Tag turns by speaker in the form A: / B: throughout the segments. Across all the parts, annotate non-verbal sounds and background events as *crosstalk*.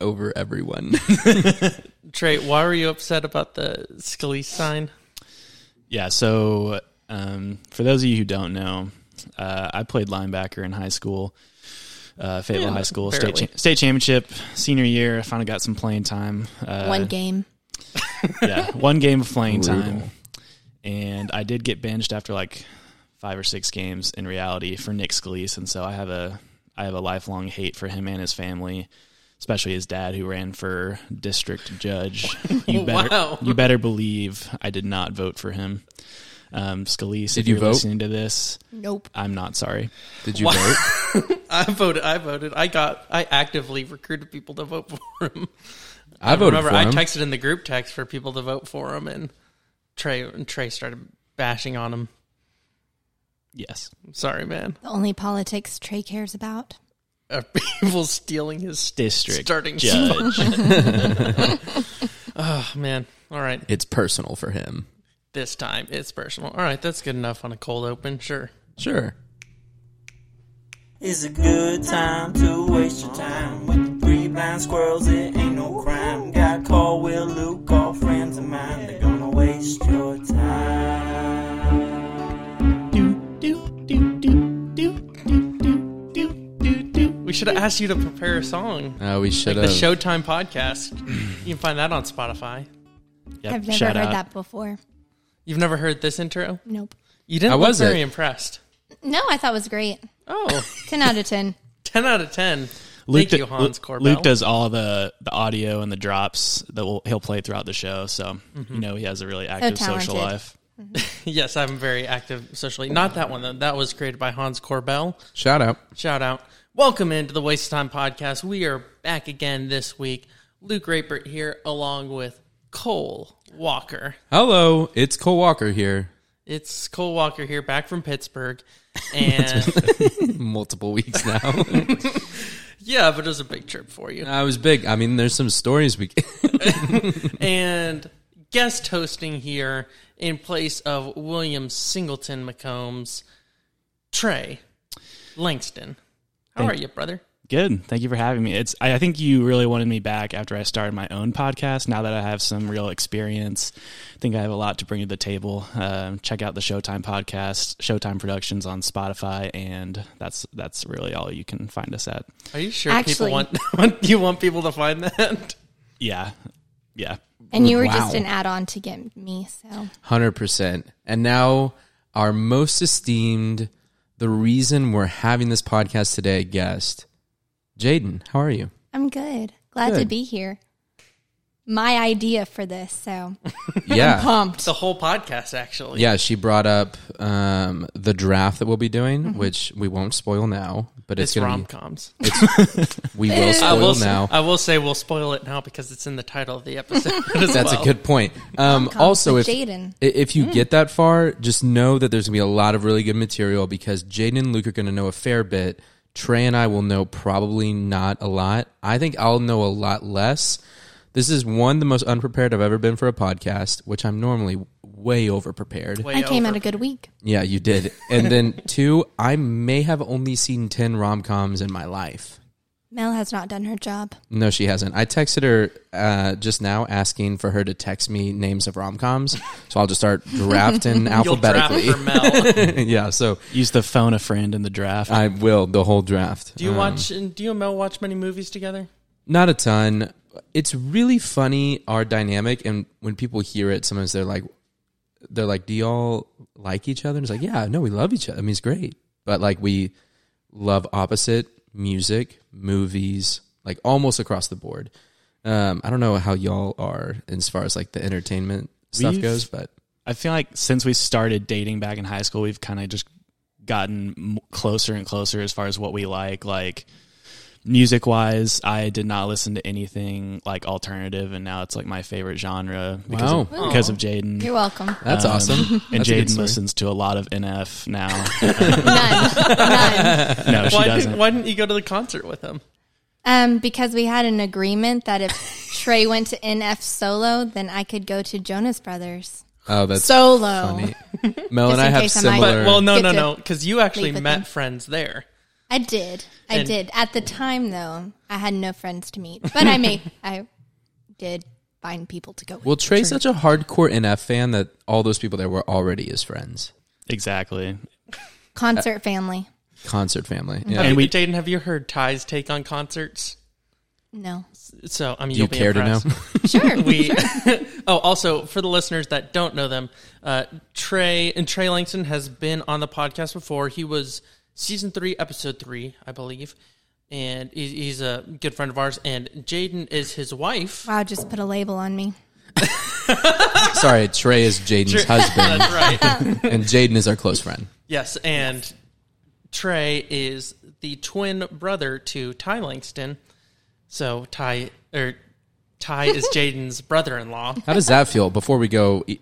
A: over everyone. *laughs*
B: Trey, why were you upset about the Scalise sign?
C: Yeah. So, um, for those of you who don't know, uh, I played linebacker in high school, uh, Fayetteville
B: Yeah,
C: High School, state,
B: barely.
C: cha- state championship, senior year. I finally got some playing time. Uh,
D: One game.
B: *laughs*
C: yeah, one game of playing
A: Brutal.
C: time, and I did get benched after like five or six games in reality for Nick Scalise, and so I have a I have a lifelong hate for him and his family, especially his dad who ran for
B: *laughs*
C: district judge. You better
B: Wow.
C: you better believe I did not vote for him. Um, Scalise,
A: Did
C: if
A: you
C: you're
A: vote?
C: listening to this,
D: Nope.
C: I'm not sorry.
A: Did you
B: Why-
A: vote?
B: *laughs* I voted. I voted. I got. I actively recruited people to vote *laughs* for him.
A: I voted
B: Remember,
A: for him.
B: I texted in the group text for people to vote for him, and Trey and Trey started bashing on him.
C: Yes,
B: I'm sorry, man. *laughs*
D: The only politics Trey cares about.
B: Are people stealing his
C: district
B: starting spot?
C: judge.
B: Oh man. All right.
A: it's personal for him.
B: This time it's personal. All right, that's good enough on a cold open. Sure.
A: Sure.
E: It's a good time to waste your time with the three blind squirrels. It ain't no crime. Got call Will Luke, all friends of mine. They're gonna waste your time.
B: We should have asked you to prepare a song.
A: Uh, we should
B: The
A: have.
B: Showtime podcast. You can find that on Spotify.
C: Yep,
D: I've never
C: shout
D: heard
C: out.
D: that before.
B: You've never heard this intro?
D: Nope.
B: You didn't
A: I
B: look
A: wasn't.
B: very impressed.
D: No, I thought it was great.
B: *laughs* Oh,
D: 10 out of 10.
B: 10 out of 10. Thank
C: do-
B: you, Hans
C: Luke-
B: Corbell.
C: Luke does all the, the audio and the drops that will, he'll play throughout the show. So, you know, he has a really active social
D: Mm-hmm. talented.
C: life.
B: Yes, I'm very active socially. Not that one, though. That was created by Hans Corbell.
A: Shout out.
B: Shout out. Welcome into the Waste of Time podcast. We are back again this week. Luke Rapert here, along with Cole Walker.
A: Hello, it's Cole Walker here.
B: It's Cole Walker here, back
A: *laughs*
B: from Pittsburgh. And
A: Multiple weeks *laughs* now.
B: yeah, but it was a big trip for you.
A: I was big. I mean, there's some stories we.
B: and guest hosting here in place of William Singleton McCombs, Trey Langston. How
C: Thank-
B: are you, brother?
C: Good. Thank you for having me. It's I, I think you really wanted me back after I started my own podcast. Now that I have some real experience, I think I have a lot to bring to the table. Um, check out the Showtime podcast, Showtime Productions on Spotify, and that's that's really all you can find us at.
B: Are you sure people
D: Actually-
B: want, *laughs* want you want people to find that?
C: Yeah, yeah.
D: And you were just
A: Wow.
D: an add on to get me. So
A: *laughs* Hundred percent. And now our most esteemed, the reason we're having this podcast today, guest, Jaden. How are *laughs* you?
D: I'm good. Glad to
A: Good.
D: be here. My idea for this. So
A: Yeah,
D: pumped.
B: The whole podcast, actually.
A: yeah. She brought up um, the draft that we'll be doing, which we won't spoil now, but Mm-hmm. it's,
B: It's
A: gonna
B: rom coms.
A: be. We will
B: I
A: spoil
B: will
A: now.
B: Say, I will say we'll spoil it now because it's in the title of the episode. *laughs* as
A: That's
B: well.
A: a good point. Um,
D: Rom-coms
A: also, if
D: with Jaden. Mm.
A: i- if you get that far, just know that there's gonna be a lot of really good material because Jaden and Luke are gonna know a fair bit. Trey and I will know probably not a lot. I think I'll know a lot less. This is one the most unprepared I've ever been for a podcast, which I'm normally way over prepared.
B: Way
D: I came
B: over.
D: out a good week.
A: Yeah, you did. And then two, I may have only seen ten rom coms in my life.
D: Mel has not done her job.
A: No, she hasn't. I texted her uh, just now asking for her to text me names of rom coms. So I'll just
B: *laughs*
A: start drafting
B: You'll draft
A: alphabetically.
B: for
A: *laughs*
B: Mel.
A: yeah, so
C: Use the phone a friend in the draft.
A: I will the whole draft.
B: Do you watch? Do you and Mel watch many movies together?
A: Not a ton. It's really funny our dynamic, and when people hear it, sometimes they're like, they're like, "Do y'all like each other?" And it's like, "Yeah, no, we love each other. I mean, it's great." But like, we love opposite music, movies, like almost across the board. Um, I don't know how y'all are as far as like the entertainment stuff
C: We've-
A: goes, but
C: I feel like since we started dating back in high school, we've kind of just gotten m- closer and closer as far as what we like. Like music wise, I did not listen to anything like alternative, and now it's like my favorite genre because of,
A: Wow.
C: because of Jaden.
D: You're welcome.
A: that's
C: Um,
A: awesome.
C: *laughs* And
A: That's a good
C: Jaden
A: story.
C: listens to a lot of
A: *laughs*
C: NF now.
D: None. None.
C: no, she
B: why,
C: doesn't.
B: Didn't, why didn't you go to the concert with him?
D: Um, because we had an agreement that if Trey went to NF solo, then I could go to Jonas Brothers
A: Oh, that's
D: solo.
A: funny. Mel
D: *laughs* Just
A: and I
D: in
A: have
D: case I might-
A: similar.
B: But well, no,
D: Get
B: no,
D: to
B: no, because you actually
D: leave with
B: met
D: them.
B: friends there.
D: I did. I
B: And-
D: did. At the time, though, I had no friends to meet, but I
B: *laughs*
D: made. I did find people to go with.
A: Well, Trey's such a hardcore NF fan that all those people there were already his friends,
C: Exactly.
B: uh,
D: Concert family.
A: concert family. Yeah.
B: Mm-hmm. And
C: And
B: we,
C: we-
B: Dayton, have you heard Ty's take on concerts?
D: No.
B: *laughs* So I mean,
A: Do
B: you'll
A: you
B: be
A: care
B: impressed.
A: to know?
D: *laughs*
A: *laughs*
D: Sure.
B: we *laughs* oh also for the listeners that don't know them uh, trey and trey langston has been on the podcast before he was season three episode three i believe and he- he's a good friend of ours and jaden is his wife
D: wow, just put a label on me.
A: Sorry, Trey is Jaden's husband,
B: *laughs* that's right
A: and Jaden is our close friend.
B: yes and trey is the twin brother to ty langston so ty or ty is jaden's brother-in-law
A: How does that feel? Before we go, e-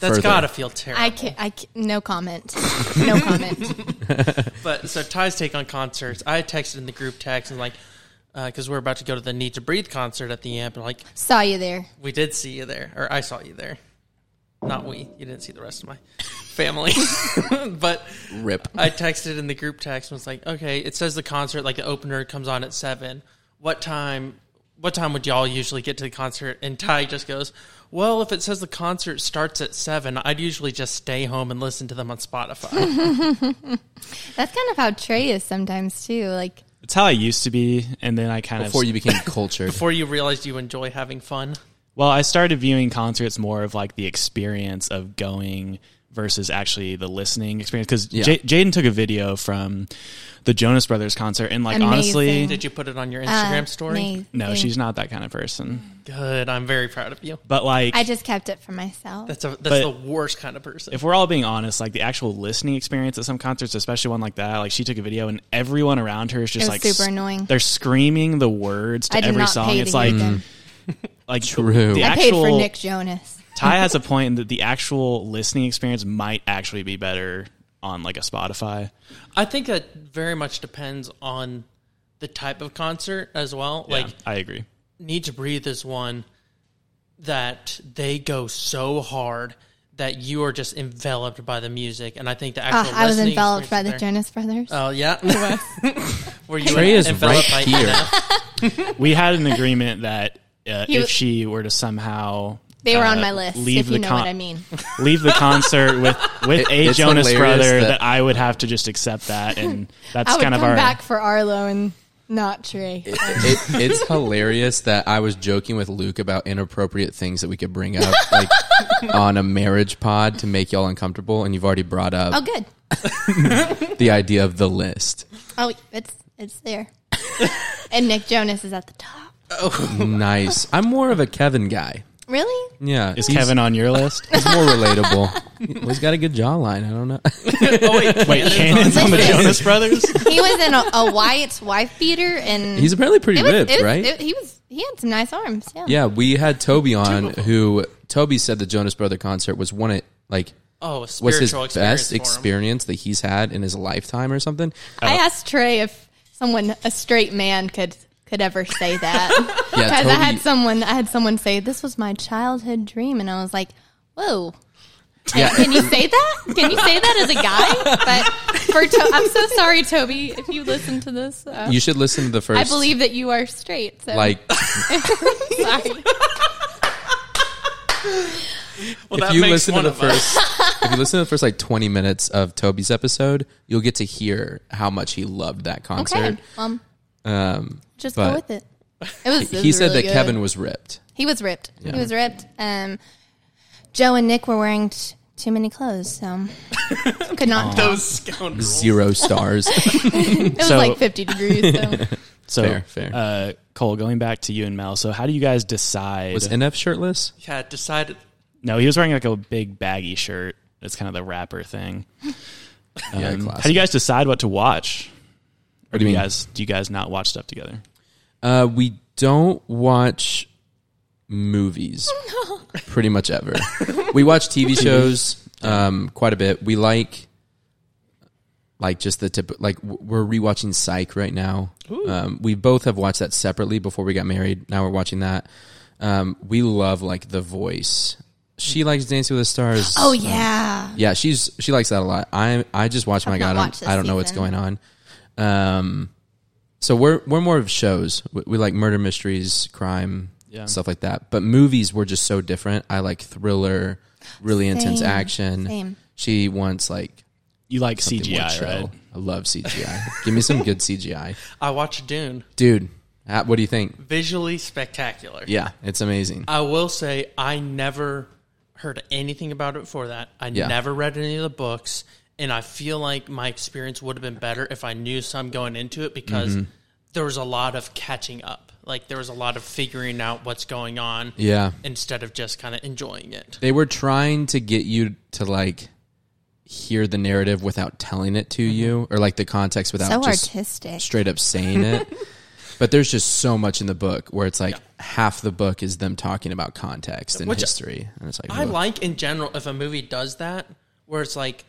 B: That's
A: further?
B: gotta feel terrible
D: I can. I can, no comment.
B: *laughs*
D: No comment.
B: But so Ty's take on concerts, I texted in the group text and like, because we're about to go to the Need to Breathe concert at the amp, and like
D: Saw you there.
B: we did see you there, or I saw you there, not we. You didn't see the rest of my family, *laughs* but
A: Rip.
B: I texted in the group text and was like, okay, it says the concert like the opener comes on at seven. What time? What time would y'all usually get to the concert? And Ty just goes, well, if it says the concert starts at seven, I'd usually just stay home and listen to them on
D: *laughs*
B: Spotify.
D: That's kind of how Trey is sometimes too. Like
C: It's how I used to be, and then I kind
A: Before
C: of
A: you became cultured,
B: Before you realized you enjoy having fun.
C: well, I started viewing concerts more of like the experience of going versus actually the listening experience. Because
A: Yeah.
C: Jaden took a video from the Jonas Brothers concert, and like honestly,
D: Amazing.
B: Did you put it on your
D: uh,
B: Instagram story?
D: me-
C: no,
D: me.
C: she's not that kind of person.
B: Good. I'm very proud of you.
C: But like,
D: I just kept it for myself.
B: That's a that's
C: But-
B: the worst kind of person.
C: if we're all being honest, like the actual listening experience at some concerts, especially one like that, like she took a video and everyone around her is just
D: was
C: like
D: super
C: s-
D: annoying.
C: They're screaming the words to
D: I did
C: every
D: not
C: song.
D: pay to
C: It's
D: hear
C: like
D: them.
B: Mm.
C: like
A: *laughs* True.
B: *laughs*
C: The
A: I
D: I paid
C: actual
D: for Nick Jonas.
C: Ty has a point that the actual listening experience might actually be better on like a Spotify.
B: I think that very much depends on the type of concert as well. Like
C: yeah, I agree.
B: Need to Breathe is one that they go so hard that you are just enveloped by the music, and I think the
D: Ah,
B: actual
D: I was
B: listening
D: enveloped by the
B: experience
D: Jonas Brothers.
B: there- Oh yeah, were you
A: Mm. Trey is right
B: enveloped by *laughs*
A: here.
C: We had an agreement that uh,
D: He
C: if
D: w-
C: she were to somehow
D: they were
C: uh,
D: on my list.
C: leave
D: If you
C: the
D: know
C: con-
D: what I mean.
C: *laughs* leave the concert with with
A: It-
C: a
A: it's
C: Jonas
A: hilarious
C: brother,
A: that-
C: that, I would have to just accept that, and that's
D: *laughs* I would
C: kind of
D: come
C: our
D: back for Arlo and not Trey.
A: it, it's hilarious that I was joking with Luke about inappropriate things that we could bring up, like
B: *laughs*
A: on a marriage pod to make y'all uncomfortable, and you've already brought up
D: Oh, good.
A: the idea of the list.
D: Oh, it's it's there. and Nick Jonas is at the top.
A: Nice. I'm more of a Kevin guy.
D: Really?
A: Yeah,
C: Is
A: he's-
C: Kevin on your
D: *laughs*
C: list?
A: He's more relatable. He's got a good jawline. I don't know.
C: Wait, Cannon's on the
D: Listen.
A: *laughs*
C: Jonas Brothers?
D: He was in a, a Wyatt's wife beater, and
A: He's apparently pretty
D: it was-
A: ripped,
D: it was-
A: right?
D: it- he was. He had some nice arms. Yeah.
A: yeah, we had Toby on, who Toby said the Jonas Brother concert was one of like
B: Oh, a
A: was his
B: spiritual experience
A: best
B: for him. *laughs*
A: experience that he's had in his lifetime or something.
D: I asked Trey if someone, a straight man, could could ever
A: *laughs*
D: say that.
A: Yeah,
D: Because I
A: Toby-
D: had someone, I had someone say this was my childhood dream, and I was like, whoa.
A: Yeah.
D: Can you say that? Can you say that as a guy? But for to- I'm so sorry, Toby, if you listen to this. Uh,
A: *laughs* You should listen to the first.
D: I believe that you are straight. So *laughs*
B: *laughs*
A: like
D: sorry.
B: Well,
A: if
B: that
A: you
B: makes
A: listen to
B: one
A: the
B: of us.
A: first if you listen to the first like 20 minutes of toby's episode you'll get to hear how much he loved that concert
D: Okay. Um,
A: um,
D: just
A: But-
D: go with it. It was. it
A: he
D: was
A: said
D: really
A: that
D: good.
A: kevin was ripped
D: He was ripped. He was ripped. Um, Joe and Nick were wearing t- too many clothes,
A: *laughs*
D: so could not. tell.
B: those scoundrels.
D: *laughs*
A: zero stars
D: Oh It was
C: So-
D: like 50 degrees.
A: *laughs*
D: So.
C: So,
A: Fair, fair.
C: Uh, Cole, going back to you and Mel. So, how do you guys decide?
A: was nf shirtless
B: Yeah, decided.
C: no, he was wearing like a big baggy shirt. It's kind of the rapper thing.
A: yeah
C: Um, how
A: classic.
C: do you guys decide what to watch? Or
A: do you
C: you
A: mean?
C: guys do you guys not watch stuff together?
A: uh, we don't watch movies pretty much ever we watch tv shows um, quite a bit we like like just the tip like w- we're rewatching psych right now um, we both have watched that separately before we got married now we're watching that um, we love like the voice she likes dancing with the stars
D: Oh yeah,
A: yeah she's she likes that a lot i i just watch my
D: I've not
A: god I
D: watched
A: don't,
D: this
A: I don't know what's
D: season.
A: going on Um, so we're we're more of shows. We, we like murder mysteries, crime,
C: Yeah.
A: stuff like that. But movies were just so different. I like thriller, really intense
D: Same,
A: action.
D: same.
A: She wants like
C: You like
A: something more
C: CGI,
A: chill.
C: right?
A: I love CGI. Give me some good CGI,
B: I watched Dune.
A: dude. uh, What do you think?
B: Visually spectacular.
A: Yeah, it's amazing.
B: I will say I never heard anything about it before that. I
A: Yeah.
B: never read any of the books, and I feel like my experience would have been better if I knew some going into it because
A: Mm-hmm.
B: there was a lot of catching up. Like there was a lot of figuring out what's going on
A: Yeah,
B: instead of just kind of enjoying it.
A: they were trying to get you to like hear the narrative without telling it to you, or like the context without
D: So
A: just
D: artistic.
A: straight up saying
D: *laughs*
A: it. but there's just so much in the book where it's like half the book is them talking about context and
B: Which-
A: history, and it's like
B: I
A: ugh.
B: like in general if a movie does that, where it's like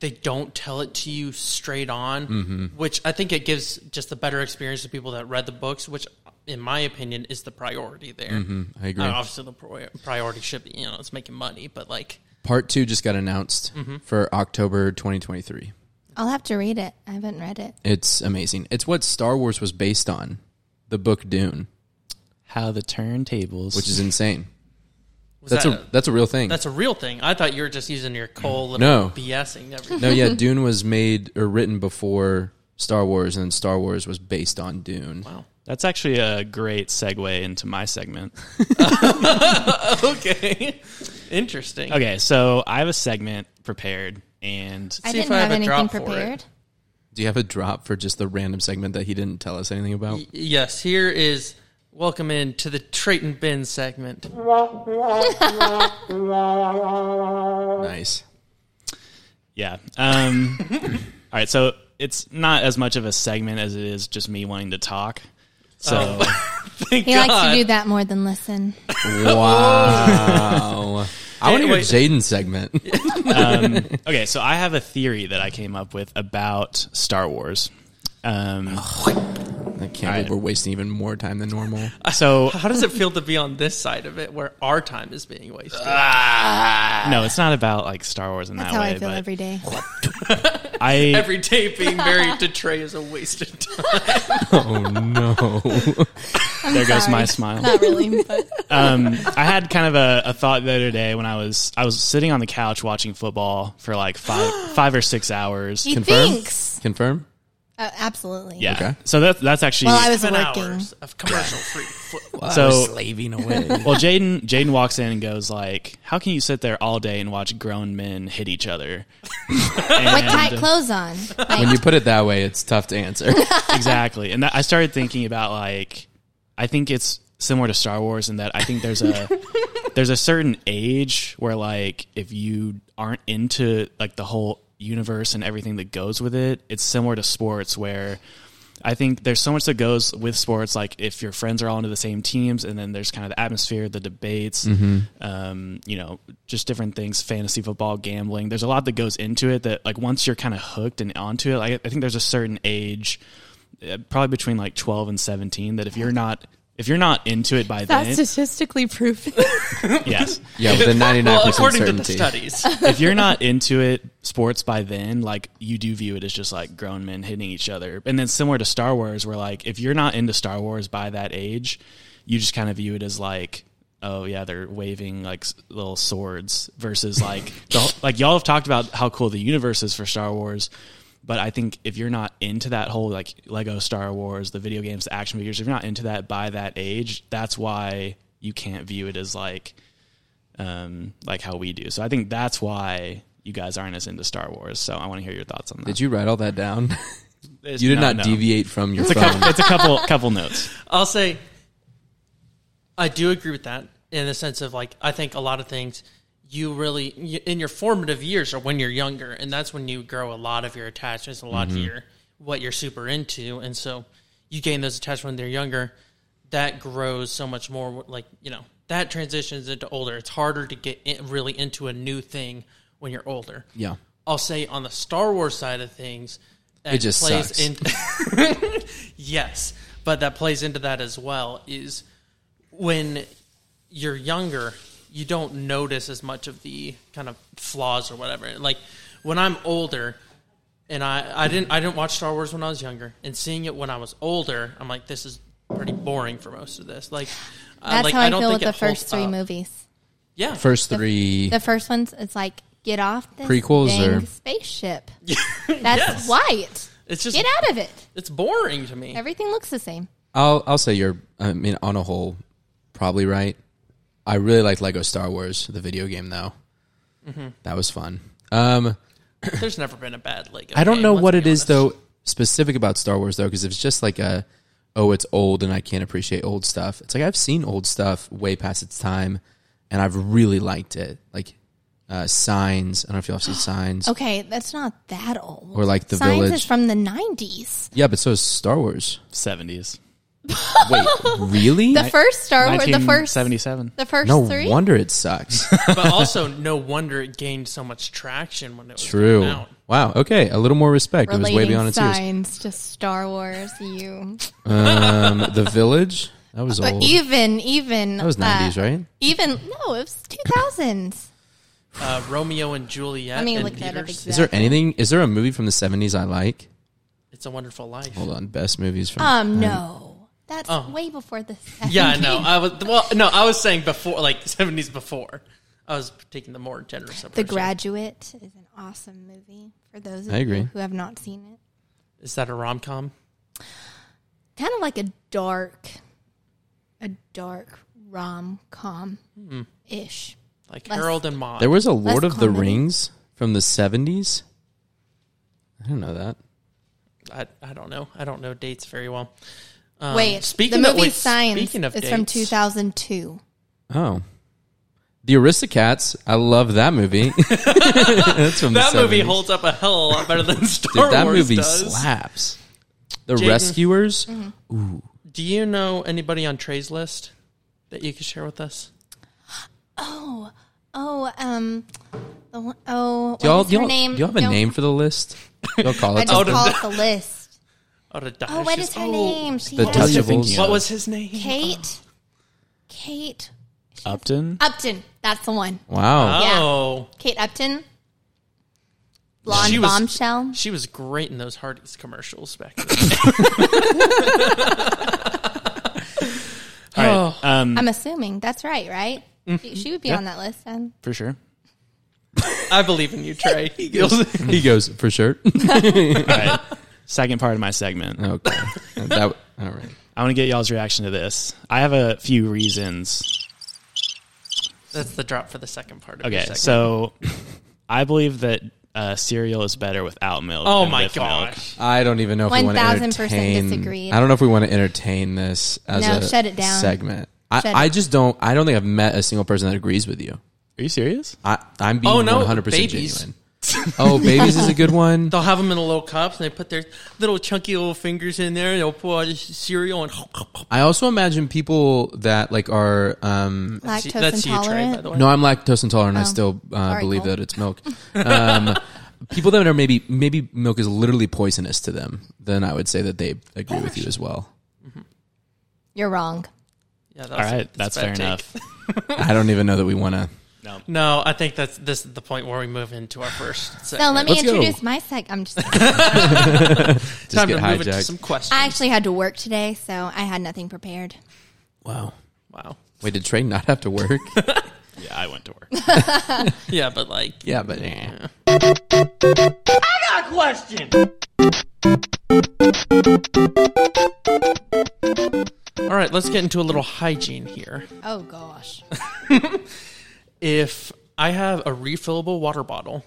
B: they don't tell it to you straight on,
A: Mm-hmm.
B: which I think it gives just a better experience to people that read the books, which in my opinion is the priority there.
A: I agree.
B: Uh, obviously, the prior- priority should be you know it's making money, but like
A: Part two just got announced
B: Mm-hmm.
A: for October 2023.
D: I'll have to read it. I haven't read it.
A: It's amazing. It's what Star Wars was based on, the book Dune,
C: How the turntables.
A: which
B: *laughs*
A: is insane.
B: was
A: That's
B: that
A: a that's a real thing.
B: that's a real thing. I thought you were just using your cold little
A: No.
B: BSing everything.
A: no, yeah, Dune was made or written before Star Wars, and Star Wars was based on Dune.
B: Wow.
C: That's actually a great segue into my
A: *laughs*
C: segment.
B: *laughs* Okay, interesting.
C: Okay, so I have a segment prepared, and
D: I
B: See if
D: didn't
B: I have
D: have
B: a
D: anything
B: drop for it.
D: prepared.
A: Do you have a drop for just the random segment that he didn't tell us anything about?
B: Y- Yes, here is welcome in to the Trait and Bin segment.
A: Nice.
C: yeah.
A: *laughs*
C: Um, all right, so it's not as much of a segment as it is just me wanting to talk. So
A: Oh.
B: Thank
D: He
B: God.
D: likes to do that more than listen.
A: Wow. I want to hear
B: Wait.
A: Jaden's segment.
C: *laughs* okay, so I have a theory that I came up with about Star Wars. Um,
A: I can't believe we're wasting even more time than normal.
C: so
B: How does it feel to be on this side of it where our time is being wasted?
C: no, it's not about like Star Wars in
D: That's
C: that
D: how
C: way.
D: I feel
C: but
A: *laughs*
D: every day.
C: I
B: Every day being married to Trey is a wasted time.
A: oh no.
C: there goes my
D: Sorry.
C: smile.
D: *laughs* Not really, but
C: um, I had kind of a, a thought the other day when I was I was sitting on the couch watching football for like
D: *gasps*
C: five five or six hours.
D: he
A: Confirm?
D: thinks.
A: *laughs* Confirm?
D: Oh, absolutely.
C: Yeah.
A: Okay.
C: So that, that's actually
D: Well, I was
B: Seven
D: working.
B: hours of commercial free football.
C: so.
A: slaving away.
C: Well, Jaden Jaden walks in and goes like, "How can you sit there all day and watch grown men hit each other?"
D: With
C: And-
B: uh,
D: tight clothes on.
B: *laughs*
D: Like,
A: *laughs* when you put it that way, it's tough to answer.
C: *laughs* exactly. And that, I started thinking about like, I think it's similar to Star Wars in that I think there's a there's a certain age where like if you aren't into like the whole universe and everything that goes with it, it's similar to sports where I think there's so much that goes with sports. Like if your friends are all into the same teams, and then there's kind of the atmosphere, the debates, um, you know, just different things, fantasy football, gambling. There's a lot that goes into it that, like, once you're kind of hooked and onto it, like, I think there's a certain age, uh, probably between like 12 and 17, that if you're not if you're not into it by
F: That's
C: then,
F: statistically proven.
C: *laughs* yes,
A: yeah, with a 99%
B: Well, according
A: certainty.
B: to the studies,
C: if you're not into it sports by then like you do view it as just like grown men hitting each other and then similar to star wars where like if you're not into star wars by that age you just kind of view it as like oh yeah they're waving like s- little swords versus like the, whole- like y'all have talked about how cool the universe is for star wars but I think if you're not into that whole like Lego Star Wars, the video games, the action figures, if you're not into that by that age, that's why you can't view it as like um, like how we do. So I think that's why you guys aren't as into Star Wars. So I want to hear your thoughts on that.
A: Did you write all that down?
C: It's-
A: You did
C: no,
A: not
C: no.
A: deviate from your
C: It's a
A: phone.
C: couple. It's a couple. couple notes.
B: I'll say I do agree with that in the sense of like I think a lot of things you really you, in your formative years are when you're younger, and that's when you grow a lot of your attachments, a lot of your what you're super into, and so you gain those attachments when they're younger. That grows so much more. Like you know that transitions into older. It's harder to get in, really into a new thing when you're older.
A: yeah.
B: I'll say on the Star Wars side of things, that
A: It just sucks.
B: in- *laughs* yes, but that plays into that as well. Is when you're younger, you don't notice as much of the kind of flaws or whatever. Like when I'm older, and I, I didn't I didn't watch Star Wars when I was younger, and seeing it when I was older, I'm like, this is pretty boring for most of this. Like, uh,
D: That's
B: like,
D: how I,
B: don't
D: feel
B: think
D: with the
B: it holds
D: first three
B: up.
D: movies.
B: Yeah,
A: First
D: The-
A: three.
D: The first ones, it's like get off this
A: Prequels
D: dang
A: or-
B: *laughs*
D: spaceship.
B: Yes.
D: That's white.
B: it's just
D: Get out of it.
B: it's boring to me.
D: Everything looks the same.
A: I'll I'll say you're. I mean, on a whole, probably right. I really liked Lego Star Wars, the video game, though.
D: Mm-hmm.
A: That was fun. Um,
B: There's never been a bad Lego.
A: I don't
B: game,
A: know
B: let's
A: what
B: be
A: it is
B: honest.
A: though specific about Star Wars though, because it's just like a oh, it's old and I can't appreciate old stuff. It's like I've seen old stuff way past its time, and I've really liked it. Like uh, Signs, I don't know if y'all have
D: *gasps*
A: seen Signs,
D: Okay, that's not that old.
A: or like The
D: Signs
A: Village.
D: is from the nineties.
A: yeah, but so is Star Wars.
C: Seventies.
A: Wait, really?
D: The first Star Wars, the first,
C: seventy-seven.
D: the first
A: no
D: three.
A: wonder it
D: *laughs*
A: sucks.
B: but also no wonder it gained so much traction when it was coming
A: True.
B: out.
A: Wow. Okay. A little more respect.
D: relating
A: it was way beyond its years.
D: signs to Star Wars.
A: *laughs*
D: You,
A: Um, the Village. That was
D: but
A: old.
D: even even uh,
A: that was nineties, right?
D: Even no, it was two thousands.
B: Uh, Romeo and Juliet.
D: Let me
B: in
D: look that up
B: theaters.
A: Is there
D: exactly.
A: anything? Is there a movie from the seventies I like?
B: It's a Wonderful Life.
A: Hold on, best movies from.
D: Um, no, that's
B: Oh.
D: way before the.
B: Yeah, I
D: 70s.
B: know. I was well, no, I was saying before, like *laughs* seventies before. I was taking the more generous approach.
D: The Graduate is an awesome movie for those of
A: I agree.
D: you who have not seen it.
B: Is that a rom com?
D: Kind of like a dark, a dark rom com ish.
B: Like
D: Less-
B: Harold and Maude.
A: there was a Lord of the
D: comedy.
A: Rings from the seventies. I don't know that.
B: I, I don't know. I don't know dates very well.
A: Hmm.
B: Um,
D: wait,
B: speaking
D: the
B: of
D: movie
B: wait,
D: Signs
B: speaking of
D: is from
B: dates,
D: two thousand two.
A: Oh, The Aristocats. I love that movie. *laughs* That's from
B: That
A: the
B: movie
A: 70s.
B: holds up a hell of a lot
A: *laughs*
B: better than Star
A: Dude, that
B: Wars
A: movie
B: does.
A: slaps. The
B: Jaden-
A: Rescuers.
D: Mm-hmm.
B: Do you know anybody on Trey's list that you could share with us?
D: Oh, oh, um, the one, oh,
A: Do y'all,
D: what's
A: do
D: her
A: y'all,
D: name?
A: do y'all have a
D: Don't-
A: name for the
D: *laughs*
A: list? Y'all call
D: I
A: it
D: just
A: something.
D: call it
A: *laughs*
D: the list.
B: Oh, to die.
D: Oh, what
B: She's-
D: is her
B: oh,
D: name? She
A: The
D: has-
C: Touch- thinking
A: Touchables.
C: of?
B: What was his name?
D: Kate. Kate
C: Upton.
D: Upton. That's the one.
A: Wow.
B: Oh,
D: Kate Upton. Blonde
B: She was-
D: bombshell.
B: she was great in those Hardee's commercials back then.
C: All right. Um,
D: I'm assuming that's right, right? She, she would be on that list. Um,
C: for sure.
B: I believe in you,
D: *laughs*
B: Trey.
A: he goes for sure. *laughs*
C: All right. Second part of my segment.
A: okay. That, all right.
C: I want to get y'all's reaction to this. I have a few reasons.
B: That's the drop for the second part. Of your
C: Okay,
B: segment.
C: so I believe that uh, cereal is better without milk.
B: oh
C: than
B: my
C: with milk.
B: gosh,
A: I don't even know if we want to
D: 1000%
A: entertain.
D: disagree.
A: I don't know if we want to entertain this as
D: No,
A: a
D: shut it down.
A: segment. I,
D: Shut
A: I
D: it-
A: just don't. I don't think I've met a single person that agrees with you.
C: Are you serious?
A: I, I'm being
B: Oh, no,
A: 100%
B: babies.
A: genuine. Oh, babies is a good
B: *laughs*
A: one.
B: they'll have them in a little cups and they put their little chunky little fingers in there and they'll pour all this cereal and
A: I also imagine people that like are. Um,
D: lactose
B: that's you, Trey. By
D: intolerant.
B: the way,
A: no, I'm lactose intolerant. I
D: Oh.
A: still uh,
D: Sorry,
A: believe
D: Cole.
A: that it's milk. Um, *laughs* people that are maybe maybe milk is literally poisonous to them. Then I would say that they agree with you as well.
D: You're wrong.
B: yeah, that
C: All
B: was-
C: right, that's
B: a
C: fair
B: bad take.
C: enough.
A: I don't even know that we want to.
C: No.
B: No, I think that's this is the point where we move into our first.
D: So
B: Segment.
D: let me
A: Let's go.
D: introduce my sec. I'm just.
A: Just
B: time
A: get
B: to move into
A: hijacked.
B: some questions.
D: I actually had to work today, so I had nothing prepared.
A: wow.
B: wow.
A: Wait, did Trey not have to *laughs* work?
C: Yeah, I went to work.
B: Yeah, but like,
A: yeah, but eh.
E: Got a question.
B: all right, let's get into a little hygiene here.
D: Oh gosh.
B: If I have a refillable water bottle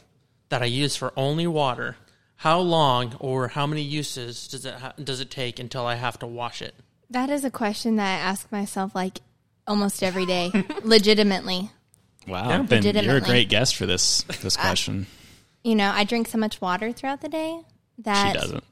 B: that I use for only water, how long or how many uses does it ha- does it take until I have to wash it?
D: That is a question that I ask myself like almost every day, *laughs* legitimately.
C: Wow, then you're a
D: legitimately.
C: great guest for this this
D: Uh,
C: question.
D: You know, I drink so much water throughout the day
C: she
D: that
C: doesn't.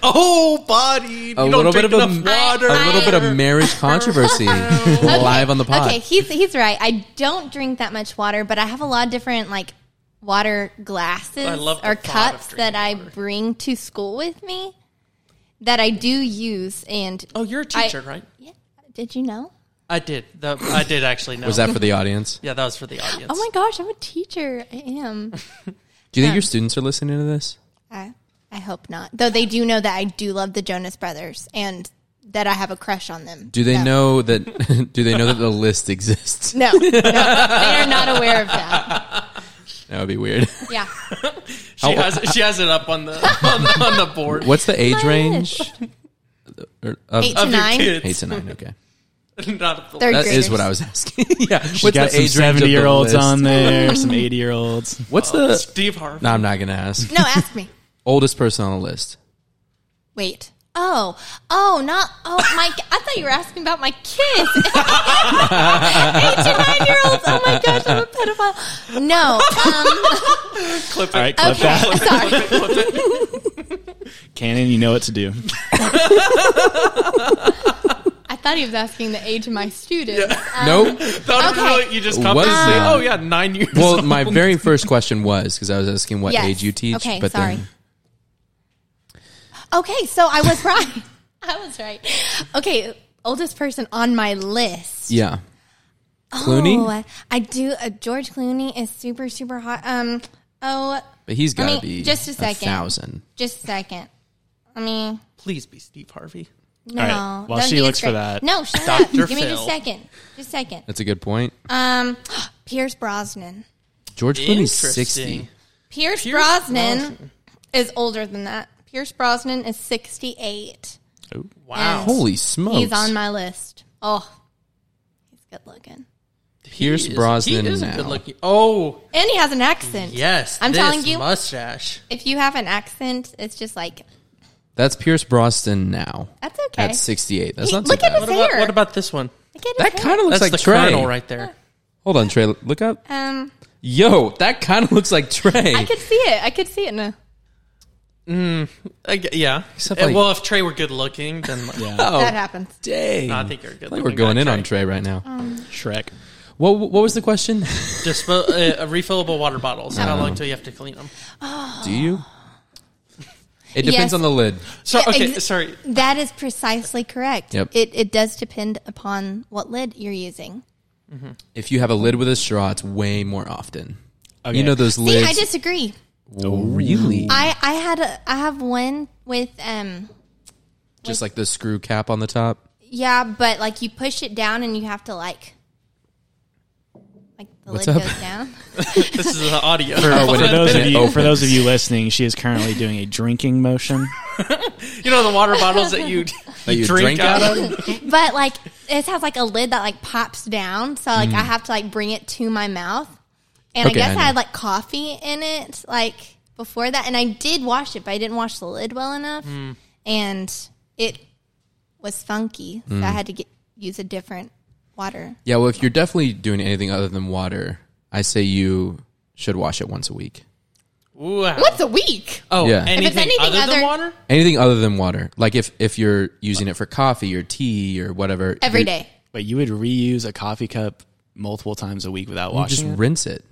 B: Oh, body!
A: a
B: you
A: little
B: don't
A: bit
B: drink
A: of a,
B: enough
A: a
B: water.
A: little bit of marriage *laughs* controversy live on the pod.
D: Okay, he's he's right. I don't drink that much water, but I have a lot of different like water glasses
B: I love the
D: or
B: thought of
D: cups
B: drinking
D: that I bring to school with me that I do use and
B: Oh, you're a
D: I-
B: teacher, right?
D: Yeah. Did you know?
B: I did. That, I did actually know.
A: Was that for the audience?
B: Yeah, that was for the audience.
D: Oh my gosh, I'm a teacher. I am.
A: Do you think your students are listening to this?
D: *laughs* I, I hope not. Though they do know that I do love the Jonas Brothers and that I have a crush on them.
A: Do they
D: So-
A: know that? *laughs* Do they know that the list *laughs* exists?
D: No, no, they are not aware of that.
A: That would be weird.
D: Yeah,
B: She
A: Oh.
B: has she has it up on the *laughs* on the, on the board.
A: What's the age *laughs*
D: My
A: range? Or- of-
D: eight to
B: of
D: nine.
B: your kids?
A: eight to nine. *laughs* Okay,
B: *laughs* Not the
D: Third
A: that
D: graders.
A: is what I was asking. *laughs* yeah,
C: She's got
A: range of
C: some
A: the
C: seventy-year-olds
A: list?
C: on there,
D: *laughs*
C: some eighty-year-olds.
A: What's the?
B: Steve Harvey.
A: *laughs* No, I'm not gonna ask.
D: No, ask me.
A: Oldest person on the list.
D: Wait. Oh, oh, not oh my! I thought you were asking about my kids. *laughs* Eight to nine year olds. Oh my gosh, I'm a pedophile. No, um,
B: Clip it.
C: All right, clip
D: Okay.
C: that.
D: sorry.
C: Cannon, you know what to do.
D: I thought he was asking the age of my students.
A: *laughs*
D: Um,
A: Nope.
B: That would
D: Okay.
B: really- you just come
A: What
B: and
A: is
B: say,
A: that?
B: "Oh yeah, nine years."
A: Well,
B: old."
A: my very first question was because I was asking what
D: Yes.
A: age you teach.
D: Okay,
A: but
D: sorry.
A: Then,
D: Okay, so I was right. *laughs* I was right. Okay, oldest person on my list.
A: yeah. Clooney,
D: Oh, I do. Uh, George Clooney is super, super hot. Um. Oh,
A: but he's
D: Let
A: got to
D: me-
A: be
D: just a second.
A: thousand.
D: just a second. I mean,
B: please be Steve Harvey.
D: no.
C: All right, while
D: no,
C: she
D: he
C: looks for
D: great.
C: that.
D: No, shut up.
B: Dr.
D: Give me just
B: Phil.
D: a second. Just a second.
A: That's a good point.
D: Um, Pierce Brosnan.
A: George Clooney's sixty.
B: Interesting.
D: Pierce,
B: Pierce
D: Brosnan, is older than that. Pierce Brosnan is sixty-eight.
B: Wow.
D: And-
A: Holy smokes!
D: He's on my list. Oh, he's good looking,
A: Pierce
B: He is-
A: Brosnan
B: He is a
A: now.
B: good looking. Oh
D: and he has an accent.
B: yes,
D: I'm
B: this
D: telling you,
B: mustache.
D: if you have an accent, it's just like
A: That's Pierce Brosnan now.
D: that's okay.
A: At sixty eight. That's
D: He-
A: not too
D: look
A: bad.
D: at his
B: What about,
D: hair.
B: what about this one?
D: Look at his
A: That
D: hair.
A: kind of looks
B: That's
A: like
B: the
A: Trey.
B: Colonel right there.
A: Hold on, Trey. Look up.
D: Um,
A: Yo, that kind of looks like Trey.
D: I could see it. I could see it. No.
B: I g- yeah.
A: Except,
B: Uh,
A: like-
B: well, if Trey were good looking,
A: *laughs*
B: then like,
C: Yeah,
A: oh,
D: That happens.
A: dang.
B: I think you're a good.
A: I think
B: looking
A: we're going
B: guy,
A: in on Trey right now.
D: Oh.
C: Shrek.
A: What What was the question? *laughs*
B: Dispo- uh, uh, refillable water bottles. How long till you have to clean them?
A: Do you? It depends
D: Yes.
A: on the lid.
B: So
D: Yeah,
B: okay,
D: ex-
B: sorry.
D: That is precisely correct.
A: Yep.
D: It it does depend upon what lid you're using.
A: If you have a lid with a straw, it's way more often.
C: Okay.
A: You know those
D: See,
A: lids.
D: I disagree.
A: really,
D: I I had a I have one with um
A: just like the screw cap on the top.
D: yeah, but like you push it down and you have to like like the
A: What's
D: lid
A: up?
D: goes down.
B: This is the audio.
A: Oh, when
B: *laughs*
C: For
A: it-
C: those of
A: when it
C: you, for
A: opens.
C: those of you listening, she is currently doing a drinking motion.
B: you know the water bottles that
D: *laughs*
B: you, *laughs* you,
A: you
B: drink,
A: drink
B: out
A: out
B: of.
D: But like it has like a lid that like pops down, so like I have to like bring it to my mouth. And
A: Mm. Okay,
D: I guess
A: I
D: I, had
A: know.
D: like coffee in it like before that, and I did wash it, but I didn't wash the lid well enough,
A: Mm.
D: and it was funky. So
A: Mm.
D: I had to get use a different water.
A: Yeah, well, if you're definitely doing anything other than water, I say you should wash it once a week.
B: Wow.
D: What's a week?
B: Oh,
A: Yeah. If it's
B: anything,
D: anything
B: other, than
D: other-
B: water?
A: Anything other than water, like if if you're using it for coffee or tea or whatever,
D: Every
A: you're-
D: day.
C: But you would reuse a coffee cup multiple times a week without
A: just
C: washing. it?
A: rinse it.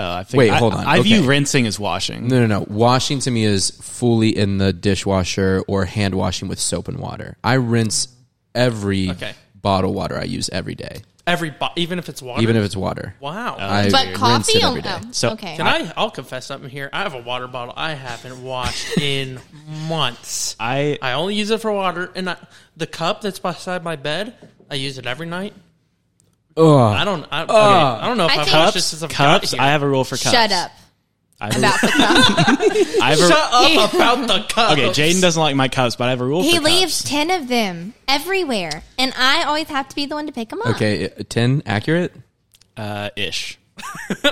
C: Oh, I think,
A: Wait,
C: I-
A: hold on.
C: I, view
A: Okay.
C: rinsing as washing.
A: No, no, no. Washing to me is fully in the dishwasher or hand washing with soap and water. I rinse every
B: Okay.
A: bottle of water I use every day,
B: Every bo- even if it's water.
A: even if Uh, it's water.
B: wow.
A: I
D: But
A: rinse
D: coffee?
A: it
D: Oh,
A: every day.
D: oh,
C: So-
D: okay.
B: Can I? I'll confess something here. I have a water bottle I haven't washed
A: *laughs*
B: in months.
C: I
B: I only use it for water, and I, the cup that's beside my bed, I use it every night. I
A: Ugh.
B: don't. I, okay, I don't know if
D: I
B: I have
D: think-
B: washed this
C: cups,
B: since I've
C: cups.
B: got
C: I
B: here.
C: have a rule for cups.
D: Shut up
C: I have a,
D: about the cup.
C: *laughs* I have a-
B: Shut up
A: *laughs*
B: about the cups.
C: okay, Jaden doesn't like my cups, but I have a rule.
D: he
C: for
D: leaves
C: Cups.
D: ten of them everywhere, and I always have to be the one to pick them up.
A: Okay, uh, ten
B: *laughs*
A: accurate.
C: Uh, ish.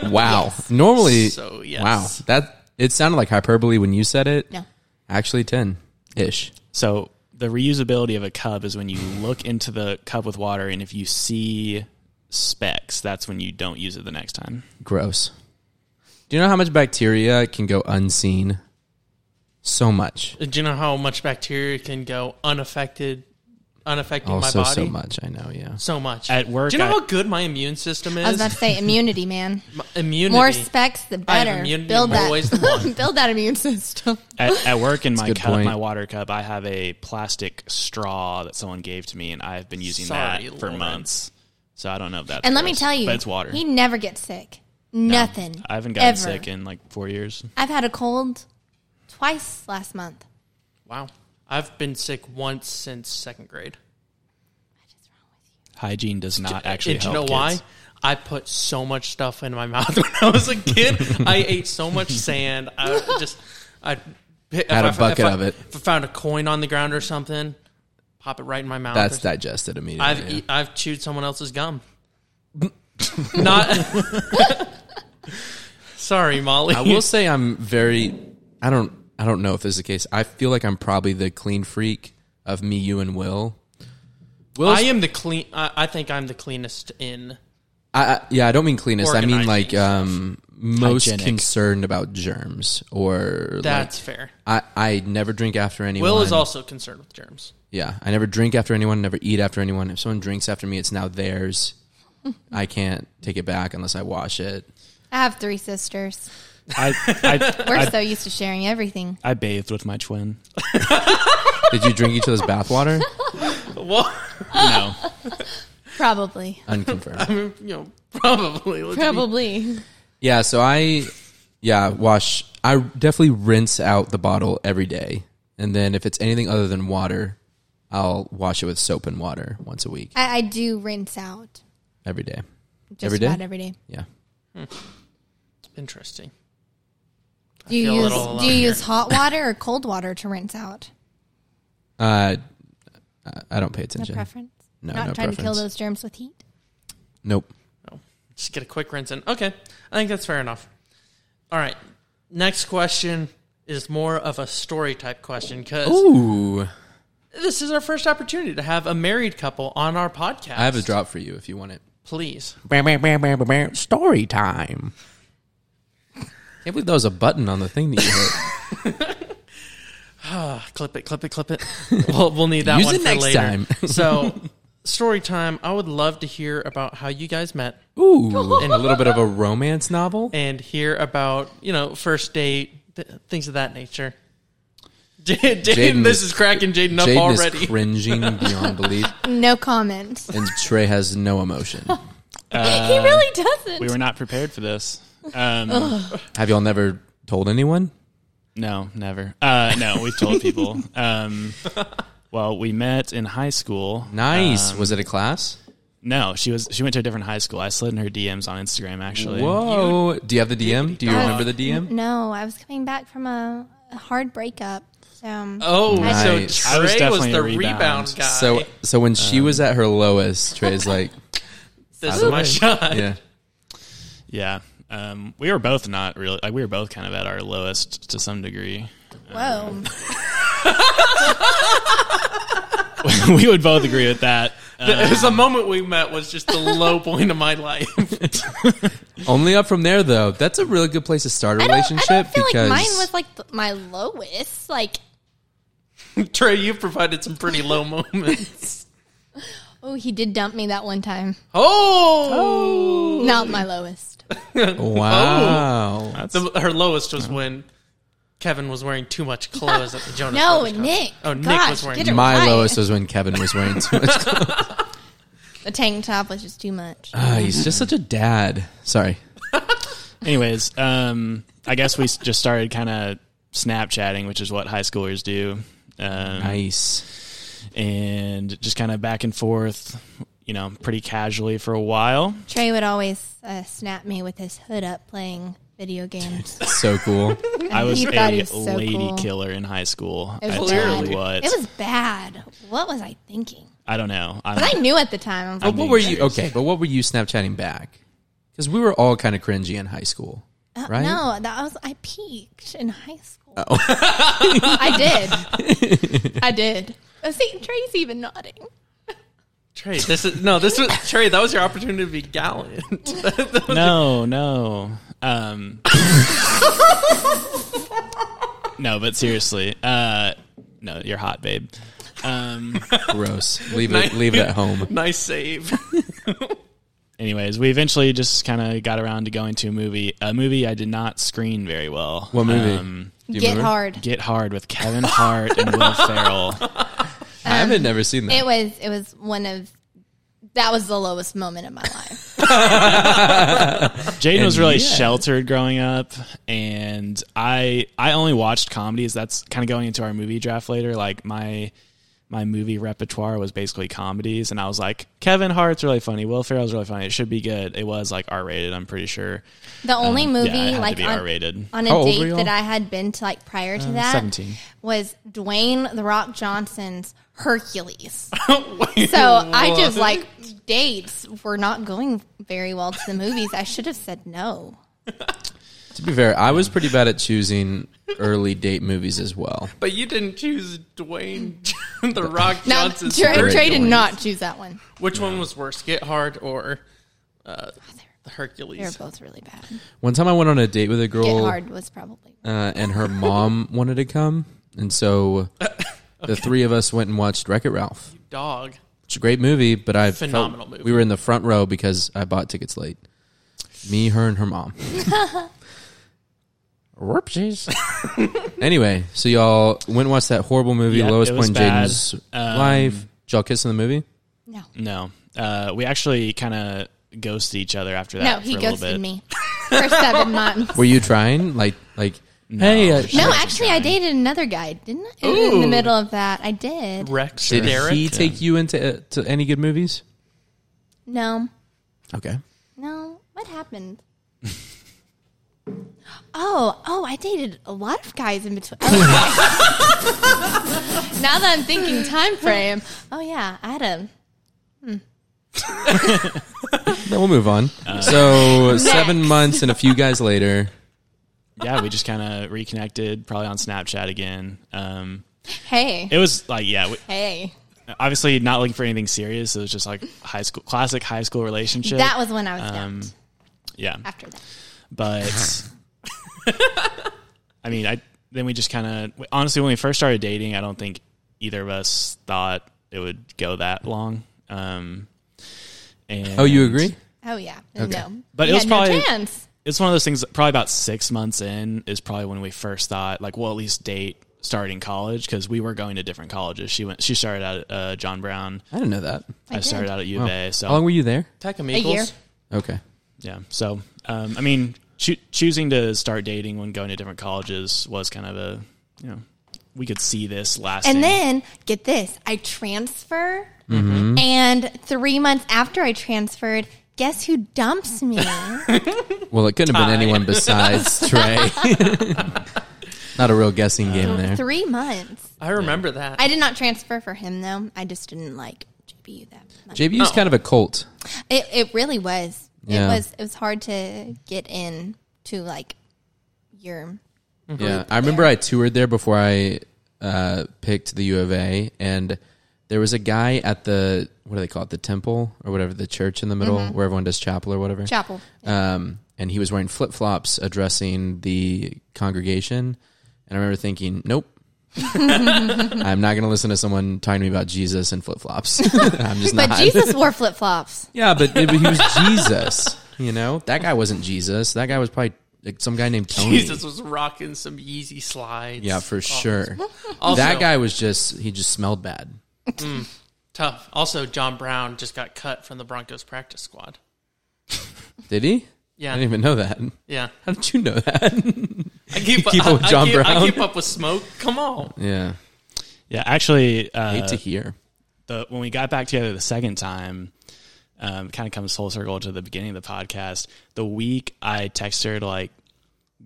A: Wow. Normally,
B: So, yes.
A: wow. That it sounded like hyperbole when you said it.
D: No.
A: actually, ten ish.
C: So the reusability of a cup is when you look into the cup with water, and if you see specks, that's when you don't use it the next time.
A: Gross. Do you know how much bacteria can go unseen? So much.
B: Do you know how much bacteria can go unaffected, unaffecting
A: Also,
B: my
A: so
B: body?
A: much. I know. Yeah.
B: So much.
C: At work,
B: Do you know
C: I-
B: how good my immune system
D: I was
B: is?
D: about to say immunity, man.
B: My immunity.
D: More specs, the
B: I have
D: better.
B: immunity
D: Build
B: more ways
D: *laughs*
B: than one.
D: that. Build that immune system. *laughs*
C: At, at work, in my
A: good
C: cup,
A: point.
C: my water cup, I have a plastic straw that someone gave to me, and I've been using
B: Sorry,
C: that for
B: Lauren.
C: months. So I don't know if that's
D: And let me
C: gross,
D: tell you,
C: but it's water.
D: He never gets sick. Nothing.
C: I haven't gotten
D: ever.
C: sick in like four years.
D: I've had a cold twice last month.
B: Wow. I've been sick once since second grade.
C: Hygiene does not actually
B: And do you
C: help.
B: know
C: kids.
B: why? I put so much stuff in my *laughs* mouth when I was a kid. I ate
A: *laughs*
B: so much sand. I just I had
A: Had a bucket of it.
B: If I found a coin on the ground or something, pop it right in my mouth.
A: That's
B: or
A: digested immediately.
B: I've *laughs*
A: yeah.
B: eat, I've chewed someone
A: *laughs*
B: else's gum. Not. Sorry, Molly.
A: I will say I'm very. I don't. I don't know if this is the case. I feel like I'm probably the clean freak of me, you, and Will. Will,
B: I
A: I,
B: am the clean. I, I think I'm the cleanest in.
A: I, yeah, I don't mean cleanest. I mean
B: Organizing
A: like um, most
C: Hygienic.
A: concerned about germs or
B: That's fair.
A: like I, I never drink after anyone.
B: Will is also concerned with germs.
A: Yeah, I never drink after anyone. Never eat after anyone. If someone drinks after me, it's now
D: *laughs*
A: theirs. I can't take it back unless I wash it.
D: I have three sisters.
C: I,
D: *laughs*
C: I,
D: We're
C: I,
D: so used to sharing everything.
C: I bathed with my twin.
A: Did you drink each other's
D: *laughs*
A: bathwater?
B: Well,
C: No,
D: Probably.
A: Unconfirmed.
B: *laughs* you know, probably. Let's be-
D: Probably.
A: Yeah, so I yeah, wash I definitely rinse out the bottle every day. And then if it's anything other than water, I'll wash it with soap and water once a week.
D: I, I do rinse out
A: Every day.
D: just
A: Every day?
D: about every day.
A: Yeah.
B: Interesting.
D: Do you
B: feel a
D: use
B: little
D: do you
B: alone
D: use
B: *laughs*
D: hot water or cold water to rinse out?
A: Uh I- I don't pay
D: No
A: attention.
D: preference.
A: No,
D: Not
A: no
D: trying to kill
A: preference.
D: those germs with heat.
A: Nope.
B: Just get a quick rinse in. Okay, I think that's fair enough. All right, next question is more of a story type question because
A: Ooh.
B: this is our first opportunity to have a married couple on our podcast.
A: I have a drop for you if you want it.
B: Please,
A: Story time. Can't believe there was a button on the thing that you hit.
B: clip it, clip it, clip it. *laughs* We'll, we'll need that
A: Use
B: one
A: it
B: for
A: next
B: later.
A: time. *laughs*
B: so, story time. I would love to hear about how you guys met
A: Ooh. And a little bit of a romance novel.
B: and hear about you know first date th- things of that nature. *laughs* J- Jaden,
A: Jaden
B: this
A: is-
B: is cracking Jaden up
A: Jaden
B: already. *laughs*
A: is cringing beyond belief,
D: No comment.
A: and Trey has no emotion.
B: Uh,
D: he really doesn't.
C: we were not prepared for
D: *laughs*
C: this. Um,
A: Have y'all never told anyone?
C: no, never. Uh, no, we've told people. Um, well, we met in high school.
A: Nice. Um, was it a class?
C: No, she was she went to a different high school. I slid in her DMs on Instagram actually.
A: Whoa. Do you have the DM? Do you
D: I was-
A: remember the DM?
D: No, I was coming back from a, a hard breakup. So
B: Oh,
A: Nice.
B: so
C: I was
B: Trey was,
C: definitely
B: the
C: a
B: rebound,
C: rebound.
B: guy.
A: So so when she was at her lowest, Trey's like,
B: this is my shot.
A: yeah.
C: Yeah. Um, we were both not really like we were both kind of at our lowest to some degree. *laughs*
D: whoa.
C: we would both agree with that. Uh,
B: *laughs* It was the moment we met was just the low point of my life. *laughs*
A: Only up from there though. That's a really good place to start a
D: I don't, I
A: relationship
D: don't feel
A: because
D: like mine was like th- my lowest. Like,
B: Trey, you provided some pretty low moments.
D: oh, he did dump me that one time.
B: Oh,
D: Not my lowest. oh.
A: wow.
C: That's
B: The- her lowest was when Kevin was wearing too much clothes at the Jonas.
D: No,
B: Brothers concert.
D: Nick.
B: Oh, Nick
D: Gosh,
B: was wearing
D: get it
A: My
D: right.
A: lowest was when Kevin was wearing too much.
D: The tank top was just too much.
A: Ah, he's just such a dad. Sorry.
C: Anyways, um, I guess we s- just started kind of Snapchatting, which is what high schoolers do, um,
A: Nice.
C: and just kind of back and forth, you know, pretty casually for a while.
D: Trey would always uh, snap me with his hood up playing video games.
A: So cool.
C: I was
D: he thought
C: a
D: he was so
C: lady
D: cool.
C: killer in high school.
D: It was
C: I
D: bad.
C: totally was.
D: It was bad. What was I
C: *laughs*
D: thinking?
C: I don't know.
D: But
C: I'm,
D: I knew at the time. I was like,
A: What were you okay, but what were you Snapchatting back? Because we were all kind of cringy in high school.
D: Uh,
A: right?
D: No, that was I peaked in high school.
C: Oh. *laughs*
D: I did. I did. Oh, see, Trey's even nodding.
B: Trey, this is no. This was Trey. That was your opportunity to be gallant. *laughs*
C: no, no. Um, *laughs* no, but seriously, uh, no, you're hot, babe. Um,
A: Gross. Leave *laughs* it leave it at home.
B: nice save. *laughs*
C: anyways, we eventually just kind of got around to going to a movie. A movie I did not screen very well. Uh,
A: What movie? Um, Do you
D: Get
A: remember?
D: hard.
C: Get Hard with Kevin Hart and
A: *laughs*
C: Will Ferrell.
D: Um,
A: I haven't never seen that.
D: It was. It was one of. That was the lowest moment of my life.
C: Jaden was
A: And
C: really
A: yeah.
C: sheltered growing up, and I I only watched comedies. That's kind of going into our movie draft later. Like my my movie repertoire was basically comedies, and I was like, Kevin Hart's really funny, Will Ferrell's really funny. It should be good. It was like R rated. I'm pretty sure.
D: The only movie
C: Oh. yeah, it had
D: like
C: to be
D: on,
C: R rated.
D: on a
A: How old were
D: date
A: y'all?
D: that I had been to like prior
C: Uh,
D: to that
C: 17.
D: was Dwayne the Rock Johnson's Hercules.
B: Wait,
D: So I just
B: what?
D: like dates were not going very well to the movies. I should have said no.
A: To be fair, I was pretty bad at choosing early date movies as well.
B: But you didn't choose Dwayne *laughs* the Rock
D: No,
B: Johnson.
D: Trey,
A: great
D: Trey did
A: choice.
D: not choose that one.
B: Which one was worse, Get Hard or uh, the
D: They're
B: Hercules?
D: both really bad.
A: One time I went on a date with a girl.
D: Get Hard was probably
A: uh, and her mom *laughs* wanted to come, and *laughs* so the three of us went and watched Wreck It Ralph.
B: Dog.
A: It's a great movie, but I felt
B: Phenomenal movie.
A: We were in the front row because I bought tickets late. Me, her, and her mom.
B: *laughs*
A: Whoopsies. anyway, so y'all went and watched that horrible movie,
C: Yeah,
A: Lowest
C: it was
A: Point in
C: bad.
A: Jaden's
C: Um,
A: Life. Did y'all kiss in the movie?
D: no.
C: No, uh, we actually kind of ghosted each other after that.
D: No, he
C: for a little
D: ghosted
C: bit. *laughs*
D: me for seven months.
A: Were you trying? Like, like, hey, uh,
D: No, actually, I dated another guy, didn't I? In the middle of that, I did.
B: Rex
A: did
B: Derek.
A: he take you into uh, to any good movies?
D: No,
A: Okay.
D: no. What
C: *laughs*
D: happened? Oh, oh, I dated a lot of guys in
C: *laughs*
D: between. Oh, okay. now that I'm thinking time frame, oh yeah, Adam.
A: Then we'll move on.
C: Uh,
A: so seven months and a few guys later,
C: Yeah, we just kind of reconnected, probably on Snapchat again. Um,
D: Hey,
C: it was like, yeah, we,
D: hey.
C: obviously not looking for anything serious. It was just like high school, classic high school relationship.
D: That was when I was
C: Um,
D: dumped.
C: yeah,
D: After that,
A: *laughs*
C: but I mean, I then we just kind of honestly when we first started dating, I don't think either of us thought it would go that long. Um, and
A: Oh, you agree?
D: oh yeah,
A: Okay.
D: no.
C: But
D: We
C: it was
D: had no
C: probably-
D: chance.
C: It's one of those things. that Probably about six months in is probably when we first thought like, well, at least date starting college because we were going to different colleges. She went. She started out at uh, John Brown.
A: I didn't know that.
C: I, started out at U of A. So
A: Oh. How long were you there?
B: Tecumseh.
D: year.
A: Okay.
C: yeah so um, i mean choo- choosing to start dating when going to different colleges was kind of a you know we could see this last
D: And then get this, I transfer,
C: Mm-hmm.
D: and three months after I transferred, guess who dumps
C: *laughs*
D: me?
A: Well, it couldn't have been
B: Hi.
A: anyone besides Trey. *laughs* Not a real guessing
C: Uh,
A: game there.
D: three months.
B: I remember that.
D: I did not transfer for him though. I just didn't like GPU that much.
C: Oh.
A: JBU's kind of a cult.
D: it it really was.
A: Yeah.
D: It was it was hard to get in to like
A: *laughs*
D: your
A: Yeah, I remember I toured there before I uh, picked the U of A, and there was a guy at the what do they call it, the temple or whatever, the church in the middle where everyone does chapel or whatever.
D: Mm-hmm. chapel.
A: Um, and he was wearing flip flops, addressing the congregation. And I remember thinking,
D: *laughs*
A: "Nope, I'm not going to listen to someone talking to me about Jesus and flip
D: *laughs*
A: flops. I'm just
D: But
A: not."
D: Jesus wore flip flops.
A: Yeah, but, but he was Jesus. You know, that guy wasn't Jesus. That guy was probably like, some guy named Tony.
B: Jesus was rocking some Yeezy slides.
A: Oh, Yeah, for sure.
B: Also,
A: that guy was just he just smelled bad.
B: tough. Also, John Brown just got cut from the Broncos practice squad.
A: Did he? I
B: Yeah,
A: didn't even know that.
B: yeah.
A: *laughs* How did you know that?
B: I keep,
A: keep up with
B: I- I
A: John
B: keep- I
A: Brown?
B: keep up with Smoke. Come
D: *laughs*
B: on.
A: Yeah,
C: yeah actually
A: hate
C: uh,
A: to hear.
C: the, when we got back together the second time um, kind of comes full circle to the beginning of the podcast the week i texted her to like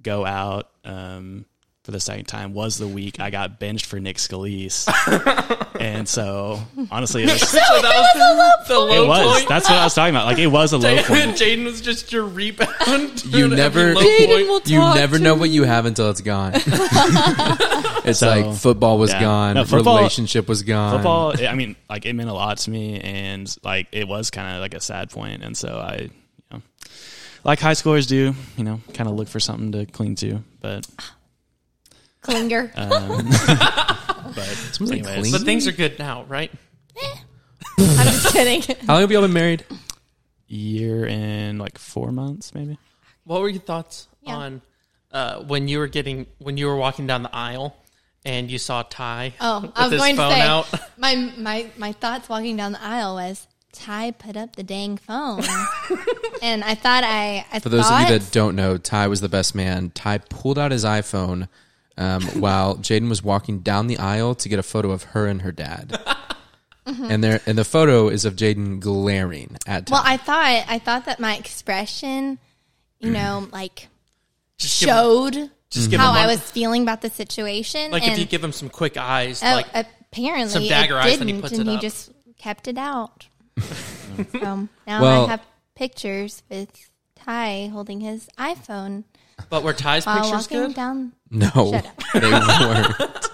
C: go out um, for the second time was the week i got benched for nick scalise and so honestly it was,
B: So that was the low
C: it was
B: point.
C: that's what i was talking about like it was a low
B: *laughs*
C: point
B: Jaden was just your rebound.
A: You
B: Every
A: never- *laughs*
B: low
A: Jaden
B: point.
A: You never know what you have until it's gone. it's
C: So,
A: like football was
C: yeah.
A: gone,
C: No, football-
A: relationship was gone.
C: football i mean like it meant a lot to me and like it was kind of like a sad point and so i you know like high schoolers do you know kind of look for something to cling to but
D: Clinger.
B: Uh.
C: but
A: Someone's like,
C: anyways,
B: But things are good now, right?
D: I'm
B: *laughs*
D: just kidding.
A: How long have y'all been married?
C: year and like four months maybe
B: What were your thoughts
D: Yeah.
B: on uh, when you were getting when you were walking down the aisle and you saw Ty?
D: Oh,
B: with
D: I was
B: his
D: going to
B: phone
D: say
B: out. *laughs*
D: my my my thoughts walking down the aisle was Ty put up the
B: *laughs*
D: dang phone. and I thought I, I
A: For those
D: thought,
A: of you that don't know, Ty was the best man. Ty pulled out his iPhone um, while Jaden was walking down the aisle to get a photo of her and her dad. And there, and the photo is of Jaden glaring at Ty.
D: well, I thought I thought that my expression, you know, like
B: Mm. Just give him-
D: showed
B: just give
D: how
B: him
D: I
B: one-
D: was feeling about the situation.
B: Like
D: and
B: if you give him some quick eyes,
D: oh,
B: like
D: apparently
B: some dagger
D: it
B: eyes,
D: didn't,
B: then he puts
D: and
B: it
D: he
B: up.
D: just kept
B: *laughs*
D: it out. so now
A: Well-
D: I have pictures with Ty holding his iPhone
B: but were Ty's
D: while
B: pictures
D: walking
B: good?
D: down.
A: No,
D: Shut up.
A: *laughs* they weren't.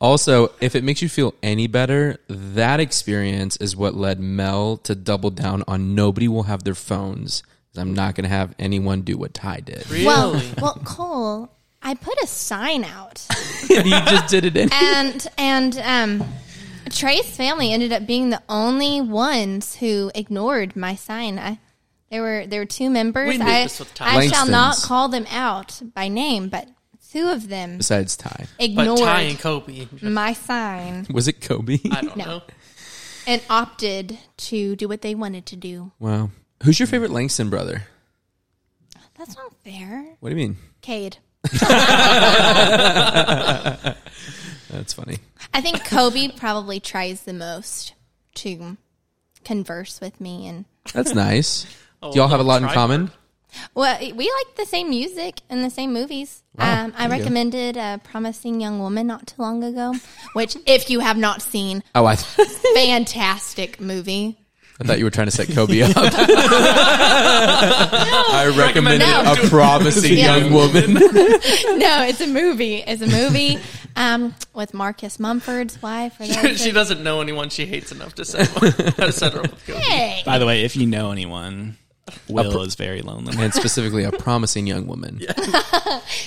A: also, if it makes you feel any better, that experience is what led Mel to double down on nobody will have their phones. 'cause I'm not going to have anyone do what Ty did.
B: Really?
D: Well, well, Cole, I put a sign out,
A: and *laughs* he just did it in.
D: and and um, Trey's family ended up being the only ones who ignored my sign. I, there were there were two members.
B: We knew
D: I,
B: this was Ty.
D: I shall not
A: Langston's.
D: call them out by name, but two of them
A: Besides Ty,
B: but
D: ignored
B: Ty and Kobe,
D: my sign
A: was it Kobe?
B: I don't
D: No.
B: know.
D: and opted to do what they wanted to do.
A: Wow. Who's your favorite Langston brother?
D: That's not fair,
A: What do you mean?
D: Cade.
A: That's funny.
D: I think Kobe
B: *laughs*
D: probably tries the most to converse with me and
A: That's
B: *laughs*
A: nice.
B: Oh,
A: do y'all have a lot in
B: tripod.
A: common?
D: Well, we like the same music and the same movies.
A: Wow,
D: um, I
A: there you go.
D: recommended uh, Promising Young Woman not too long ago, *laughs* which, if you have not seen,
A: Oh, I, *laughs* th-
D: fantastic movie.
A: I thought you were trying to set Kobe
D: *laughs*
A: up. I recommended
D: No.
A: a promising
D: Yeah.
A: young woman.
D: *laughs* No, it's a movie. It's a movie *laughs* um, with Marcus Mumford's
A: *laughs*
D: wife. Or that
B: *laughs* she doesn't know anyone she hates enough to set to set her up with Kobe.
D: Hey,
C: By the way, if you know anyone, Will is very lonely.
A: and specifically a promising young woman.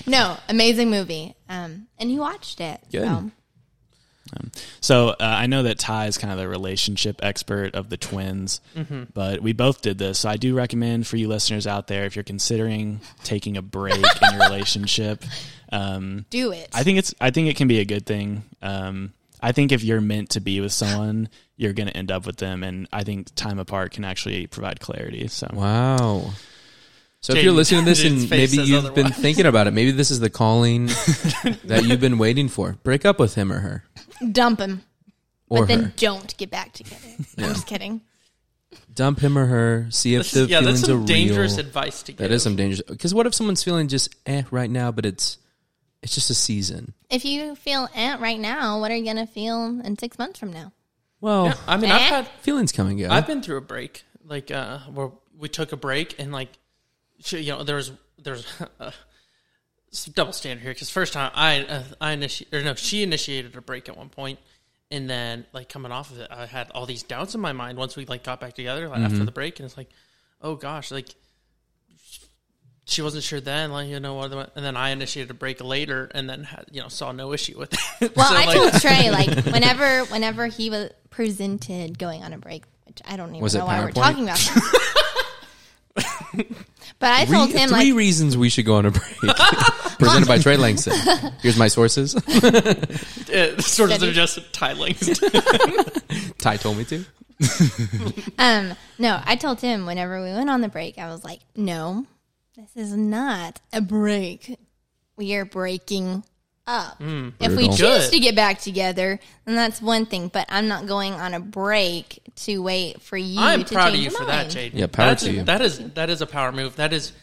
D: no, amazing movie. Um, and he watched it.
A: Good.
D: So.
C: So uh, I know that Ty is kind of the relationship expert of the twins, but we both did this. So I do recommend for you listeners out there, if you're considering taking a break in your relationship, um,
D: Do it.
C: I think it's I think it can be a good thing. Um, I think if you're meant to be with someone, you're going to end up with them, and I think time apart can actually provide clarity. So
A: Wow. So if
B: Jaden-
A: you're listening
B: *laughs*
A: to this and
B: Jaden's face
A: maybe
B: says
A: you've been
B: otherwise.
A: thinking about it, maybe this is the
B: *laughs*
A: calling that you've been waiting for. Break up with him or her
D: Dump him,
A: or
D: but then
A: her.
D: don't get back
A: *laughs*
D: together. I'm just kidding.
A: Dump him or her. See if
B: This
A: the
B: is- yeah, that's
A: feelings are
B: some
A: real.
B: dangerous advice to give.
A: That is some dangerous. Because what if someone's feeling just eh right now, but it's it's just a season.
D: If you feel ant right now, what are you gonna feel in six months from now?
A: Well,
B: Yeah, I mean, I've
D: Eh?
B: had
A: feelings come and go.
B: I've been through a break, like uh, where we took a break and like, sh- you know, there was there's *laughs* uh, some double standard here because first time I uh, I initiated or no, she initiated a break at one point, and then like coming off of it, I had all these doubts in my mind once we like got back together like,
A: Mm-hmm.
B: after the break, and it's like, oh gosh, like she wasn't sure then, like you know, whether- and then I initiated a break later, and then had, you know saw no issue with it. *laughs*
D: Well,
B: So,
D: I
B: like,
D: told Trey like whenever whenever he was presented going on a break, which I don't even
A: Was it
D: know why we're
A: PowerPoint?
D: talking about. That.
A: *laughs*
D: but I told
A: Three-
D: him
A: three
D: like
A: reasons we should go on a break.
D: *laughs*
A: Presented by Trey Langston. Here's my sources. *laughs*
B: it *laughs* sort of
D: Steady.
B: suggested Ty
D: *laughs*
B: Langston.
A: Ty told me to.
D: um no, I told him whenever we went on the break, I was like, no, this is not a break. We are breaking up. if
A: Brutal.
D: we choose
B: Hmm. Good.
D: to get back together, then that's one thing. But I'm not going on a break to wait for you.
B: I'm
D: to
B: proud of
D: change
B: you
D: your
B: for that,
D: mind.
B: Jaden.
A: Yeah, power
B: That's-
A: to you.
B: That is that is a power move. That is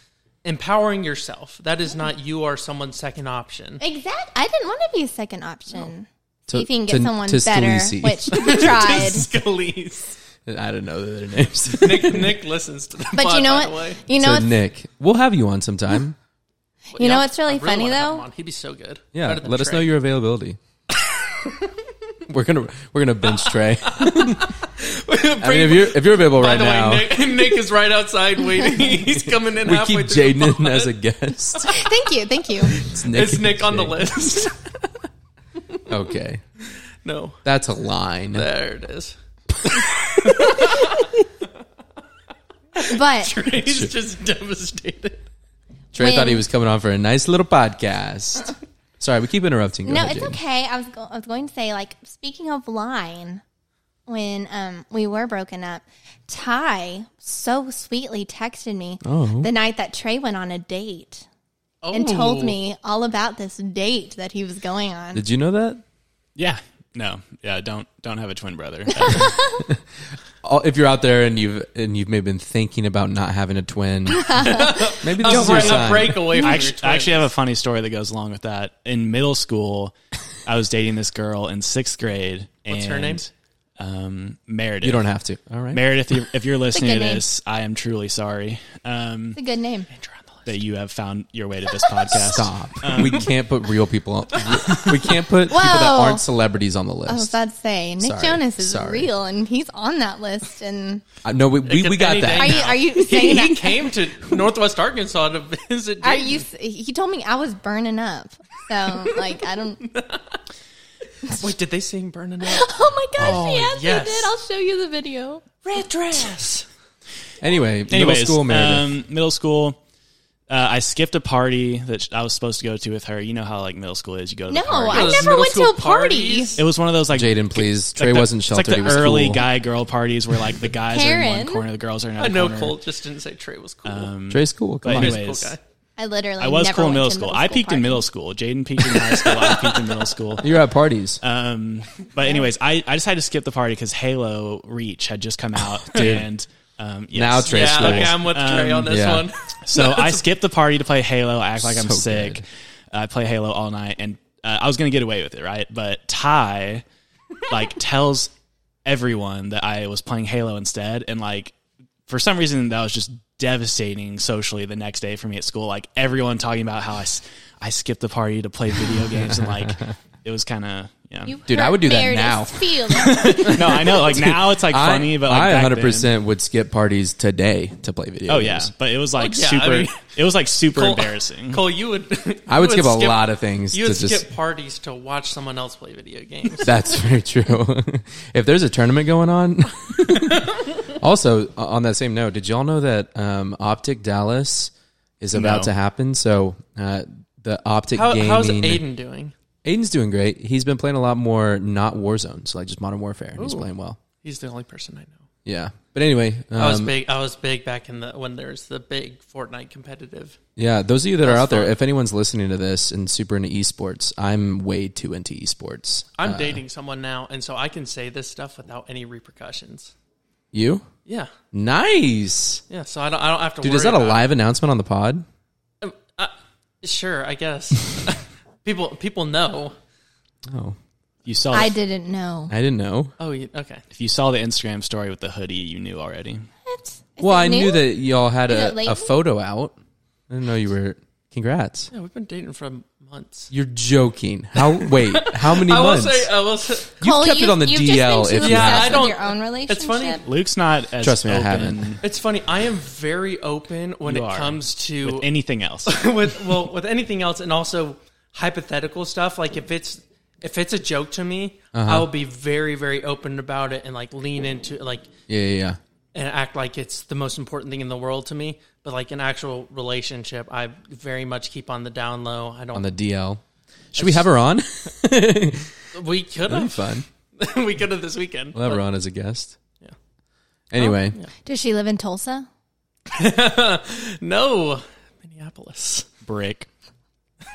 B: empowering yourself. That is not you are someone's second option.
D: Exact. I didn't want to be a second option.
A: To-
D: if you can
A: to-
D: get someone
A: to
D: better,
A: Scalise. *laughs*
D: which
B: *laughs*
D: we tried.
B: Scalise.
A: I don't know their names.
B: Nick Nick listens to the
D: *laughs* but
B: pod,
D: you know
B: by the way.
D: what? You know
A: to
D: what's,
A: Nick, we'll have you on
B: *laughs*
A: sometime.
D: you
B: Yeah,
D: know what's really,
B: I
D: funny
B: wanna have him
D: though.
B: on. He'd be so good.
A: Yeah,
B: Better
A: let
B: than
A: us
B: Trey.
A: know
B: *laughs*
A: your availability. we're gonna we're gonna bench Trey. I mean, if you're if you're available
B: *laughs* by
A: right
B: the
A: now,
B: way, Nick, Nick is right outside
A: *laughs*
B: waiting. He's coming in
A: we
B: halfway
A: keep
B: through the
A: Jaden in
B: pod.
A: as a guest.
D: *laughs* Thank you,
A: *laughs*
D: thank you.
A: It's
B: Is Nick
A: and
B: on the
A: Jaden. *laughs*
B: list?
A: Okay,
B: no.
A: that's a line.
B: There it is. *laughs*
D: But
B: He's just devastated.
A: Trey
D: When-
A: thought he was coming on for a nice little
B: *laughs*
A: podcast. Sorry, we keep interrupting. Go
D: no,
A: ahead,
D: it's
A: Jaden.
D: okay. I was go- I was going to say like speaking of line, when um, we were broken up, Ty so sweetly texted me
A: Oh.
D: the night that Trey went on a date
B: Oh.
D: and told me all about this date that he was going on.
A: Did you know that?
C: Yeah. No. Yeah. Don't don't have a
B: *laughs*
C: twin brother.
A: Oh, if you're out there and you've and you've maybe been thinking about not having a
B: *laughs*
A: twin, maybe this
B: a
A: is your
B: break, a
A: sign.
B: break away from
C: I
B: your
C: actually,
B: twin.
C: I actually have a funny story that goes along with that. In middle school, I was dating this girl in sixth grade.
B: What's
C: and,
B: her name?
C: Um, Meredith.
A: You don't have to. All right.
C: Meredith, if- if you're listening to
D: good name.
C: this, I am truly sorry um,
D: It's a good name.
C: that you have found your way to this podcast.
A: *laughs* Stop.
C: Um,
A: we can't put real people on. We can't put people that
D: Whoa.
A: aren't celebrities on the
D: I was
A: list.
D: about to say Nick
A: Sorry.
D: Jonas is
A: Sorry.
D: real and he's on that list. And
A: Uh, no, we, we,
B: could
A: we got
B: be
D: are
A: that.
B: anything.
D: you are you
B: *laughs* He,
D: saying
B: he
D: that?
B: came to Northwest Arkansas to visit.
D: Are
B: Jake.
D: you? He told me I was burning up. So like
B: *laughs*
D: I don't. *laughs*
B: Wait, did they sing "Burning Up"?
D: Oh my gosh! yes,
B: yes.
D: he did. I'll show you the video.
B: Red dress.
A: Anyway, middle
C: Anyways,
A: school Meredith.
C: Um, middle school. Uh, I skipped a party that sh- I was supposed to go to with her. You know how like middle school is. You go to
D: No,
C: the party.
D: I
B: Those
D: never
B: middle
D: went to
B: school
D: a party.
B: parties.
C: It was one of those like
A: Jaden, please.
C: Like
A: Trey
C: the-
A: wasn't sheltered.
C: It's like
A: he
C: the
A: was
C: early
A: cool.
C: guy girl parties where like the guys are in one
D: Karen?
C: corner, the girls are in
B: I
C: another
B: know
C: corner.
B: Cole just didn't say Trey was cool.
A: Trey's cool. Come
C: But
A: on.
B: Cool
C: anyways,
B: guy.
D: I literally
C: I was
D: never
C: cool in
D: went
C: middle
D: to
C: school.
D: middle
C: I peaked in
D: parties.
C: middle school. Jaden peaked in high school. I peaked in
A: *laughs*
C: middle school.
A: You're at parties.
C: Um, but anyways, I, I decided to skip the party because Halo Reach had just
A: *laughs*
C: come out and um, yes.
A: Now Trey
B: Yeah,
A: schools.
B: okay, I'm with Trey on this
A: yeah.
B: one.
C: So I skipped the party to play Halo. I act like I'm
A: So
C: sick.
A: good.
C: I play Halo all night, and uh, I was gonna get away with it, right? But Ty
A: *laughs*
C: like tells everyone that I was playing Halo instead, and like for some reason that was just devastating socially the next day for me at school. Like everyone talking about how I, s- I skipped the party to play video games, and
A: *laughs*
C: like it was kind of yeah.
D: You
A: Dude, I
D: hurt
A: would do that
D: Meredith's
A: now.
B: *laughs*
D: feelings.
C: no, I know. Like now it's
A: *laughs*
C: like
A: I-
C: funny, but like
A: I
C: back
A: 100
C: then-
A: percent would skip parties today to play video.
C: Oh
A: games.
C: yeah, but it was like
B: yeah, I
C: super.
B: mean-
C: it was like super
B: Cole-
C: embarrassing.
B: Cole, you would.
A: I would skip a lot of things
B: You would
A: to
B: skip
A: just-
B: parties to watch someone else play video games.
A: *laughs* That's very true. if there's a tournament going on. *laughs* also, o- on that same note, did y'all know that um, Optic Dallas is about
C: No.
A: to happen? So uh, the Optic
B: How,
A: Gaming.
B: how's Aiden doing?
A: Aiden's doing great. He's been playing a lot more not Warzone, so like just Modern Warfare, and he's playing well.
B: He's the only person I know.
A: Yeah. But anyway,
B: I was
A: um,
B: big. I was big back in the when there's the big Fortnite competitive.
A: yeah, those of you that are out there,
B: fun.
A: if anyone's listening to this and super into esports, I'm way too into esports.
B: I'm dating someone now, and so I can say this stuff without any repercussions.
A: You?
B: Yeah,
A: Nice.
B: yeah. So I don't. I don't have to.
A: Dude,
B: worry
A: is that a
B: about it.
A: live announcement on the pod?
B: Um, uh, sure, I guess. *laughs* people people know.
A: Oh,
C: you saw
D: I
C: it.
D: didn't know.
A: I didn't know.
B: Oh, you, okay.
C: If you saw the Instagram story with the hoodie, you knew already.
D: What? Is
A: well,
D: it
A: I
D: new?
A: knew that y'all had
D: Is it
A: a,
D: late?
A: a photo out. I didn't know you were. Congrats.
B: Yeah, we've been dating for months.
A: You're joking. How? Wait, how many
B: *laughs* I will
A: months?
B: say. uh, I will say.
A: you
D: Cole,
A: kept it
D: you've-
A: on the
D: you've just been
A: DL.
D: too
A: If you
D: obsessed
B: Yeah, I
A: have.
B: don't-
D: With your own relationship.
B: It's funny.
C: Luke's not as
A: Trust me, I
C: open
A: haven't.
B: It's funny. I am very open when
C: You
B: it
C: are.
B: comes to *laughs*
C: with anything else.
B: with well with anything else and also hypothetical stuff like if it's if it's a joke to me
A: Uh-huh.
B: i will be very very open about it and like lean into it, like
A: Yeah, yeah, yeah.
B: and act like it's the most important thing in the world to me but like an actual relationship i very much keep on the down low i don't
A: On the DL. Should we have her on? *laughs*
B: we could
A: That'd be
B: have
A: fun.
B: *laughs* we could have this weekend
A: We'll have her on as a guest. Yeah. Anyway,
B: Oh,
D: Does she live in Tulsa?
B: no minneapolis
C: Brick.
A: *laughs*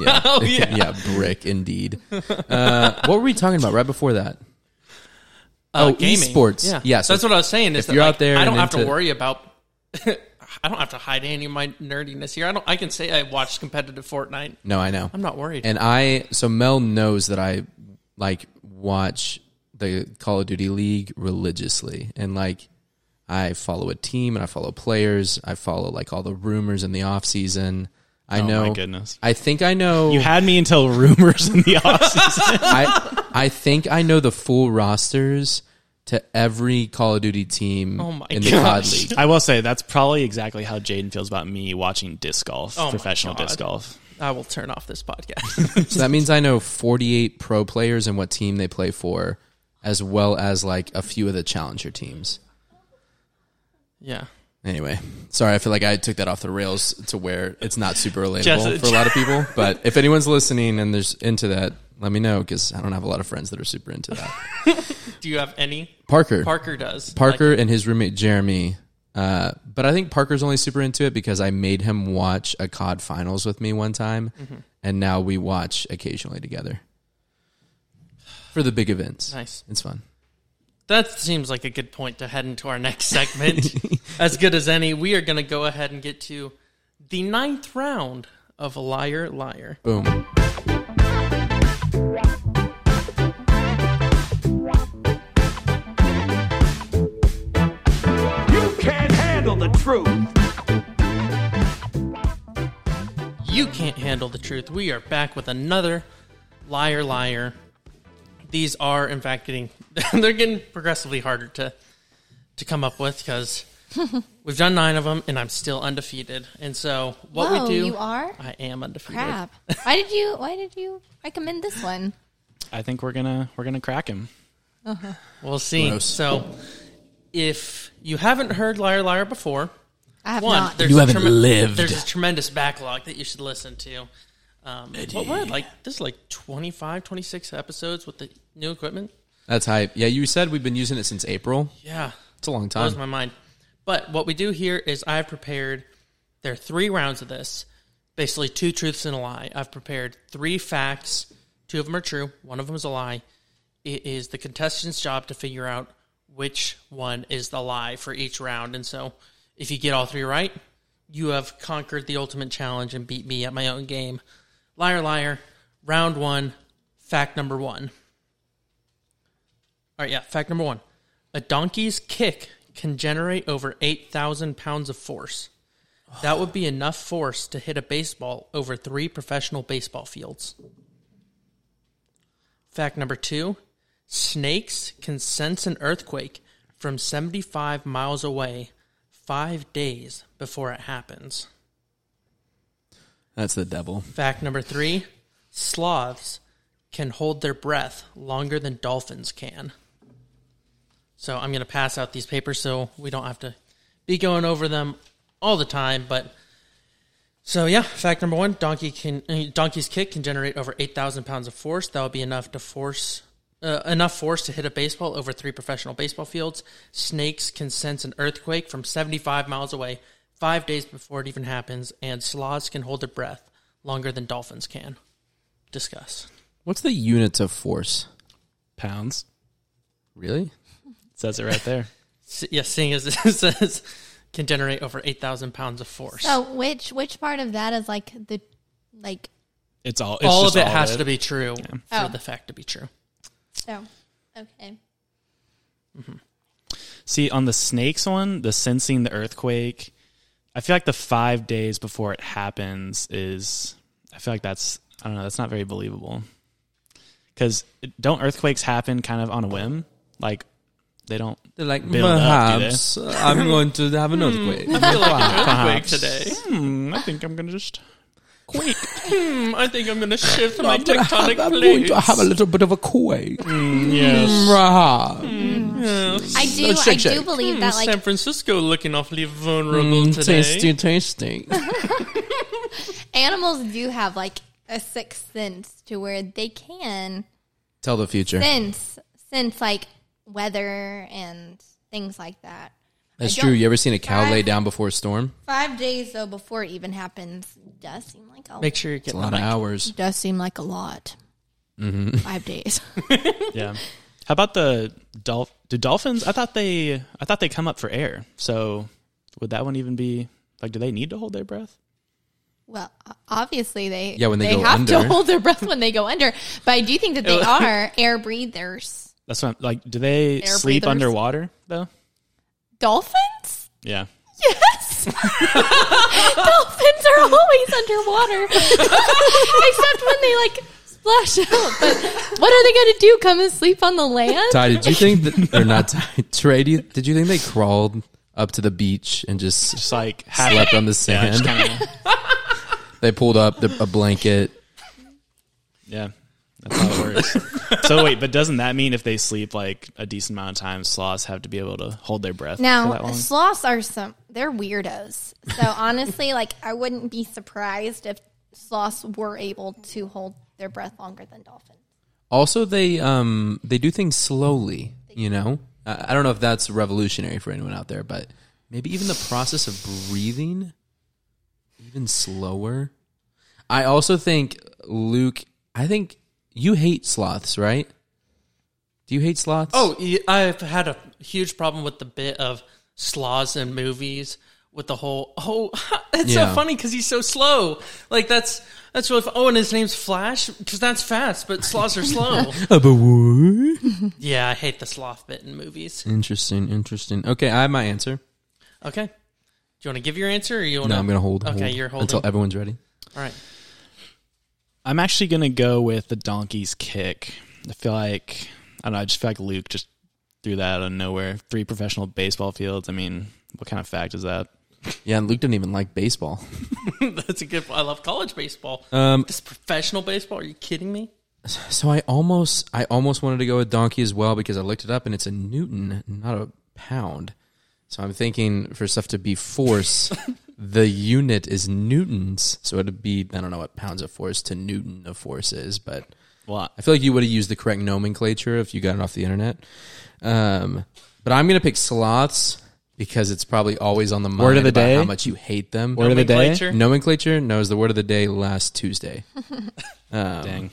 A: yeah,
B: *laughs* Oh, yeah.
A: brick indeed. Uh, what were we talking about right before that?
B: Uh,
A: Oh, esports.
B: yeah
A: Yeah, so
B: that's what i was saying is
A: if
B: that
A: you're
B: like,
A: out there
B: i don't
A: and
B: have to
A: into-
B: worry about *laughs* I don't have to hide any of my nerdiness here. I don't. I can say I watched competitive Fortnite.
A: No, I know.
B: I'm not worried.
A: And I so Mel knows that I like watch the Call of Duty League religiously and like I follow a team and I follow players. I follow like all the rumors in the off season. I
C: Oh,
A: know
C: my goodness.
A: I think I know
C: You had me until *laughs* rumors in the offseason. *laughs*
A: I I think I know the full rosters to every Call of Duty team
B: Oh my
A: in the COD
B: gosh.
A: League.
C: I will say that's probably exactly how Jaden feels about me watching disc golf,
B: Oh my
C: professional
B: God.
C: disc golf.
B: I will turn off this
A: *laughs*
B: podcast. *laughs*
A: So that means I know 48 pro players and what team they play for, as well as like a few of the challenger teams.
B: yeah.
A: Anyway, sorry, I feel like I took that off the rails to where it's not super relatable
B: Just-
A: for a lot of people. But if anyone's listening and there's into that, let me know because I don't have a lot of friends that are super into
B: *laughs*
A: that.
B: Do you have any?
A: Parker,
B: Parker does.
A: Parker,
B: Like,
A: and his roommate Jeremy. Uh, but I think Parker's only super into it because I made him watch a COD finals with me one time,
B: Mm-hmm.
A: and now we watch occasionally together for the big events.
B: nice.
A: It's fun.
B: That seems like a good point to head into our next segment. *laughs* as good as any, we are going to go ahead and get to the ninth round of Liar Liar.
A: Boom.
F: You can't handle the truth.
B: You can't handle the truth. We are back with another Liar Liar. These are, in fact, getting *laughs* they're getting progressively harder to to come up with
D: *laughs*
B: because we've done nine of them and I'm still undefeated. And so what
D: Whoa,
B: we do,
D: you are?
B: I am undefeated.
D: Crap. Why did you why did you recommend this one?
C: I think we're gonna we're gonna crack him.
B: We'll see.
A: Gross.
B: So if you haven't heard Liar Liar before,
D: I have
B: one,
D: not.
B: there's
A: You
B: a
A: haven't
B: tremen-
A: lived.
B: There's a tremendous backlog that you should listen to. Um, what were it, like? This is like 25, 26 episodes with the new equipment.
A: That's hype. Yeah, you said we've been using it since April.
B: Yeah,
A: It's a long
B: blows
A: time.
B: my mind. But what we do here is I've prepared. There are three rounds of this. Basically, two truths and a lie. I've prepared three facts. Two of them are true. One of them is a lie. It is the contestant's job to figure out which one is the lie for each round. And so, if you get all three right, you have conquered the ultimate challenge and beat me at my own game. Liar, liar. Round one. Fact number one. All right, yeah. Fact number one a donkey's kick can generate over 8,000 pounds of force. That would be enough force to hit a baseball over three professional baseball fields. Fact number two snakes can sense an earthquake from 75 miles away five days before it happens.
A: That's the devil.
B: Fact number three Slavs can hold their breath longer than dolphins can. So I'm going to pass out these papers so we don't have to be going over them all the time. But so yeah, fact number one: donkey can uh, donkey's kick can generate over eight thousand pounds of force. That would be enough to force uh, enough force to hit a baseball over three professional baseball fields. Snakes can sense an earthquake from seventy-five miles away five days before it even happens, and sloths can hold their breath longer than dolphins can. Discuss.
A: What's the units of force?
C: Pounds
A: Really?
C: says it right
B: *laughs*
C: there.
B: S- yes, seeing as it *laughs* says can generate over eight thousand pounds of force.
D: So Oh, which which part of that is like the like
C: It's all. It's
B: all of
C: just
B: it has to be true for
D: Oh.
B: the fact to be true.
D: so okay.
C: See on the snakes one, the sensing the earthquake. I feel like the five days before it happens is. I feel like that's. I don't know. That's not very believable. Because don't earthquakes happen kind of on a whim? Like they don't.
A: They're like,
C: Build up, do they?
A: perhaps uh, I'm going to have an earthquake.
B: Earthquake today.
C: Hmm, I think I'm
B: *laughs*
C: gonna just.
A: Quake.
B: Mm, I think I'm going *laughs* to shift my
A: I'm gonna have- I'm going to have a little bit of a quake. Hmm,
C: Yes.
A: Perhaps.
D: I do
A: shake,
D: I do
A: shake.
D: believe that like
B: Hmm, San Francisco looking awfully vulnerable
A: Mm,
B: today.
A: tasty, tasty.
D: animals do have like a sixth sense to where they can
A: *laughs* Tell the future.
D: sense sense like weather and things like that.
A: That's
D: I
A: true.
D: don't-
A: You ever seen a cow lay
D: Five-
A: down before a storm?
D: Five days though before it even happens does seem like a
B: Make sure you get
A: A lot of hours.
D: does seem like a lot. *laughs* Five days.
C: Yeah. How about the dolph? Do dolphins? I thought they. I thought they come up for air. So would that one even be like? Do they need to hold their breath?
D: well, o- obviously they
A: Yeah, when they go
D: have
A: under.
D: to *laughs* hold their breath when they go under. But I do think that they are air breathers.
C: That's what. I'm, like, do they
D: Air
C: sleep
D: breathers.
C: underwater though?
D: Dolphins?
C: Yeah.
D: Yes. *laughs* Dolphins are always underwater. *laughs* Except when they like splash out. But what are they going to do? Come and sleep on the land?
A: Ty, did you think that, or not Ty, Trey, do you, did you think they crawled up to the beach and just
C: Just like half
A: slept on the
C: Yeah.
A: sand?
C: Just kinda,
A: they pulled up the, a blanket.
C: *laughs* yeah. That's how it works. so wait, but doesn't that mean if they sleep like a decent amount of time, sloths have to be able to hold their breath for that
D: Now,
C: long?
D: sloths are some, they're weirdos. So honestly, like, I wouldn't be surprised if sloths were able to hold their breath longer than dolphins.
A: Also, they um they do things slowly. You know, I, I don't know if that's revolutionary for anyone out there, but maybe even the process of breathing, even slower. I also think Luke. I think you hate sloths, right? Do you hate sloths? *laughs*
B: Oh, y- I've had a huge problem with the bit of sloths in movies with the whole oh *laughs* it's
A: Yeah.
B: so funny because he's so slow like that's that's really fun. oh and his name's flash because that's fast but sloths are slow
A: *laughs*
B: yeah i hate the sloth bit in movies
A: interesting, interesting. Okay, I have my answer.
B: okay do you want to give your answer or you want
A: No, I'm gonna hold.
B: okay
A: hold
B: you're holding
A: until e- everyone's ready.
B: all right *laughs*
C: I'm actually gonna go with the donkey's kick. I feel like I don't know. I just feel like Luke just threw that out of nowhere. Three professional baseball fields. I mean, what kind of fact is that?
A: Yeah, and Luke didn't even like baseball.
B: that's a good i love college baseball
A: Um,
B: this professional baseball are you kidding me
A: So I almost I almost wanted to go with donkey as well because I looked it up and it's a newton, not a pound. So I'm thinking for stuff to be force,
C: *laughs*
A: the unit is newtons. So it'd be I don't know what pounds of force to newton of force is, but
C: Well,
A: I feel like you would have used the correct nomenclature if you got it off the internet. Um, but I'm gonna pick sloths because it's probably always on the mind
C: Word of the
A: about
C: day?
A: how much you hate them.
C: Word of the day?
B: Nomenclature?
A: Nomenclature knows the word of the day last Tuesday.
C: dang.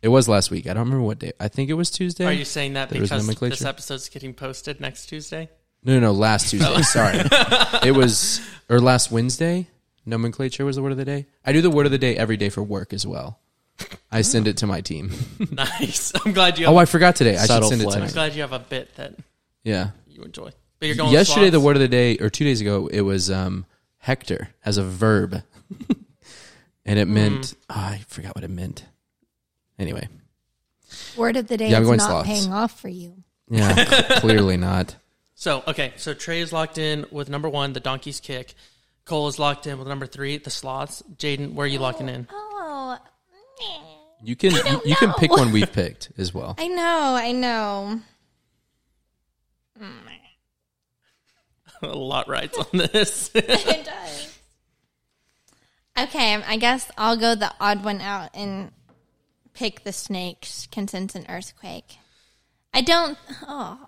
A: It was last week. I don't remember what day. I think it was Tuesday.
B: are you saying that
A: There is
B: because
A: nomenclature.
B: this episode's getting posted next tuesday *laughs*
A: No, no, no, last Tuesday. Sorry. *laughs* It was, or last Wednesday. Nomenclature was the word of the day. I do the word of the day every day for work as well. I send it to my team.
B: nice i'm glad you have
A: Oh, I forgot today. I should
C: Subtle
A: send it
C: flex.
B: I'm
A: tonight.
B: glad you have a bit that
A: Yeah.
B: you enjoy. But you're going
A: Yesterday, the
B: sloths?
A: word of the day, or two days ago, it was um, Hector as a verb. *laughs* and it meant, oh, I forgot what it meant. Anyway.
D: Word of the day
A: Yeah, I'm
D: is
A: going
D: not
A: sloths.
D: paying off for you.
A: Yeah, *laughs* clearly not.
B: So okay, so Trey is locked in with number one, the donkey's kick. Cole is locked in with number three, the sloths. Jaden, where are you locking in? *laughs*
D: Oh,
A: You can you, you can
D: know.
A: pick one we've picked as well.
D: I know, I know.
B: a lot rides on this. *laughs*
D: It does. Okay, I guess I'll go the odd one out and pick the snakes, consensus and earthquake. I don't. Oh,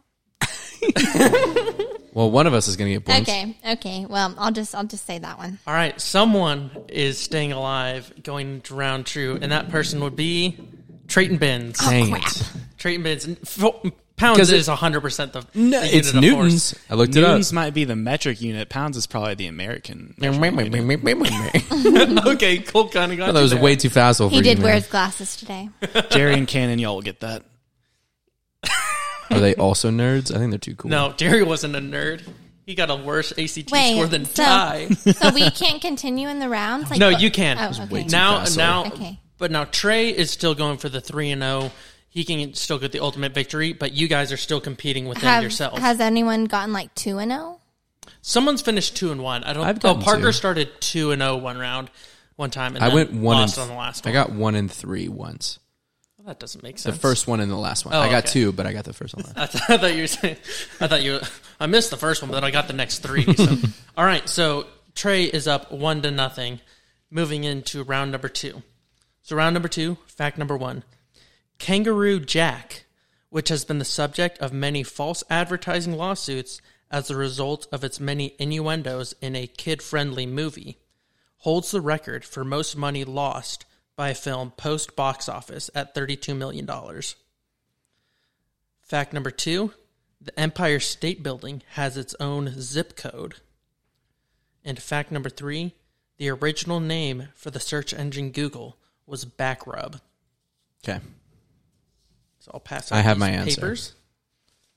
A: Well, one of us is going to get points.
D: okay, okay. Well, I'll just, I'll just say that one.
B: All right, someone is staying alive, going to round two, and that person would be Trayton Benz.
A: Dang
D: Oh, crap.
A: it.
B: Trayton Benz fo- pounds
A: Because it-
B: is 100 percent the
A: No,
B: the
A: it's
B: unit of force.
A: newtons. I looked
C: Newtons might be the metric unit. Pounds is probably the American.
A: it up. that
B: *laughs* okay, Cole kind of got you
A: was
B: there.
A: way too fast. Over
D: He did
A: you,
D: wear
A: man.
D: his glasses today.
C: Jerry and Cannon, y'all will get that.
A: Are
D: *laughs*
A: they also nerds? I think they're too cool.
B: No, Jerry wasn't a nerd. He got a worse ACT
D: Wait,
B: score than
D: so,
B: Ty.
D: so we can't continue in the rounds. Like,
B: No,
D: but-
B: you can.
D: Oh, okay.
A: way too
B: now
A: fast,
B: now
D: Okay.
B: but now Trey is still going for the 3 and 0. He can still get the ultimate victory, but you guys are still competing within
D: Have-
B: yourself.
D: Has anyone gotten like two and oh? zero?
B: Someone's finished 2 and 1. I don't
A: I've
B: Oh,
A: gotten
B: Parker
A: two.
B: started 2 and 0 one round one time and
A: I
B: then
A: went one
B: lost
A: and
B: on the last
A: I
B: one.
A: got one and three once.
B: that doesn't make
A: The
B: sense.
A: first one and the last one.
B: Oh,
A: I got
B: okay.
A: two, but I got the
B: *laughs*
A: first one. Last.
B: I, th- I thought you were saying, I thought you I missed the first one, but then I got the next 3. So. All right, so Trey is up 1 to nothing moving into round number 2. So round number 2, fact number 1. Kangaroo Jack, which has been the subject of many false advertising lawsuits as a result of its many innuendos in a kid friendly movie, holds the record for most money lost by a film post box office at $32 million. Fact number two the Empire State Building has its own zip code. And fact number three the original name for the search engine Google was Backrub.
A: Okay,
B: So I'll pass. Out
A: I have
B: these
A: my answer.
B: Papers.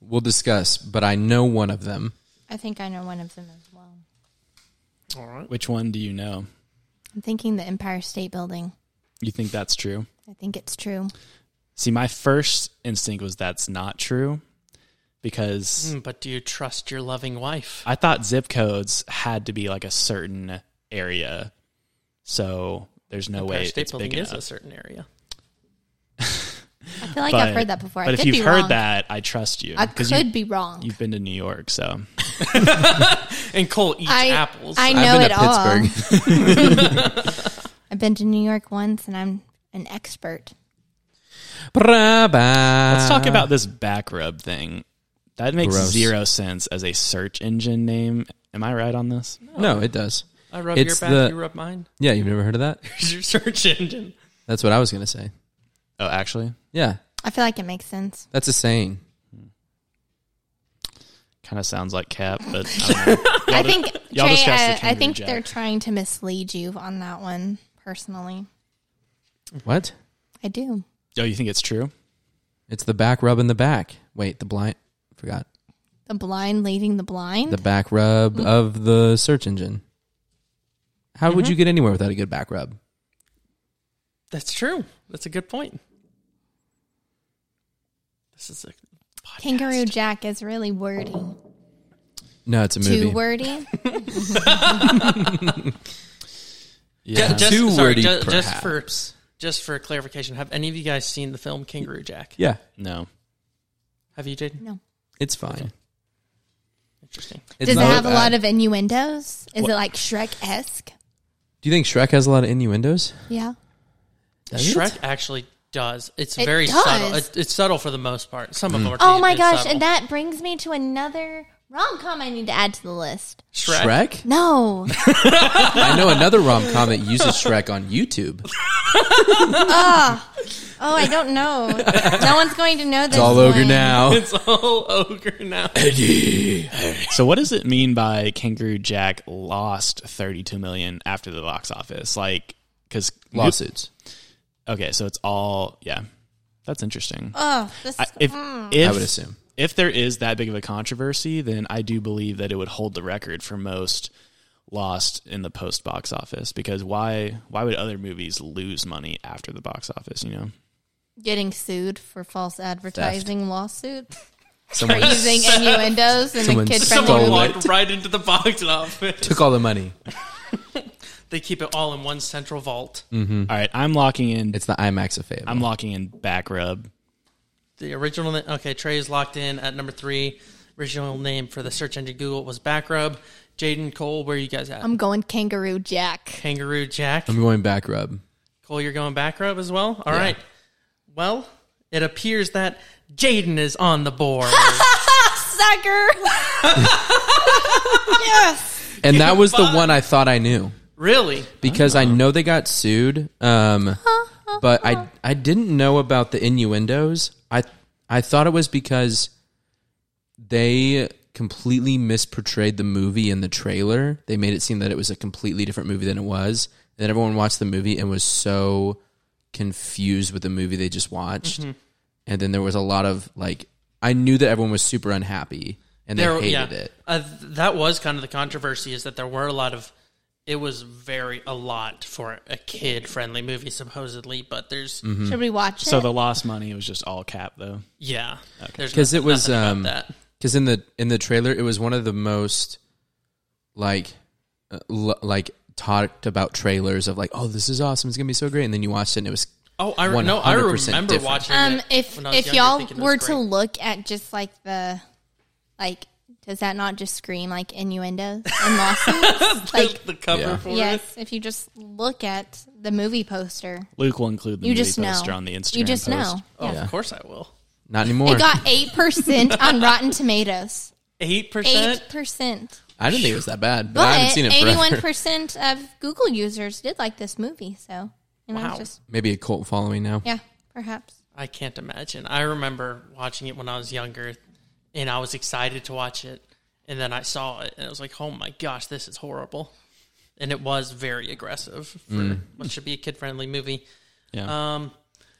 A: we'll discuss. But I know one of them.
D: I think I know one of them as well.
B: All right.
C: Which one do you know?
D: I'm thinking the Empire State Building.
C: You think that's true?
D: I think it's true.
C: See, my first instinct was that's not true because
B: Hmm, But do you trust your loving wife?
C: I thought zip codes had to be like a certain area. So there's no
B: Empire
C: way
B: State
C: it's
B: Building
C: big
B: is
C: enough.
B: a certain area.
D: I feel like I've heard that before.
C: But
D: I
C: if
D: could
C: you've
D: be
C: heard
D: wrong.
C: that, I trust you.
D: I
C: 'cause
D: could
C: you-
D: be wrong.
C: You've been to New York, so
B: And Cole eats
D: I,
B: apples.
D: I
A: I've
D: know
A: been
D: it
A: to
D: all.
A: Pittsburgh.
D: *laughs* I've been to New York once, and I'm an expert.
C: Let's
A: Let's
C: talk about this back rub thing. That makes
A: Gross.
C: zero sense as a search engine name. Am I right on this?
A: No, it does.
B: I rub
A: It's
B: your back,
A: the-
B: you rub mine. *laughs*
A: Yeah, you've never heard of that?
B: Here's your search engine.
A: That's what I was gonna say.
C: Oh, actually,
A: Yeah,
D: I feel like it makes sense.
A: that's a saying.
C: kind of sounds like cap, but
D: *laughs*
C: I don't know.
D: I think
C: y'all
D: Trey, uh,
C: discuss the
D: I, I
C: kangaroo
D: think
C: jack.
D: they're trying to mislead you on that one. Personally,
A: What?
D: I do.
C: oh, you think it's true?
A: It's the back rub in the back. Wait, the blind. Forgot
D: The blind leading the blind.
A: the back rub of the search engine. How would you get anywhere without a good back rub?
B: That's true. That's a good point. This is a podcast.
D: Kangaroo Jack is really wordy.
A: No, it's a movie.
D: Too wordy.
B: Ju- just,
A: Too
B: sorry,
A: wordy,
B: ju- just for just for clarification, have any of you guys seen the film Kangaroo Jack?
A: Yeah,
C: No.
B: Have you, Jaden?
D: No.
A: it's fine.
B: Interesting.
A: *laughs* It's
D: Does it
A: not
D: have a
A: bad.
D: lot of innuendos? Is it like Shrek esque?
A: Do you think Shrek has a lot of innuendos?
D: Yeah.
A: Does it?
B: Shrek actually does. It's
D: It
B: very
D: does.
B: subtle. It, it's subtle for the most part. Some
A: Mm.
B: of them are.
D: Oh my
B: too
D: gosh,
B: subtle.
D: and that brings me to another rom com I need to add to the list.
B: Shrek.
A: Shrek?
D: No.
A: I know another rom com that uses Shrek on YouTube.
D: Oh, I don't know. No one's going to know this.
A: It's all over
B: *laughs*
D: one.
A: now.
B: It's all ogre now.
C: So, what does it mean by Kangaroo Jack lost 32 million after the box office? Like, because
A: Lawsuits.
C: Okay, so it's all yeah. That's interesting.
D: Oh, this
C: I, if if
A: I would assume.
C: if there is that big of a controversy, then I do believe that it would hold the record for most lost in the post box office because why why would other movies lose money after the box office, you know?
D: getting sued for false advertising lawsuit for
A: Someone
D: using innuendos in a
A: Someone
D: kid
B: Someone
A: Stole
D: friendly
B: walked right into the box office. *laughs*
A: took all the money.
B: They keep it all in one central vault.
A: Mm.
C: All right, I'm locking in
A: Hmm. It's the IMAX of fame.
C: I'm locking in back rub.
B: The original. na- Okay, Trey is locked in at number three. Original name for the search engine Google was Backrub. Jaden Cole, where are you guys at?
D: I'm going kangaroo jack.
B: Kangaroo Jack.
A: I'm going back rub.
B: Cole, you're going back rub as well? All right. Well, it appears that Jaden is on
A: *laughs*
B: the board.
D: *laughs* Sucker. yes.
A: And that was the one I thought I knew
B: really?
A: because I know they got sued. Um, but I I didn't know about the innuendos. I I thought it was because they completely misportrayed the movie in the trailer. They made it seem that it was a completely different movie than it was. And then everyone watched the movie and was so confused with the movie they just watched. And then there was a lot of like I knew that everyone was super unhappy and they
B: There-
A: hated it.
B: Uh, th- that was kind of the controversy is that there were a lot of. It was very a lot for a kid friendly movie, supposedly, but there's.
A: Mm-hmm.
C: Mm-hmm.
D: Should we watch it?
C: So the lost money was just all cap though.
B: Yeah. There's
A: 'Cause it
B: nothing-
A: was,
B: nothing about
A: um,
B: that.
A: because in the in the trailer it was one of the most like uh, l- like talked about trailers of like oh this is awesome it's gonna be so great and then you watched it and it was
B: Oh, I re- no, I
A: 100%
B: remember
A: different.
B: watching
D: um
B: it.
D: if
B: when I was
D: if
B: younger,
D: y'all
B: thinking it was
D: were to
B: great.
D: look at just like the like does that not just scream like innuendos *laughs* and lawsuits?
B: *laughs*
D: like
B: the cover
A: Yeah.
B: for it.
D: yes, if you just look at the movie poster,
C: Luke will include the
D: you
C: movie
D: just know.
C: poster on the Instagram.
D: you just
C: post.
D: know.
B: Oh, of course I will.
A: not anymore
D: It got *laughs* eight percent on Rotten Tomatoes.
B: Eight percent.
D: Eight percent.
A: i didn't think it was that bad but, i haven't
D: But
A: seen it *laughs*
D: eighty-one
A: forever.
D: percent of Google users did like this movie. So you know,
B: Wow.
D: just
A: maybe a cult following now
D: yeah, perhaps.
B: I can't imagine. I remember watching it when I was younger, and I was excited to watch it, and then I saw it, and I was like, "Oh my gosh, this is horrible!" And it was very aggressive for
A: Mm.
B: what should be a kid-friendly movie. *laughs*
C: Yeah.
B: Um,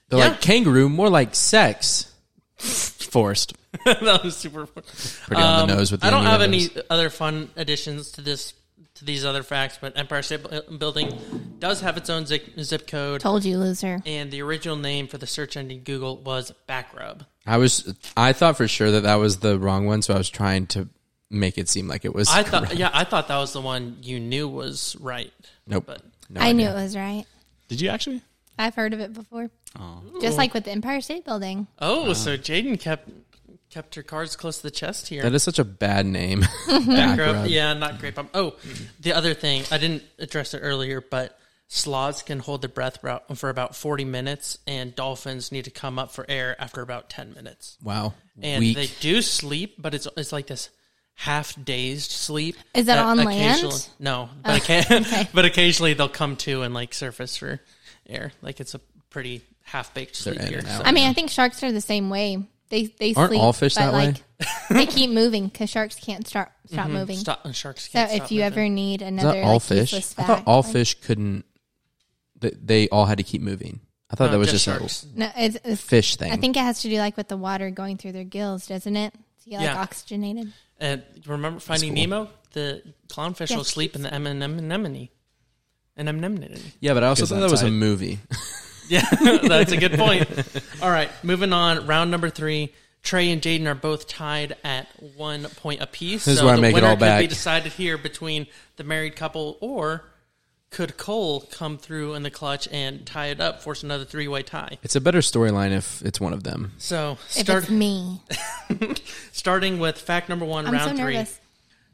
A: they're
B: Yeah.
A: like kangaroo more like sex
C: Forced.
B: that was super.
A: pretty on the nose with the
B: Um, I don't have any
A: innuendos.
B: other fun additions to this to these other facts, but Empire State Bu- Building does have its own zip, zip code,
D: Told you, loser.
B: and the original name for the search engine Google was Backrub.
A: i was i thought for sure that that was the wrong one so i was trying to make it seem like it was
B: I thought,
A: correct.
B: yeah, I thought that was the one you knew was right.
A: nope
B: but-
A: no
D: I knew
A: idea.
D: it was right.
C: Did you actually?
D: I've heard of it before.
A: Oh.
D: Just like with the Empire State Building.
A: Uh,
B: Oh, so Jaden kept kept her cards close to the chest here.
A: that is such a bad name *laughs* Back
B: Grape-
A: rub.
B: yeah, not grape. Um, oh, the other thing I didn't address it earlier, but Sloths can hold their breath about- for about 40 minutes, and dolphins need to come up for air after about 10 minutes.
A: Wow.
B: And
A: Weak.
B: they do sleep, but it's it's like this half dazed sleep.
D: Is that on land? Oh,
B: occasionally- No, but, occa- *laughs* but occasionally they'll come to and like surface for air. Like it's a pretty half baked sleep
A: in
B: here.
A: and out.
B: so-
D: I mean, I think sharks are the same way. They they
A: Aren't
D: sleep,
A: all fish
D: but
A: that way? *laughs*
D: Like, they keep moving because sharks can't start stop moving.
B: Mm-hmm. Stop- sharks
D: So
B: can't
D: if
B: stop
D: you
B: moving.
D: ever need
A: Is
D: another
A: that all
D: like,
A: fish?
D: useless
A: I
D: fact,
A: thought *laughs* all
D: like-
A: fish couldn't. They, they all had to keep moving. I thought
B: No,
A: that was
B: just
A: just, a
B: sharks.
D: No, it's, it's,
A: fish thing.
D: I think it has to do like with the water going through their gills, doesn't it? So you get, like
B: Yeah.
D: oxygenated.
B: And Uh, remember Finding
A: cool.
B: Nemo? The clownfish will
D: Yes.
B: sleep in the em- em- em- anemone. An anemone.
A: Yeah, but I also
C: Goes
A: thought that was a
C: outside.
A: *laughs* movie.
B: *laughs* Yeah, that's a good point. All right, moving on. Round number three. Trey and Jaden are both tied at one point apiece.
A: This is
B: so
A: where I
B: the
A: make it
B: winner
A: all
B: could be
A: back.
B: decided here between the married couple, or could Cole come through in the clutch and tie it up, force another three-way tie?
A: It's a better storyline if it's one of them.
B: So
D: If
B: start,
D: it's me,
B: starting with fact number one,
D: I'm so
B: round three.
D: nervous.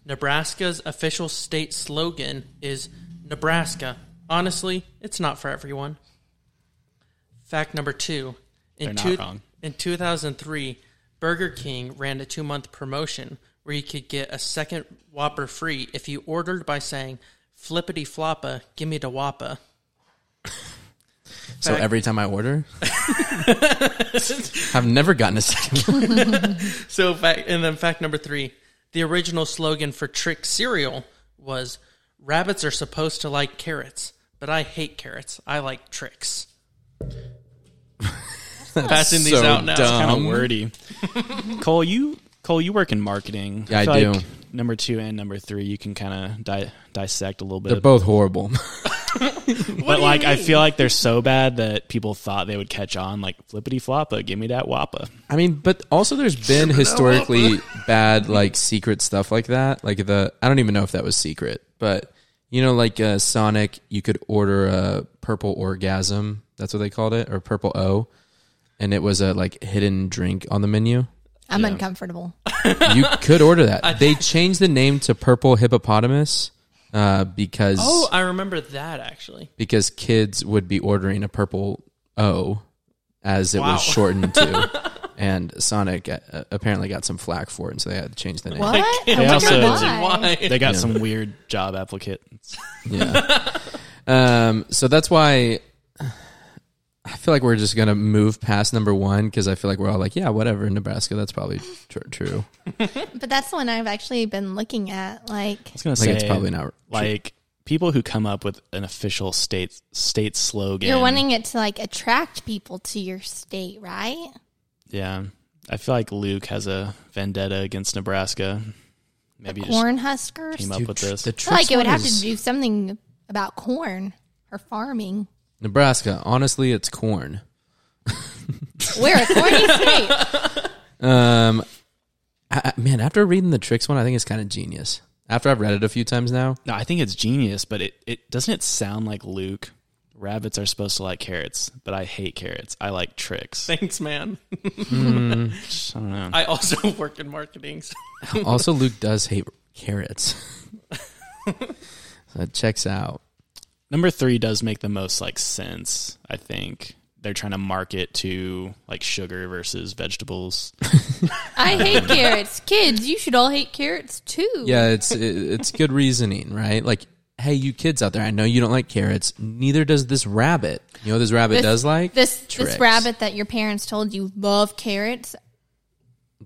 B: Nebraska's official state slogan is Nebraska. Honestly, it's not for everyone. Fact number two. In,
C: They're not wrong.
B: in 2003, Burger King ran a two month promotion where you could get a second Whopper free if you ordered by saying, Flippity floppa, gimme the whoppa.
A: So
B: Fact-
A: every time I *laughs* order, I've never gotten a second. one.
B: So, fact, and then fact number three the original slogan for Trick cereal was Rabbits are supposed to like carrots, but I hate carrots. I like tricks. Passing these
A: so
B: out now.
A: dumb.
C: kind of
A: Um,
C: wordy.
A: *laughs*
C: Cole, you Cole, you work in marketing.
A: Yeah,
C: feel
A: I do.
C: number two and number three, you can kind of di- dissect a little bit.
A: They're both horrible. *laughs*
C: but like, I feel like they're so bad that people thought they would catch on. Like flippity floppa, give me that wappa.
A: I mean, but also there's been historically bad like secret stuff like that. Like the I don't even know if that was secret, but you know, like uh, Sonic, you could order a purple orgasm. That's what they called it, or purple O, and it was a like hidden drink on the menu.
B: *laughs*
D: I'm uncomfortable.
A: You could order that. They changed the name to purple hippopotamus uh, because
B: Oh, I remember that actually.
A: because kids would be ordering a purple O as it
B: Wow.
A: was shshortened to. And Sonic uh, apparently got some flack for it, and so they had to change the name.
B: *laughs*
D: What? Oh I
C: They
D: wonder
C: also-
D: why.
C: They got some weird job applicants.
A: Yeah. um, so that's why I feel like we're just gonna move past number one because I feel like we're all like, yeah, whatever, Nebraska. That's probably tr- true.
D: But that's the one I've actually been looking at. Like,
C: I was gonna
A: Like,
C: say
A: it's probably not true.
C: like people who come up with an official state state slogan.
D: you're wanting it to like attract people to your state, right?
C: yeah. I feel like Luke has a vendetta against Nebraska. Maybe he just
D: Corn huskers.
C: came
D: I
C: up with this.
A: The
D: feel
A: trick
D: Like it would have to do something about corn or farming.
A: Nebraska. Honestly, it's corn.
D: We're
B: *laughs*
D: a corny state.
A: Um, I, I- man, after reading the tricks one, I think it's kind of genius. After I've read it a few times now,
C: No, I think it's genius, but it, it doesn't it sound like Luke. Rabbits are supposed to like carrots, but I hate carrots. I like tricks.
B: Thanks, man.
C: Hmm.
B: *laughs*
C: I don't know.
B: I also *laughs* work in marketing.
C: *laughs*
B: so-
A: also Luke does hate carrots. so it checks out.
C: Number three does make the most like sense. I think they're trying to market to like sugar versus vegetables.
D: I hate carrots. Kids, you should all hate carrots too.
A: Yeah, it's it, it's good reasoning, right? Like, hey, you kids out there, I know you don't like carrots. Neither does this rabbit. You know what this rabbit
D: This-
A: does like
D: This
A: Tricks.
D: this rabbit that your parents told you love carrots.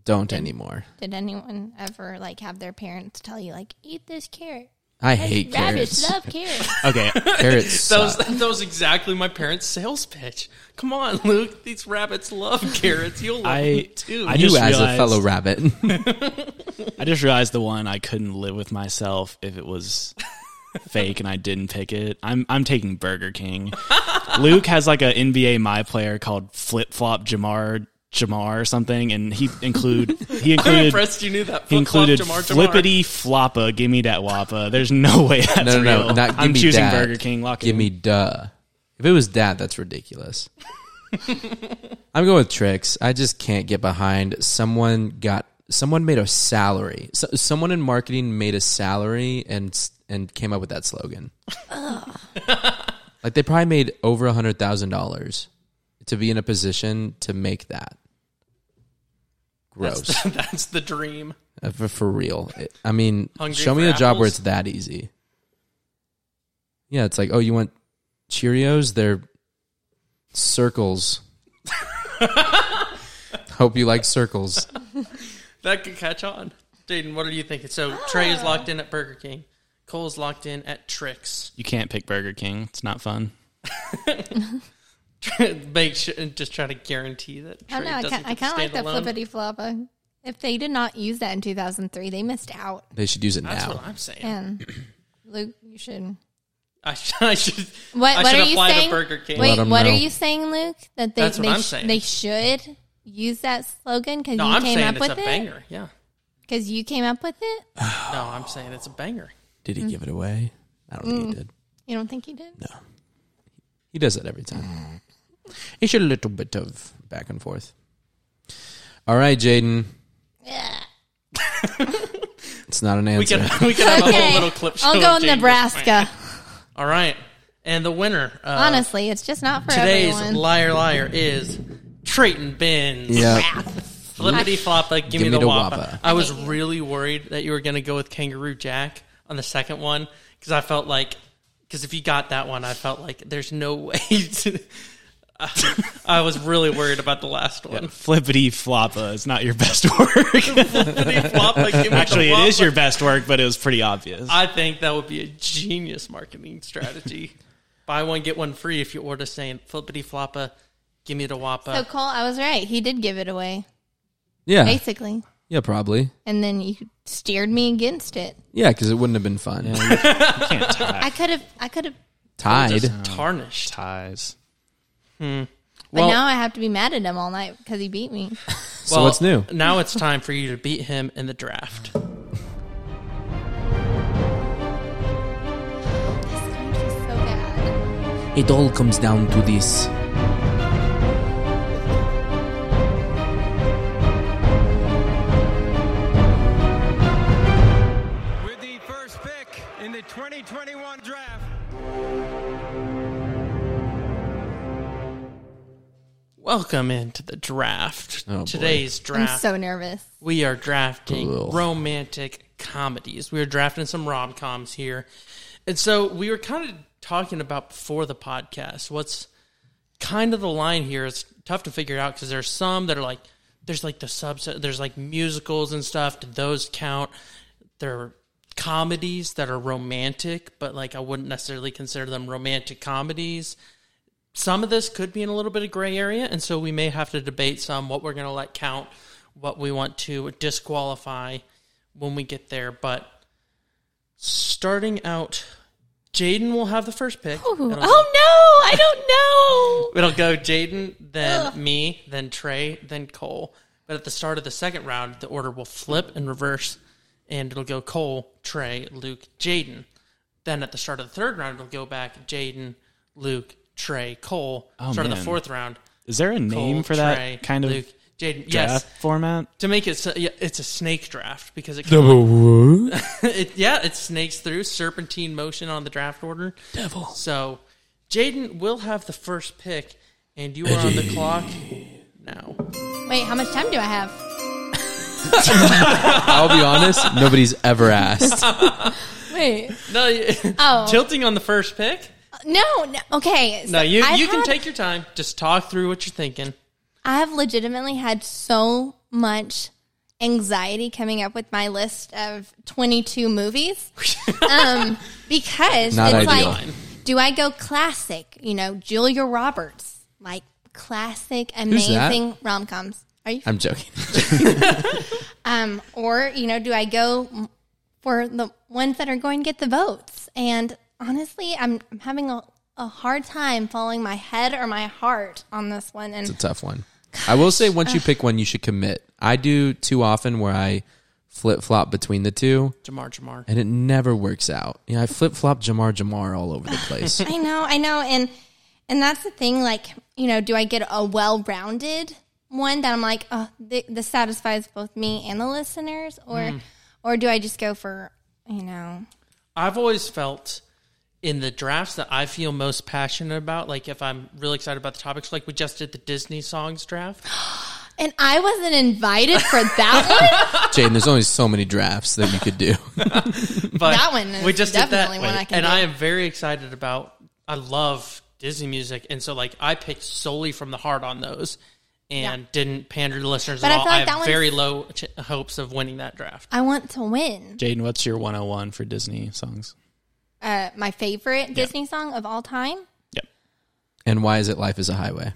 A: Don't anymore.
D: Did anyone ever like have their parents tell you like eat this carrot?
A: I hate
D: Rabbits
A: carrots.
C: *laughs*
D: love carrots.
C: Okay,
A: Carrots
B: That was,
A: suck.
B: that was exactly my parents' sales pitch. Come on, *laughs* Luke. These rabbits love carrots. You'll love them
C: I
B: too.
C: I
A: you
C: just
A: as a
C: realized-
A: fellow rabbit.
C: I just realized the one I couldn't live with myself if
B: *laughs*
C: it was fake and I didn't pick it. I'm I'm taking Burger King. Luke has like a NBA my player called Flip Flop Jamar Jamar or something, and he
B: *laughs*
C: include he
B: I'm
C: included
B: impressed you knew that.
C: he included
B: Flip-flop, Jamar, Jamar.
C: flippity floppa. Give me that wappa. There's no way that's
A: no, no, no.
C: real.
A: Not, give
C: I'm
A: me
C: choosing
A: that.
C: Burger King. Lock it
A: Give
C: in.
A: me duh. If it was that, that's
C: *laughs*
A: ridiculous. I'm going with tricks. I just can't get behind. Someone got someone made a salary. So, someone in
C: *laughs*
A: marketing made a salary and s- and came up with that slogan. Like they probably made over a hundred thousand dollars to be in a position to make that. Gross.
B: That's, *laughs* that's the dream.
A: Uh, for, for real. It- I mean,
B: Hungry
A: show me a
B: for
A: job where
B: apples?
A: it's that easy. Yeah, it's like, oh, you want Cheerios? They're
B: *laughs*
A: circles. Hope you like circles.
B: That could catch on. Jaden, what are you thinking? So Trey
D: Ah.
B: is locked in at Burger King. Cole's locked in at Trix. *laughs*
C: You can't pick Burger King. It's not fun.
B: Make sure and just try to guarantee that.
A: *laughs*
B: Trey
D: I don't know. I,
B: doesn't
D: ki- I
B: get to
D: kind of like
B: stand
D: that
B: alone.
D: flippity floppa. If they did not use that in 2003, they missed out.
A: They should use it
B: That's
A: now.
B: what I'm saying.
D: And Luke, you should.
B: I should. *laughs* I should
D: What,
B: I
D: what
B: should
D: are you
B: apply
D: saying?
B: to Burger King.
D: Wait,
A: Let 'em
D: what
A: know.
D: are you saying, Luke? That they
B: That's what
D: they,
B: I'm
D: sh-
B: saying.
D: they should use that slogan because
B: no,
D: you
B: I'm
D: came
B: saying
D: up
B: it's a
D: with it.
B: banger. Yeah.
D: Because you came up with it.
B: No, I'm saying it's a banger.
A: Did he
B: Mm.
A: give it away? I don't think he did.
D: You don't think you did?
A: He does that every time. It's a little bit of back and forth. All right, Jaden.
B: *laughs*
D: Yeah.
A: It's not an
B: We
A: answer.
B: can *laughs* we can have a whole
D: Okay,
B: little clip. Show
D: I'll
B: of
D: go in
B: Jaden.
D: Nebraska.
B: All right, and the winner of
D: Honestly, it's just not for
B: Uh, today's
D: everyone.
B: liar liar is Trayton Benz.
A: yeah.
B: Flippity floppa, give, me, the, wappa. I was really worried that you were going to go with Kangaroo Jack on the second one because I felt like, because if you got that one, I felt like there's no *laughs* way. To, I was really worried about the last one.
C: Flippity floppa is not your best *laughs*
B: *laughs*
C: work.
B: Flippity floppa, give me the
C: Actually, it is
B: wappa.
C: your best work, but it was pretty obvious.
B: I think that would be a genius
A: *laughs*
B: marketing strategy. Buy one, get one free if you order saying flippity floppa, give me the
D: so
B: wappa.
D: Cole, I was right. He did give it away,
A: Yeah.
D: basically,
A: Yeah, probably.
D: and then you steered me against it.
A: Yeah, because it wouldn't have been fun. *laughs*
C: You can't tie
D: I could have. I could have.
A: Tied.
B: Just tarnished.
C: ties.
D: But
B: Well-
D: now I have to be mad at him all night because he
B: *laughs*
D: beat me.
A: So what's new?
B: Now it's time for you to beat him in the
A: *laughs*
B: draft.
D: It's going to be so bad.
A: It all comes down to this.
G: with the first pick in the 2021 draft.
B: Welcome into the draft.
A: Oh, boy.
B: Today's
D: I'm
B: draft,
D: so nervous.
B: we are drafting
A: Ugh.
B: romantic comedies. We are drafting some rom coms here, and so we were kind of talking about before the podcast. What's kind of the line here? It's tough to figure out because there's some that are like there's like the subset. There's like musicals and stuff. Do those count? There are comedies that are romantic, but like I wouldn't necessarily consider them romantic comedies some of this could be in a little bit of gray area, and so we may have to debate some what we're going to let count, what we want to disqualify when we get there. But starting out, Jaden will have the first pick.
D: Ooh.
B: It'll,
D: Oh no, I don't know.
B: it'll go Jaden, then me, then Trey, then Cole. But at the start of the second round, the order will flip and reverse, and it'll go Cole, Trey, Luke, Jaden. Then at the start of the third round, it'll go back Jaden, Luke, Trey, Cole.
C: Oh,
B: start of the
C: man.
B: fourth round,
C: Is there a name
B: Cole,
C: for that
B: Trey,
C: kind of
B: Luke, Jaden. Yes,
C: draft format?
B: to make it so, yeah, it's a snake draft because it, kinda like- *laughs* it yeah it snakes through serpentine motion on the draft order. Devil. So Jaden will have the first pick, and you are on the clock now.
D: Wait, how much time do I have?
A: I'll be honest, nobody's ever asked.
D: Wait.
B: No, you- *laughs*
D: Oh.
B: tilting on the first pick.
D: No, no. Okay. so
B: No, you
D: I've
B: you can
D: had-
B: take your time. Just talk through what you're thinking.
D: I have legitimately had so much anxiety coming up with my list of 22 movies um, because
A: Not
D: it's
A: ideal.
D: like, do I go classic? You know, Julia Roberts, like classic,
A: that?
D: amazing rom coms. Are you?
A: I'm joking.
D: Um, or you know, do I go m- for the ones that are going to get the votes? And honestly, I'm, I'm having a, a hard time following my head or my heart on this one. And
A: It's a tough one. I will say once you pick one, you should commit. I do too often where I flip flop between the two
B: Jamar, Jamar.
A: and it never works out. You know, I flip flop Jamar Jamar all over the *laughs* place.
D: I know, I know, and and that's the thing. Like, you know, do I get a well-rounded one that I'm like, oh, th- this satisfies both me and the
A: Mm.
D: listeners, or or do I just go for you know?
B: I've always felt in the drafts that I feel most passionate about, like if I'm really excited about the topics, like we just did the Disney songs draft.
D: And I wasn't invited for *laughs* that one.
A: Jaden, there's only so many drafts that you could do. *laughs*
B: But
D: That one is
B: we just
D: definitely
B: did that,
D: one I can
B: and
D: do.
B: I am very excited about. I love Disney music, and so like I picked solely from the heart on those, and didn't pander to listeners
D: But
B: at
D: I
B: all.
D: feel like
B: I
D: that
B: have
D: one's-
B: very low ch- hopes of winning that draft.
D: I want to win.
C: Jaden, what's your 101 for Disney songs?
D: Uh, my favorite Disney song of all time.
C: Yep.
A: and why is it Life is a Highway?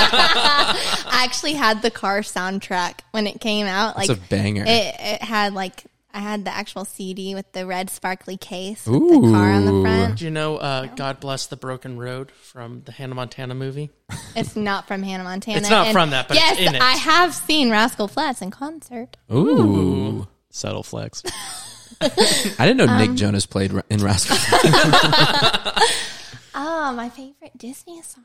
D: I actually had the car soundtrack when it came out. Like
A: It's a banger.
D: It, it had like I had the actual CD with the red sparkly case with the car on the
A: Ooh.
D: front.
B: Do you know uh, "God Bless the Broken Road" from the Hannah Montana movie?
D: It's not from Hannah Montana.
B: It's not
D: And
B: from that, but it's
D: yes,
B: in it.
D: I have seen Rascal Flats in concert.
A: Ooh. Um,
B: *laughs*
C: Subtle flex.
A: I didn't know Nick Jonas played Ra- in *laughs* Rascals.
D: Oh, my favorite Disney song.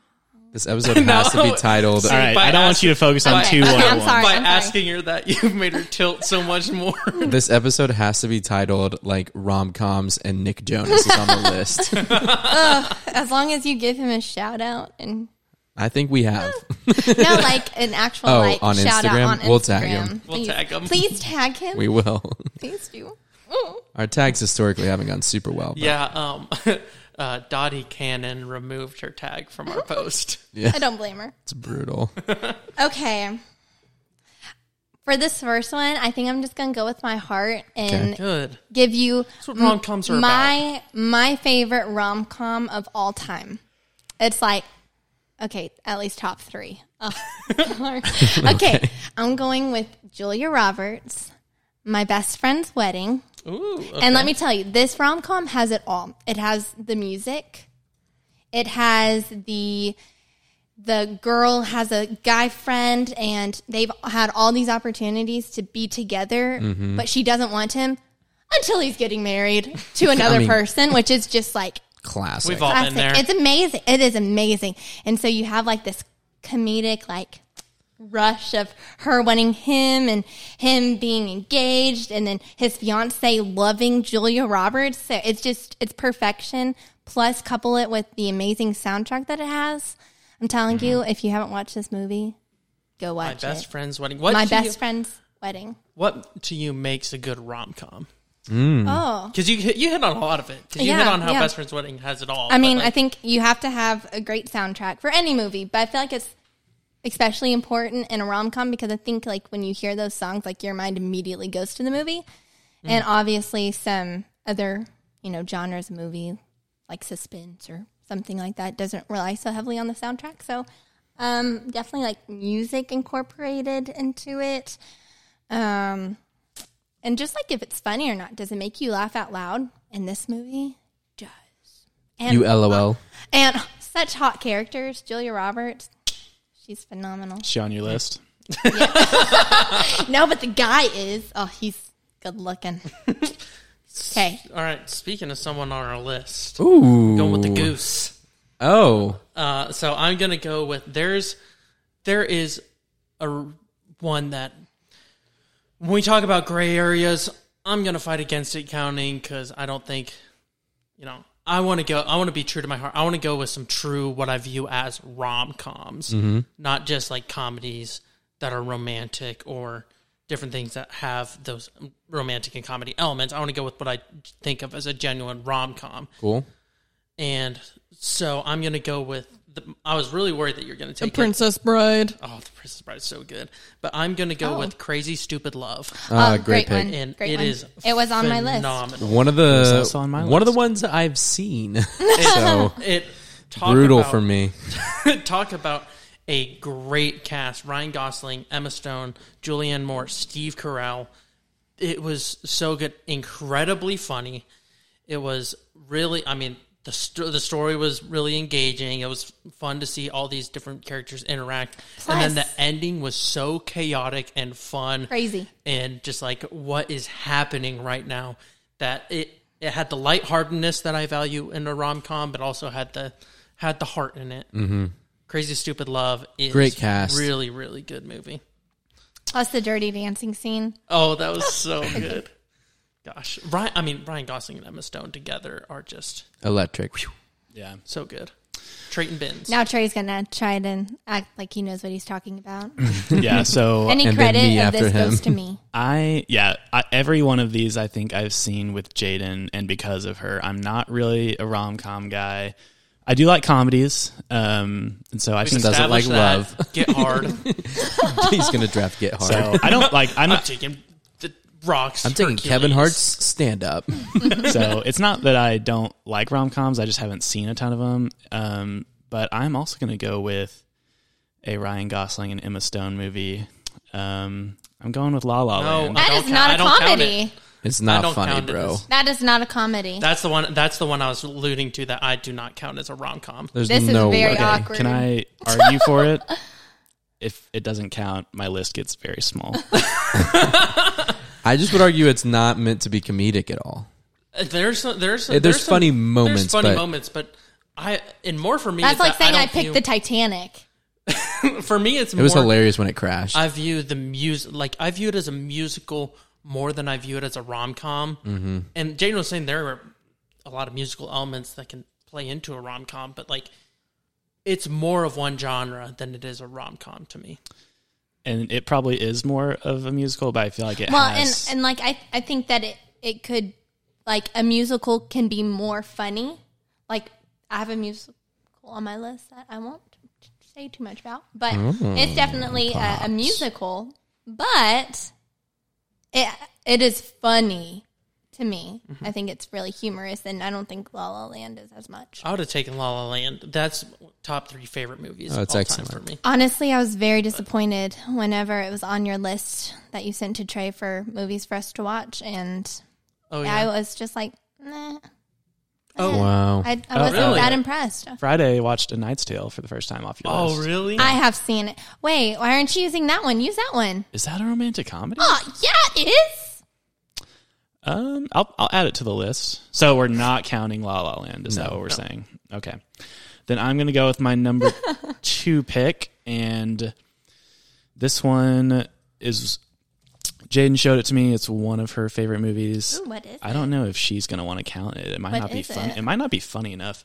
A: this episode has to be titled.
C: All right.
B: By
C: I don't want
B: asking-
C: you to focus on two
D: Okay, okay, I'm
C: 101.
D: sorry.
B: By
D: I'm
B: asking her that, *laughs* you made her tilt so much more.
D: *laughs*
A: This episode has to be titled like rom coms and Nick Jonas is on
B: *laughs*
A: the list.
D: As long as you give him a shout out and
A: I think we have.
D: no, like an actual
A: Oh,
D: like
A: on
D: shout
A: Instagram?
D: out on Instagram.
A: We'll tag him.
B: We'll
D: Please-
B: tag him.
D: Please tag him.
A: We will.
D: Please do. Mm, Ooh.
A: Our tags historically haven't gone super well. But
B: yeah, um, *laughs* uh, Dottie Cannon removed her tag from our post.
D: I don't blame her.
A: It's brutal.
D: Okay. For this first one, I think I'm just gonna go with my heart and
B: Good.
D: give you
B: what rom-coms are
D: my my favorite rom com of all time. It's like okay, at least top three. Oh, *laughs* Lord. okay, I'm going with Julia Roberts, my best friend's wedding.
B: Ooh.
D: And let me tell you, this rom com has it all. It has the music. It has the the girl has a guy friend and they've had all these opportunities to be together, but she doesn't want him until he's getting married to another
A: mean-
D: person, which is just like
A: Classic.
B: We've *laughs* all been there.
D: classic. It's amazing. It is amazing. And so you have like this comedic like rush of her wanting him and him being engaged and then his fiance loving Julia Roberts. So it's just it's perfection. Plus couple it with the amazing soundtrack that it has. I'm telling you, if you haven't watched this movie, go
B: Mm-hmm. my
D: watch
B: best
D: it.
B: friend's wedding. What
D: my
B: to
D: best
B: you,
D: friend's wedding.
B: What to you makes a good rom com? Hmm.
D: Oh.
B: Because you hit- you hit on a lot of it. 'Cause you hit
D: Yeah,
B: on how
D: yeah.
B: best friend's wedding has it all.
D: I
B: but,
D: mean,
B: like,
D: I think you have to have a great soundtrack for any movie, but I feel like it's especially important in a rom com because I think like when you hear those songs, like your mind immediately goes to the movie,
B: Mm.
D: and obviously some other you know genres of movie like suspense or something like that doesn't rely so heavily on the soundtrack. So um, definitely like music incorporated into it. Um, and just like if it's funny or not, does it make you laugh out loud? In this movie, does. And
A: you LOL.
D: and such hot characters. Julia Roberts, she's phenomenal.
C: She on your list?
D: No, but the guy is. Oh, he's good looking. *laughs* Uh, Okay.
B: All right. Speaking of someone on our list,
A: Ooh.
B: going with the goose.
A: Oh.
B: Uh, so I'm gonna go with there's there is a r- one that when we talk about gray areas, I'm gonna fight against it counting because I don't think you know I want to go. I want to be true to my heart. I want to go with some true what I view as rom coms, not just like comedies that are romantic or different things that have those romantic and comedy elements. I want to go with what I think of as a genuine rom com.
A: Cool.
B: And so I'm going to go with. The, I was really worried that you're going to take it.
D: Bride.
B: Oh, the Princess Bride is so good. But I'm going to go with Crazy Stupid Love.
A: Uh, great pick.
D: one.
B: And
D: Oh. great
B: it
D: one.
B: is
D: It was on my list.
B: phenomenal.
A: One of
C: was
A: the
C: also on my
A: one of the
C: list.
A: ones I've seen. *laughs* so
B: It talk
A: brutal
B: about-
A: for me.
B: *laughs* talk about a great cast: Ryan Gosling, Emma Stone, Julianne Moore, Steve Carell. It was so good, incredibly funny. It was really, I mean, the st- the story was really engaging. It was fun to see all these different characters interact, and then
D: Plus-
B: the ending was so chaotic and fun,
D: Crazy.
B: and just like what is happening right now. That it it had the lightheartedness that I value in a rom com, but also had the had the heart in it. Crazy Stupid Love is
A: Mm-hmm. Great cast.
B: Really, really good movie.
D: Plus the dirty dancing scene.
A: *laughs*
B: Oh, that was so good. Gosh, Ryan. I mean, Ryan Gosling and Emma Stone together are just
A: Electric.
C: Yeah.
B: so good. Trayton Bins.
D: Now Trey's gonna try and act like he knows what he's talking about.
B: *laughs*
C: Yeah. So
D: Any
A: And then me
D: credit of
A: after
D: this goes
A: him.
D: to me.
C: I yeah, I, every one of these I think I've seen with Jaden, and because of her, I'm not really a rom com guy. I do like comedies, um, and so I
B: We've
C: think
A: doesn't like
B: established that.
A: *laughs*
B: Get hard.
A: He's gonna draft Get Hard.
C: so. I don't like.
B: *laughs*
C: I'm
B: I'm
C: not.
B: taking the rocks.
A: I'm taking Kevin
B: Hercules.
A: Hart's stand up.
C: So it's not that I don't like rom coms. I just haven't seen a ton of them. Um, but I'm also going to go with a Ryan Gosling and Emma Stone movie. Um, I'm going with La La
B: No,
C: Land.
B: I
D: That
B: don't
D: is
B: count-
D: not
B: I
D: a
B: don't count
D: comedy.
A: It's
B: I
A: not
B: don't
A: funny,
B: count it
A: bro.
B: as-
D: That is not a comedy.
B: That's the one. That's the one I was alluding to. That I do not count as a rom com.
A: There's
D: This is
A: no
D: very
A: way.
D: awkward.
C: Can I argue for it? If it doesn't count, my list gets very small.
A: I just would argue it's not meant to be comedic at all.
B: Uh, There's some, there's some,
A: Yeah, there's funny moments,
B: There's funny
A: but-
B: moments, but I and more for me.
D: That's
B: is
D: like
B: that
D: saying I,
B: don't
D: picked
B: view-
D: the Titanic.
B: For me, it's
A: It was
B: more,
A: hilarious when it crashed.
B: I view the music like I view it as a musical more than I view it as a rom com. Mm-hmm. And Jane was saying there are a lot of musical elements that can play into a rom com, but like it's more of one genre than it is a rom com to me.
C: and it probably is more of a musical, but I feel like it
D: Well, and,
C: has.
D: and like I, I think that it, it could like a musical can be more funny. Like I have a musical on my list that I won't say too much about, but it's definitely a, a musical. But it it is funny to me.
C: Mm-hmm.
D: I think it's really humorous, and I don't think La La Land is as much.
B: I would have taken La La Land. That's top three favorite movies.
A: Oh,
B: of
A: it's
B: all
A: excellent.
B: Time for me.
D: Honestly, I was very disappointed whenever it was on your list that you sent to Trey for movies for us to watch, and
B: Oh
D: I
B: yeah.
D: was just like, nah.
B: oh
A: wow.
D: I, I wasn't
B: really?
D: that impressed.
C: Friday, I watched A Knight's Tale for the first time off your
B: Oh
C: list.
B: really?
D: I have seen it. Wait, why aren't you using that one? Use that one.
C: Is that a romantic comedy?
D: Oh, yeah, it is.
C: Um, I'll I'll add it to the list. So we're not counting La La Land. Is that what we're saying? Okay. Then I'm gonna go with my
D: *laughs*
C: number two pick, and this one is Jaden showed it to me. It's one of her favorite movies.
D: Ooh, what is
C: I don't know if she's gonna want to count it. It might
D: What
C: not be
D: is
C: fun.
D: it?
C: It? might not be funny enough.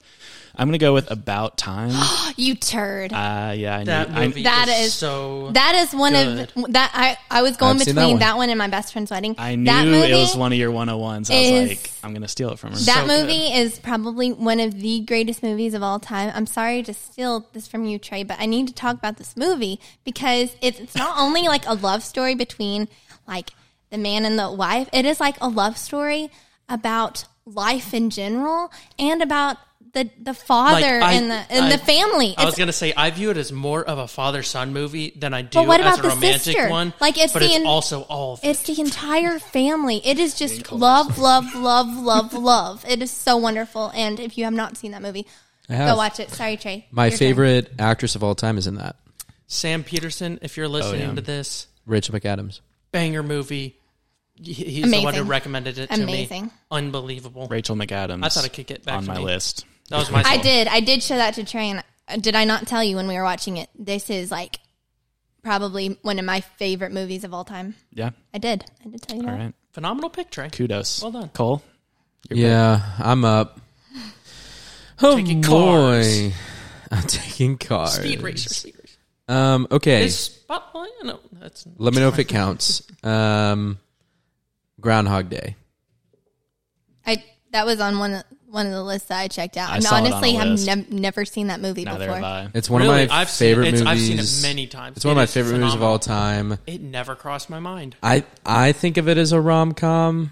C: I'm gonna go with About
D: *gasps*
C: Time.
D: Oh, You turd.
C: uh, yeah, I
B: that
C: knew, I-
B: movie
D: That
B: is,
D: is-
B: so
D: that is one of
B: good.
D: that I I was going
A: I've seen
D: between
A: that
D: that
A: one.
D: one. and my best friend's wedding.
C: I
D: that
C: knew
D: movie,
C: it was one of your 101s. I was
D: is-
C: like, I'm gonna steal it from her.
B: so
D: That
B: good.
D: movie is probably one of the greatest movies of all time. I'm sorry to steal this from you, Trey, but I need to talk about this movie because it's, it's not only like a love story between like the man and the wife, it is like a love story about life in general and about the, the father
B: I-
D: and the and
B: I-
D: the family.
B: I was
D: It's-
B: gonna say I view it as more of a father son movie than I do
D: But what
B: as
D: about
B: a
D: the
B: romantic
D: sister?
B: one.
D: Like, it's
B: but
D: the
B: it's
D: en-
B: also all of it.
D: it's the entire family. It is just love, love, love, love, love. It is so wonderful. And if you have not seen that movie,
A: I have.
D: go watch it. Sorry, Trey.
A: My
D: Your turn.
A: favorite actress of all time is in that.
B: Sam Peterson, if you're listening
C: yeah.
B: to this,
A: Rachel McAdams.
B: banger movie. He- He's the one who
D: Amazing.
B: recommended it to me.
D: Amazing.
B: Unbelievable.
C: Rachel McAdams.
B: I thought I could get back
C: on
B: to
C: my
B: me.
C: list.
B: That was my.
D: I
B: fault.
D: did. I did show that to Trey, and uh, did I not tell you when we were watching it? This is like probably one of my favorite movies of all time.
C: Yeah.
D: I did. I did tell you
C: All
D: that.
C: right.
B: Phenomenal pick, Trey.
C: Kudos.
B: Well done.
C: Cole.
A: Yeah, I'm up. Oh
B: Taking
A: boy,
B: cars.
A: *laughs* I'm taking cars.
B: Speed racer. Speed racer.
A: Um. Okay.
B: Is Spotlight? No, that's.
A: Let me know if
B: *laughs*
A: it counts. Um. Groundhog Day.
D: I that was on one of, one of the lists that I checked out.
C: I
D: and
C: saw it on
D: honestly,
C: a
D: have
C: list.
D: nev- never seen that movie
C: Neither
D: before.
C: have I.
A: It's one
B: Really?
A: of my
B: I've seen it.
A: favorite
B: It's- I've
A: movies.
B: seen it many times.
A: It's one of
B: It
A: my
B: is
A: favorite movies of all time.
B: It never crossed my mind.
A: I I think of it as a rom com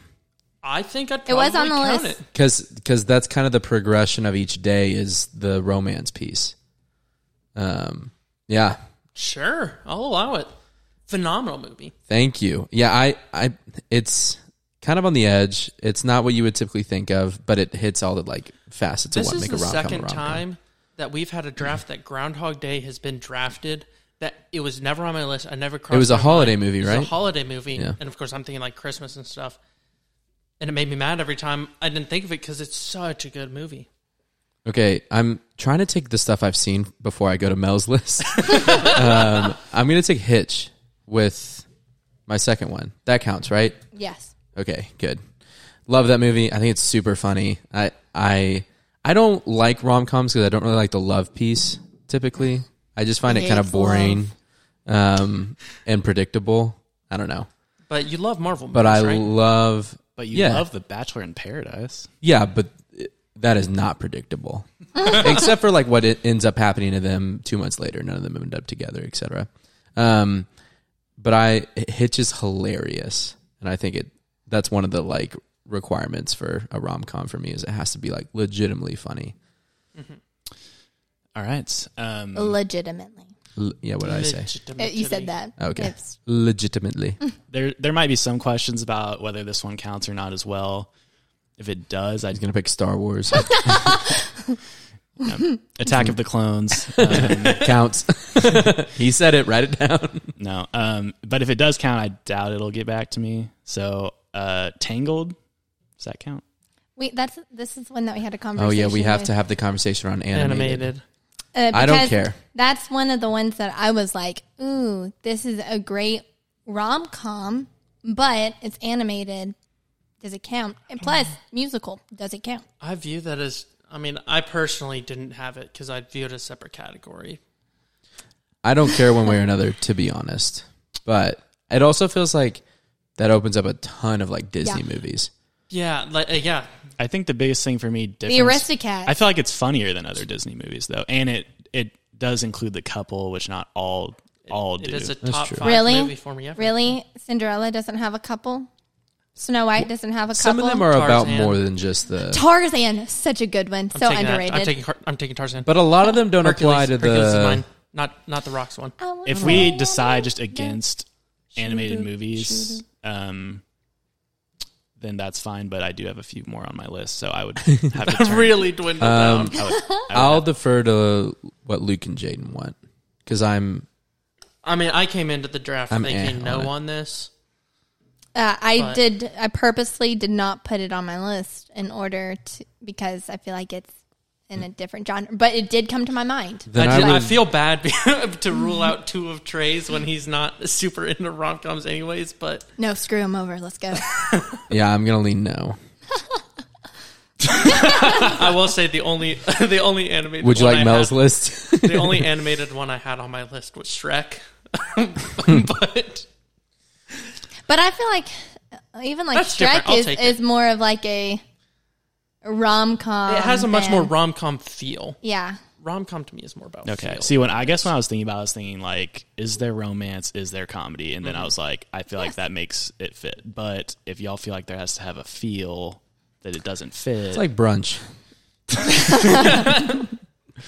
B: I think I'd
D: It
B: probably
D: was on the
B: count
D: list.
B: it.
A: because because that's kind of the progression of each day is the romance piece. Um. Yeah.
B: Sure, I'll allow it. Phenomenal movie.
A: Thank you. Yeah, I, I, it's kind of on the edge. It's not what you would typically think of, but it hits all the like facets
B: This
A: of what
B: is
A: make
B: the
A: a rom com.
B: second time that we've had a draft that Groundhog Day has been drafted. That it was never on my list. I never. Crossed
A: was a
B: my
A: holiday
B: mind.
A: movie,
B: It was
A: right?
B: a holiday movie,
A: Yeah.
B: and of course, I'm thinking like Christmas and stuff. And it made me mad every time I didn't think of it because it's such a good movie.
A: Okay, I'm trying to take the stuff I've seen before I go to Mel's list. *laughs* um, I'm gonna take Hitch with my second one. That counts, right?
D: Yes.
A: Okay, good. Love that movie. I think it's super funny. I I I don't like rom coms because I don't really like the love piece typically. I just find
D: I
A: it kind of
D: hate
A: boring, um, and predictable. I don't know,
B: But you love Marvel movies,
A: but I
B: right?
A: love.
C: But you
A: Yeah.
C: love The Bachelor in Paradise.
A: Yeah, but it- that is not predictable, except for like what it ends up happening to them two months later. None of them end up together, etc. Um, but I Hitch is hilarious, and I think it that's one of the like requirements for a rom com for me is it has to be like legitimately funny.
C: All right. Um,
D: legitimately.
A: L- yeah, what did I say?
D: Uh,
B: Legitimate
D: You
B: to me.
D: said that.
A: Okay,
D: It's-
A: legitimately.
C: there there might be some questions about whether this one counts or not as well. If it does, I'd
A: He's gonna pick Star Wars. *laughs*
C: Attack of the Clones. Um,
A: *laughs* Counts. he said it. Write it down.
C: no, um, but if it does count, I doubt it'll get back to me. So, uh, Tangled, does that count?
D: Wait, that's this is one that we had a conversation.
A: Oh yeah, we have
D: with.
A: to have the conversation around animated.
B: Animated.
D: Uh,
A: I don't
D: because
A: care.
D: That's one of the ones that I was like, ooh, this is a great rom com, but it's animated. Does it count? And plus, musical. Does it count?
B: I view that as. I mean, I personally didn't have it because I view it as a separate category.
A: I don't care one way or another, to be honest. But it also feels like that opens up a ton of like Disney
D: Yeah.
A: movies.
B: Yeah, like uh, yeah,
C: I think the biggest thing for me,
D: The
C: difference,
D: Aristocats.
C: I feel like it's funnier than other Disney movies though, and it it does include the couple, which not all all
B: it
C: do.
B: is a top
A: true.
B: five
D: Really?
B: movie for me. Ever.
D: really, Cinderella doesn't have a couple. Snow White doesn't have a couple.
A: Some of them are about
B: Tarzan.
A: more than just the.
D: Tarzan, such a good one, so
B: taking that. I'm
D: underrated.
B: taking. Tar- I'm taking Tarzan.
A: But a lot of them don't
B: Hercules-
A: apply to
B: Hercules is
A: the.
B: mine. Not not the rocks one.
D: I wanna
C: if we
D: roll
C: decide
D: on
C: just
D: the-
C: against animated movies, um, then that's fine. But I do have a few more on my list, so I
D: *laughs*
C: would have to turn.
B: really dwindled
A: Um,
B: down.
C: I would-
A: I'll defer to what Luke and Jaden want because I'm
B: I mean, I came into the draft
A: I'm eh
B: thinking
A: on
B: no
A: it.
B: on this.
D: Uh, I
B: But-
D: did. I purposely did not put it on my list in order to because I feel like it's in a different genre. But it did come to my mind.
A: then
B: I,
A: I,
B: did, I
A: would-
B: feel bad *laughs* to rule out two of Trey's when he's not super into rom coms, anyways. But
D: No, screw him over. Let's go.
A: yeah I'm gonna lean no.
B: I will say the only *laughs* the only animated
A: Would you
B: one
A: like
B: I
A: Mel's
B: had-
A: list? *laughs*
B: The only animated one I had on my list was Shrek, *laughs* but
D: but I feel like uh, even like
B: That's different.
D: Shrek
B: I'll
D: is,
B: take it.
D: is more of like a rom com.
B: it has a
D: Um,
B: much more rom com feel.
D: yeah.
B: Rom com to me is more about
C: Okay.
B: Feel.
C: See, when I guess when I was thinking about, it, I was thinking like, is there romance? Is there comedy? And then
D: Mm-hmm.
C: I was like, I feel like that makes it fit. But if y'all feel like there has to have a feel that it doesn't fit,
A: It's like brunch.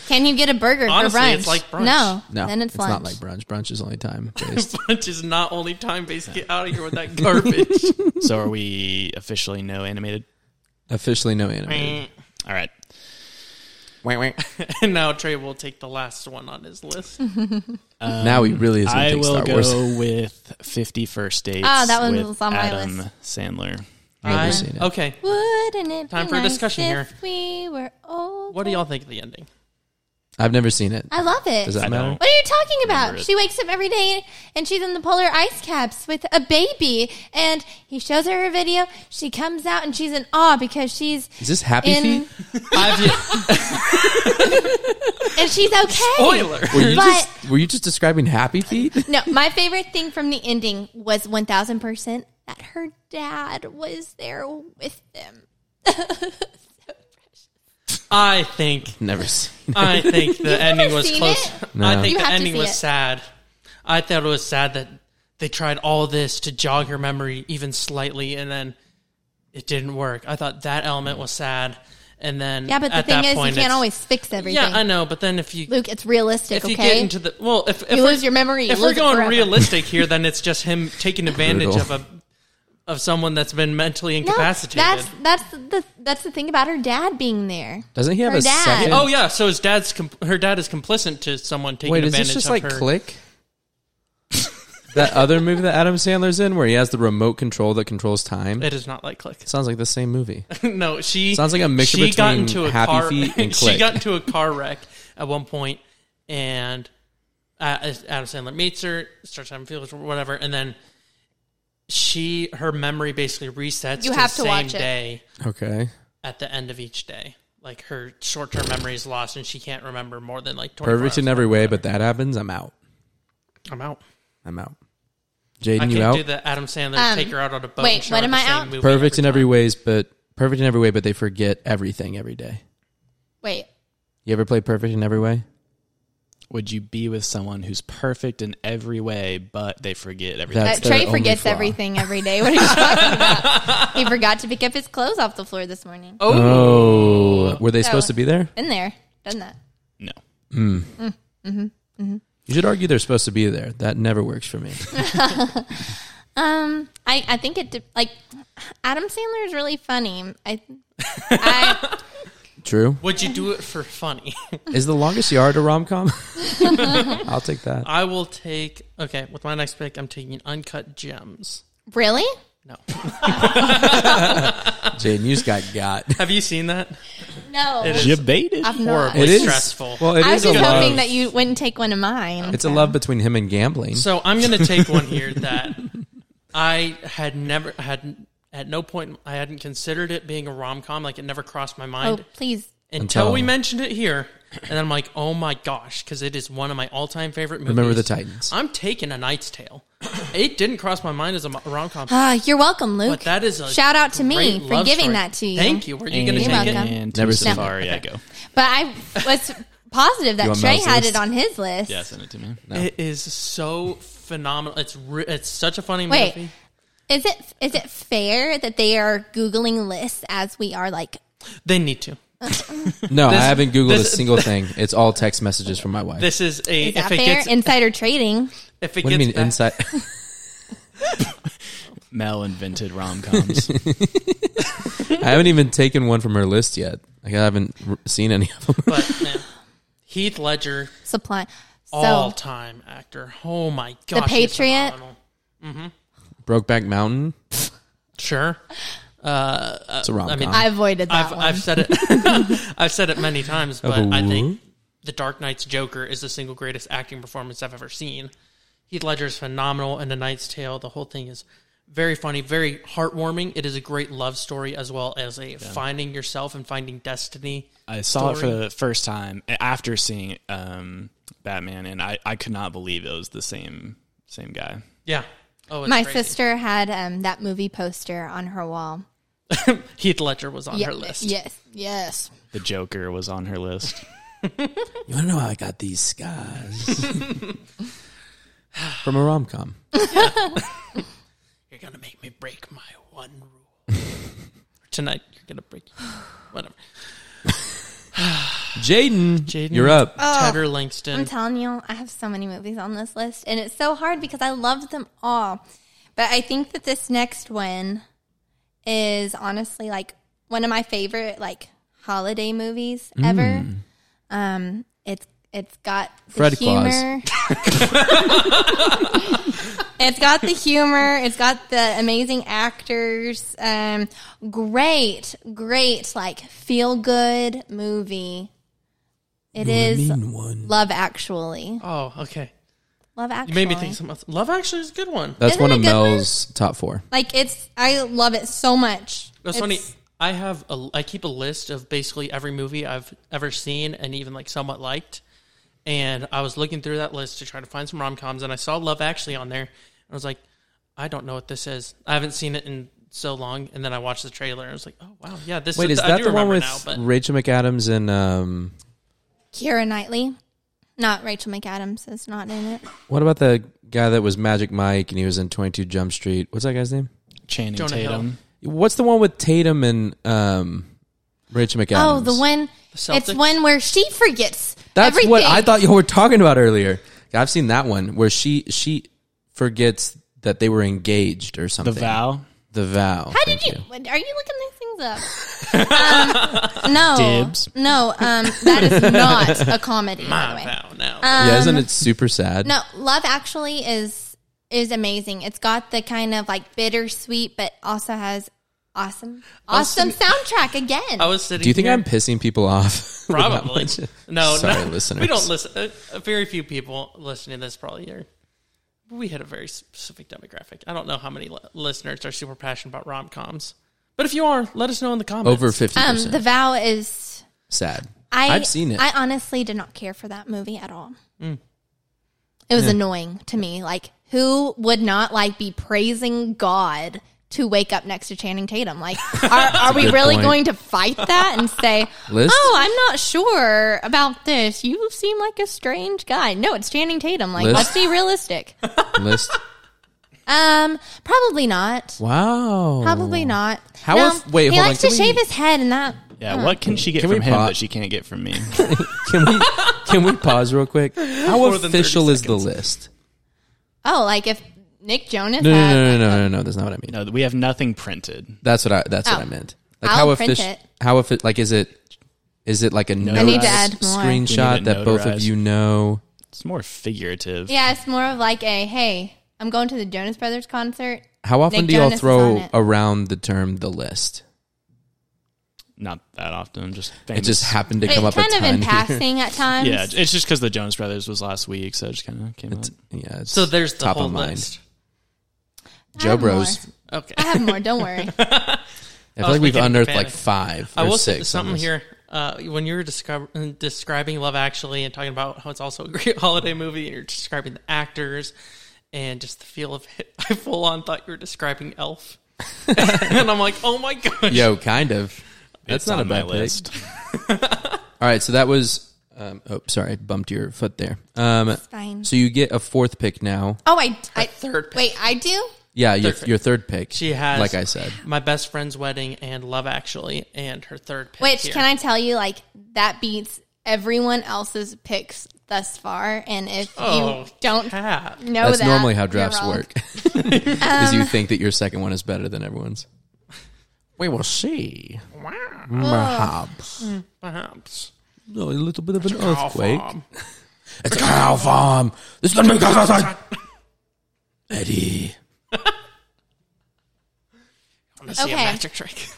D: Can you get a burger
B: Honestly,
D: for brunch?
B: it's like brunch.
D: No,
A: No,
D: then it's, lunch.
A: not like brunch. Brunch is only
D: *laughs*
A: time based.
B: which is not only time based. Get out of here with that garbage.
C: so
D: hmm.
C: are we officially no animated?
A: Officially no animated.
C: All right.
B: and now Trey will take the last one on his list.
A: now he really is gonna
C: I
A: take
C: will
A: Star
C: go
A: Wars.
C: with Fifty First Dates.
D: Ah, that one
C: with
D: was on my
C: Adam
D: list.
C: Sandler.
A: Never
B: I-
A: seen it.
B: okay,
D: Wouldn't it
B: Time
D: be
B: for a
D: nice
B: discussion
D: if
B: here.
D: We were old.
B: what do y'all think of the ending?
A: I've never seen it.
D: I love it.
A: Does that
C: I
A: matter?
C: don't.
D: What are you talking about?
C: it.
D: She wakes up every day and she's in the polar ice caps with a baby. And he shows her her video. She comes out and she's in awe because she's
A: Is this Happy
D: in,
A: Feet?
B: I've yet-
D: and
B: *laughs*
D: she's okay.
B: spoiler.
A: Were you
D: But-
A: just were you just describing Happy Feet? *laughs*
D: No, my favorite thing from the ending was 1000% that her dad was there with them.
B: I think
A: Never seen.
D: *laughs*
B: I think the ending
D: never
B: was
D: seen
B: close.
D: it?
B: I think
D: You
B: the
D: have to
B: ending
D: see
B: was
D: it.
B: sad. I thought it was sad that they tried all this to jog her memory even slightly, and then it didn't work. I thought that element was sad, and then
D: Yeah, but the
B: at
D: thing
B: that
D: is,
B: point,
D: you can't
B: it's-
D: always fix everything.
B: Yeah, I know, but then if you
D: Luke, it's realistic,
B: if you
D: okay?
B: get into the well, if, if
D: you
B: we're-
D: lose your memory. you
B: if we're
D: lose it
B: going
D: forever.
B: realistic here, then it's just
D: *laughs*
B: him taking advantage
A: Brutal.
B: of a of someone that's been mentally
D: No,
B: incapacitated.
D: that's that's the that's the thing about her dad being there.
A: Doesn't he have
D: Her
A: a
D: dad.
A: second?
B: oh yeah, so his dad's comp- her dad is complicit to someone taking
A: Wait, is
B: advantage
A: this just
B: of
A: like
B: her.
A: Click? *laughs* that other movie that Adam Sandler's in, where he has the remote control that controls time.
B: It is not like click. *laughs*
A: sounds like the same movie.
B: no, she
A: Sounds like a mixture
B: she got
A: between
B: into a
A: Happy
B: car, *laughs*
A: Feet and
B: she
A: Click.
B: got into a car wreck at one point, and uh, Adam Sandler meets her, starts having feelings, or whatever, and then she her memory basically resets
D: You
B: to
D: have
B: the
D: to
B: same
D: watch it.
B: day
A: Okay.
B: at the end of each day. Like her short term memory is lost and she can't remember more than like twenty.
A: Perfect in every way, but that happens. I'm out.
B: I'm out.
A: I'm out.
B: I
A: Jaden,
B: can't
A: you out?
B: do the Adam Sandler
D: Um,
B: take her out on a boat.
D: wait,
B: and show
D: what
B: her
D: am
B: the
D: I
B: same
D: out?
B: movie
A: Perfect in every
B: time.
A: ways, but perfect in every way, but they forget everything every day.
D: Wait.
A: You ever play perfect in every way?
C: Would you be with someone who's perfect in every way, but they forget everything?
D: Uh,
A: That's their
D: Trey
A: only
D: forgets
A: flaw.
D: everything every day. What are you
B: *laughs*
D: talking about? He forgot to pick up his clothes off the floor this morning. Oh.
A: Oh, were they
D: So-
A: supposed to be there?
D: Been there, done that.
C: no.
A: You should argue they're supposed to be there. That never works for
D: *laughs*
A: me.
D: Um, I, I think it, de- like, Adam Sandler is really funny. I,
B: *laughs*
D: I,
A: True.
B: Would you do it for funny? *laughs*
A: Is the longest yard a rom
D: *laughs*
A: com? I'll take that.
B: I will take okay, with my next pick I'm taking uncut gems.
D: really?
B: No.
A: Jaden, you just got got.
B: Have you seen that?
D: No.
B: It is
C: You baited.
D: I've not.
B: horribly
A: It is-
B: stressful.
A: Well, it
D: I was
A: is a
D: just hoping
A: love.
D: that you wouldn't take one of mine.
A: it's a love between him and gambling.
B: So I'm going to take one here that I had never had at no point I hadn't considered it being a rom com. Like it never crossed my mind
D: Oh, please.
B: until
A: Until-
B: we mentioned it here, and I'm like, oh my gosh, because it is one of my all time favorite movies.
A: Remember the Titans.
B: I'm taking A Knight's Tale. It didn't cross my mind as a rom com,
D: Ah, you're welcome, Luke.
B: but that is a
D: shout out to me
B: great
D: for
B: love
D: giving
B: story.
D: that to you.
B: Thank you. Were you going to
D: You're
B: take
D: welcome.
B: it?
C: And
A: Never
C: to
A: seen it.
C: Safari, I go.
D: But I was positive
A: You
D: that
A: on
D: Trey
A: Mel's
D: had
A: list?
D: it on his list.
C: Yeah, send it to me.
B: It is so phenomenal. It's re- it's such a funny
D: Wait.
B: movie.
D: Is it is it fair that they are googling lists as we are like
B: They need to.
A: no, I haven't Googled
B: this-
A: a single thing. It's all text messages from my wife.
B: This is a
D: is
B: if
D: that
B: it
D: fair
B: gets
D: insider trading?
B: if it
A: what do you mean
B: gets back-
A: *laughs* inside?
C: Mel invented rom *laughs* coms.
A: I haven't even taken one from her list yet. Like, I haven't r- seen any of them. *laughs*
B: but man, Heath Ledger,
D: Supply.
B: all
D: *laughs* So
B: time actor. Oh my god,
D: Patriot?
A: Brokeback Mountain.
B: Sure,
A: It's a rom com.
B: mean,
D: I avoided that
B: I've
D: one.
B: I've said it.
D: *laughs*
B: I've said it *laughs* many times, but I think the Dark Knight's Joker is the single greatest acting performance I've ever seen. Heath Ledger is phenomenal, and The Knight's Tale. The whole thing is very funny, very heartwarming. It is a great love story as well as a finding yourself and finding destiny.
C: I saw it
B: story.
C: for the first time after seeing um, Batman, and I, I could not believe it was the same same guy.
B: Yeah. Oh, it's
D: My
B: crazy.
D: sister had um, that movie poster on her wall.
B: Heath Ledger was on
D: Ye-
B: her list.
D: Yes, yes.
C: The Joker was on her list.
A: You want to know how I got these scars? *laughs* From a rom com.
B: You're gonna make me break my one rule. *laughs* Tonight you're gonna break
D: *sighs*
B: whatever.
A: Jaden,
B: Jaden.
A: you're up.
B: Tedder
D: Oh, I'm
B: Langston.
D: telling you, I have so many movies on this list, and it's so hard because I loved them all. But I think that this next one is honestly like one of my favorite like holiday movies
A: Mm.
D: ever. Um, it's it's got the
A: Fred Claus.
D: humor. *laughs* it's got the humor. It's got the amazing actors. Um, great, great like feel good movie. It is.
A: one.
D: Love Actually.
B: oh, okay.
D: Love
B: You
D: Actually.
B: made me think something else. Love Actually is a good one.
A: That's
D: Isn't
A: one
D: it
A: of
D: a good one?
A: Mel's top four.
D: Like it's, I love it so much.
B: That's
D: It's-
B: funny. I have a I keep a list of basically every movie I've ever seen and even like somewhat liked. And I was looking through that list to try to find some rom coms and I saw Love Actually on there. I was like, I don't know what this is. I haven't seen it in so long. And then I watched the trailer and I was like, Oh wow, yeah, this
A: Wait,
B: is
A: is
B: I
A: that
B: do
A: the one
B: remember
A: with
B: now, but
A: Rachel McAdams and um?
D: Keira Knightley, not Rachel McAdams is not in it.
A: What about the guy that was Magic Mike and he was in Twenty Two Jump Street? What's that guy's name?
C: *laughs* Channing
B: Jonah Hill.
C: Tatum.
A: What's the one with Tatum and um? Rachel McAdams.
D: Oh, the one. It's
B: Celtics?
D: one where she forgets.
A: That's
D: everything.
A: what I thought you were talking about earlier. I've seen that one where she she forgets that they were engaged or
C: The
A: something.
C: Vow.
A: The vow.
D: How
A: Thank
D: did you? what- Are you looking these things
B: *laughs*
D: up? um, no,
C: Dibs.
D: no. Um, that is not a comedy. by the way.
B: wow now.
A: Yeah, isn't it super sad?
D: Um, No, Love Actually is is amazing. It's got the kind of like bittersweet, but also has awesome, awesome soundtrack again.
B: I was sitting
A: Do you think
B: here-
A: I'm pissing people off? *laughs* with that
B: Probably.
A: one?
B: No,
A: *laughs* Sorry,
B: no,
A: listeners.
B: We don't listen. Uh, very few people listening to this probably are we hit a very specific demographic. I don't know how many li- listeners are super passionate about rom coms, but if you are, let us know in the comments.
A: Over fifty
D: Um,
A: percent.
D: the vow is.
A: Sad.
D: I,
A: I've seen it. Mm.
D: I honestly did not care for that movie at all. It was annoying to me. Like, who would not like be praising God to wake up next to Channing Tatum?
A: *laughs*
D: Like, are, are we
A: good
D: really
A: point.
D: going to fight that and say,
A: Liz?
D: "Oh, I'm not sure about this. You seem like a strange guy." No, it's Channing Tatum. Like,
A: Liz?
D: let's be realistic. *laughs*
A: List.
D: Um, probably not.
A: Wow.
D: Probably not.
A: Oh. How
D: No,
A: if- wait,
D: he
A: hold on,
D: likes
A: can
D: to
A: we-
D: shave his head, and that
C: Yeah, what can she get
A: Can we
C: from him
A: pop-
C: that she can't get from me?
A: Can we can we pause real quick? How
B: than 30
A: official is the list?
D: oh, like if Nick Jonas
A: No,
D: has
A: no, no, no, no, no, no. That's not what I mean.
C: no, we have nothing printed.
A: That's what I. That's what
D: Oh.
A: I meant. Like
D: I'll
A: how
D: print
A: official?
D: it.
A: How if it like is it? Is it like a no
C: I need to
D: add more.
A: screenshot
C: We need it
A: that both of
C: notarized.
A: you know?
C: It's more figurative.
D: Yeah, it's more of like a hey, I'm going to the Jonas Brothers concert.
A: How often
D: Nick
A: do y'all
D: Jonas is on
A: throw
D: it.
A: around the term the list?
C: Not that often. Just
A: It
C: famous.
A: just happened to
D: It's
A: come up
D: kind
A: a
D: of
A: ton *laughs*
D: in
A: here.
D: passing at times.
C: Yeah, it's just because the Jonas Brothers was last week, so it just kind of came out.
A: Yeah. It's
B: So there's the
A: top
B: whole
A: of mind.
B: list.
D: I have
A: Joe Bros.
D: more.
B: Okay.
D: I have more. Don't worry.
A: I feel like
B: was
A: we've
B: making a
A: unearthed
B: panic.
A: like five
B: I
A: or
B: will say
A: six.
B: something
A: on this.
B: here. Uh, when you were describ- describing Love Actually and talking about how it's also a great *laughs* holiday movie, and you're describing the actors and just the feel of it, *laughs* I full on thought you were describing Elf, *laughs* and I'm like, oh my gosh,
A: Yo, kind of. That's
C: It's
A: not a
C: on my
A: bad pick.
C: list.
A: All right, so that was. Um, oh, sorry, bumped your foot there. Um,
D: fine.
A: So you get a fourth pick now.
D: Oh, I, I
B: third pick.
D: Wait, I do.
A: Yeah, your,
B: Third pick.
A: your third pick.
B: She has,
A: like I said.
B: my best friend's wedding and Love Actually, and her third pick.
D: Which
B: here.
D: can I tell you? Like that beats everyone else's picks thus far. And if
B: Oh,
D: you don't
B: Cap.
D: know
A: That's
D: Oh, that,
A: normally how
D: you're
A: drafts
D: wrong. *laughs* Um,
A: work. Because you think that your second one is better than everyone's. We will see. Perhaps.
B: Perhaps.
A: No, a little bit of an
B: Cow
A: earthquake.
B: farm.
A: It's a cow farm. This is gonna be cow farm. Eddie.
B: I'm gonna see
D: Okay.
B: a magic trick.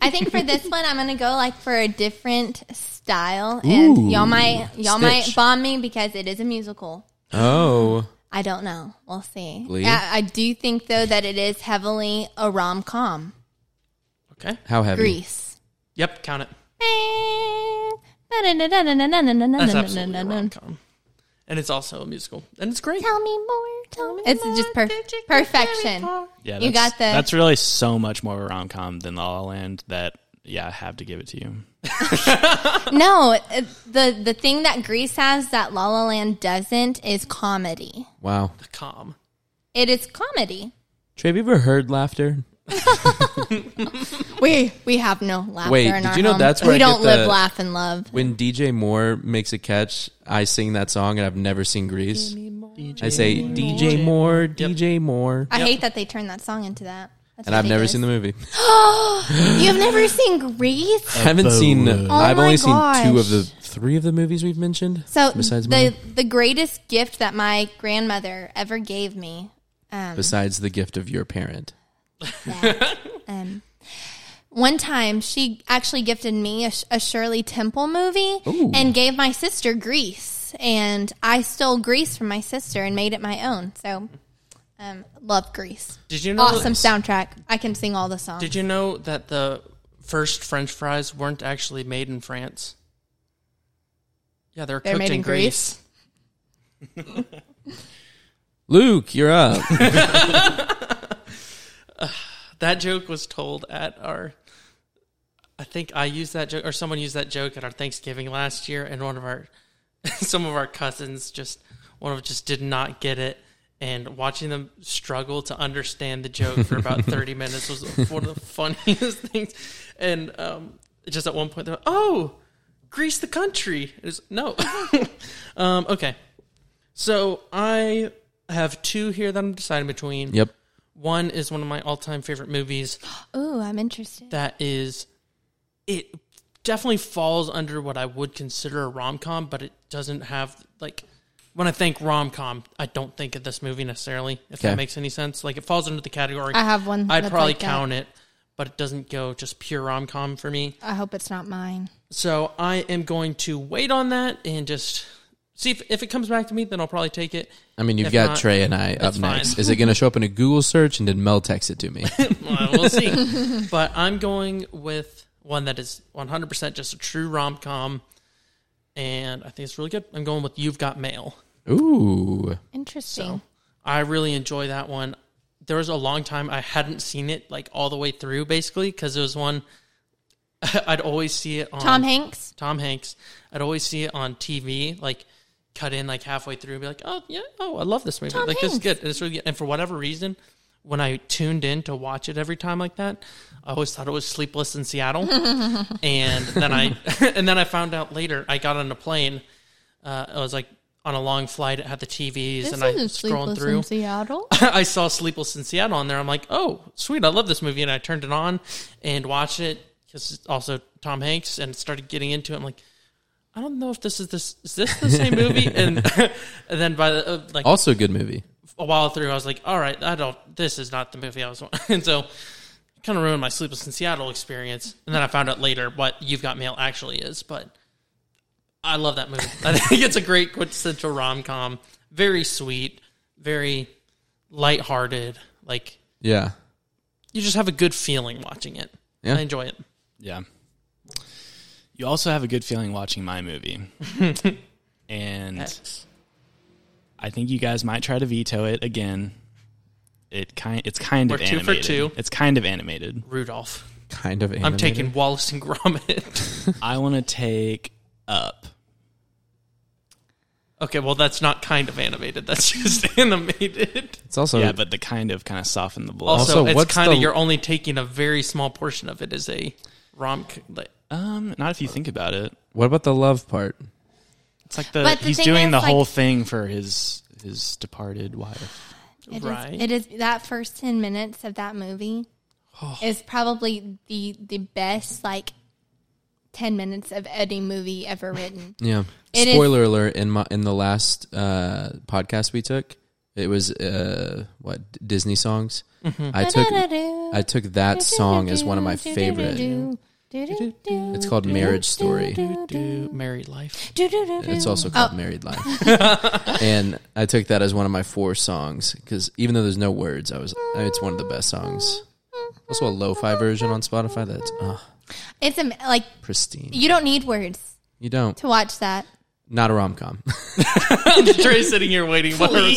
D: I think for this one, I'm gonna go like for a different style, and
A: Ooh,
D: y'all might y'all might
A: Stitch.
D: bomb me because it is a musical.
A: Oh.
D: I don't know. We'll see.
A: Glee?
D: Yeah, I do think though that it is heavily a rom com.
B: Okay.
A: How heavy?
D: Grease.
B: Yep. Count it. That's absolutely a
D: Tell
B: rom-com. and it's also a musical, and it's great.
D: me more. Tell me. It's just per- perfection.
C: Yeah,
D: You
C: that's-
D: got the-
C: That's really so much more of a rom com than La La Land. That yeah, I have to give it to you.
D: No, it- the the thing that Grease has that La La Land doesn't is comedy.
A: Wow.
B: Calm.
D: It is comedy.
A: Trey, have you ever heard laughter?
D: We we have no laughter
A: Wait,
D: in
A: did
D: our
A: you know
D: home.
A: that's where
D: we
A: I get
D: don't live,
A: the-
D: laugh, and love.
A: When DJ Moore makes a catch, I sing that song and I've never seen Grease. I say DJ Moore, DJ Moore.
D: I hate that they turned that song into that. That's
A: And I've never seen the
D: ridiculous.
A: movie.
D: You've never seen Grease?
A: *laughs* I haven't seen. I've
D: Oh my
A: only seen two
D: gosh.
A: of the three of the movies we've mentioned.
D: So
A: besides
D: the
A: mine?
D: the greatest gift that my grandmother ever gave me,
A: besides the gift of your parent,
D: that, um, one time she actually gifted me a, Sh- a Shirley Temple movie and gave my sister Grease, and I stole Grease from my sister and made it my own. So, um, love Grease.
B: Did you know?
D: Awesome soundtrack. I can sing all the songs.
B: Did you know that the first French fries weren't actually made in France? Yeah, they're,
D: They're
B: cooked
D: made
B: in,
D: in
B: Greece.
A: Luke, you're
B: *laughs*
A: up.
B: That joke was told at our. I think I used that joke, or someone used that joke at our Thanksgiving last year, and one of our, *laughs* some of our cousins just one of just did not get it, and watching them struggle to understand the joke for about thirty minutes was one of the funniest *laughs* things, and um, just at one point they're like, oh, Greece the country is no, *laughs* um, okay, so I have two here that I'm deciding between.
A: yep.
B: One is one of my all-time favorite movies
D: Ooh, I'm interested.
B: that is it definitely falls under what I would consider a rom-com, but it doesn't have like when I think rom-com, I don't think of this movie necessarily, if
A: Okay.
B: that makes any sense. Like it falls under the category.
D: I have one
B: I'd
D: that's
B: probably
D: like that.
B: count it, but it doesn't go just pure rom-com for me.
D: I hope it's not mine.
B: So I am going to wait on that and just See if, if it comes back to me, then I'll probably take it.
A: I mean, you've
B: If
A: got
B: not,
A: Trey and I up
B: that's fine.
A: next. Is it going to show up in a Google search and did Mel text it to
B: *laughs*
A: me?
B: Well, we'll see. but I'm going with one that is 100% just a true rom com, and I think it's really good. I'm going with You've Got Mail.
A: Ooh.
D: Interesting.
B: I really enjoy that one. There was a long time I hadn't seen it like all the way through, basically, because it was one *laughs* I'd always see it on
D: Tom Hanks.
B: Tom Hanks. I'd always see it on TV, like cut in like halfway through and be like, oh, yeah, oh, I love this movie.
D: Tom
B: like, this is
D: Hanks.
B: good. It's really good. And for whatever reason, when I tuned in to watch it every time like that, I always thought it was Sleepless in
D: *laughs*
B: Seattle. and then I *laughs* and then I found out later, I got on a plane. Uh, I was like on a long flight, it had the TVs, and I scrolling through.
D: Seattle.
B: *laughs* I saw Sleepless in Seattle on there. I'm like, oh, sweet, I love this movie. And I turned it on and watched it because it's also Tom Hanks and started getting into it. I'm like, I don't know if this is this is this the same movie? And, *laughs* and then by the uh, like
A: Also a good movie.
B: a while through, I was like, all right, I don't. This is not the movie I was. wa- *laughs* And so, kind of ruined my Sleepless in Seattle experience. And then I found out later what You've Got Mail actually is. But I love that movie. I think it's a great quintessential rom com. Very sweet, very lighthearted. Like
A: Yeah.
B: you just have a good feeling watching it.
A: Yeah.
B: I enjoy it.
C: Yeah. You also have a good feeling watching my movie. and I think you guys might try to veto it again. It kind it's kind of
B: We're two for
C: animated.
B: two.
C: It's kind of animated.
B: Rudolph.
A: Kind of.
B: I'm
A: animated.
B: taking Wallace and *laughs* Gromit.
C: I want to take up.
B: okay, well that's not kind of animated. That's just *laughs* animated.
A: It's also.
C: yeah, but the kind of kind of softened the blow.
B: Also,
A: Also,
B: it's
A: what's
B: kind of
A: the-
B: you're only taking a very small portion of it as a rom. Like,
C: um, not if you think about it.
A: what about the love part?
C: It's like the,
D: But the
C: he's
D: thing
C: doing
D: is,
C: the
D: like-
C: whole thing for his his departed wife.
D: It is-
B: Right.
D: it is that first ten minutes of that movie
B: Oh.
D: is probably the the best like ten minutes of any movie ever written.
A: Yeah.
D: It is-
A: Spoiler alert! In my in the last uh, podcast we took, it was uh, what Disney songs.
B: Mm-hmm.
A: I took I took that song as one of my favorite. It's
D: It's
A: called Marriage Story.
B: do married life. *laughs*
A: It's also
B: Oh.
A: called Married Life. and I took that as one of my four songs because even though there's no words, I was I mean, it's one of the best songs. Also a lo-fi version on Spotify that's ah
D: It's am- like
A: pristine.
D: you don't need words
A: You don't.
D: to watch that.
A: Not a rom-com.
B: Trey's sitting here waiting. What are-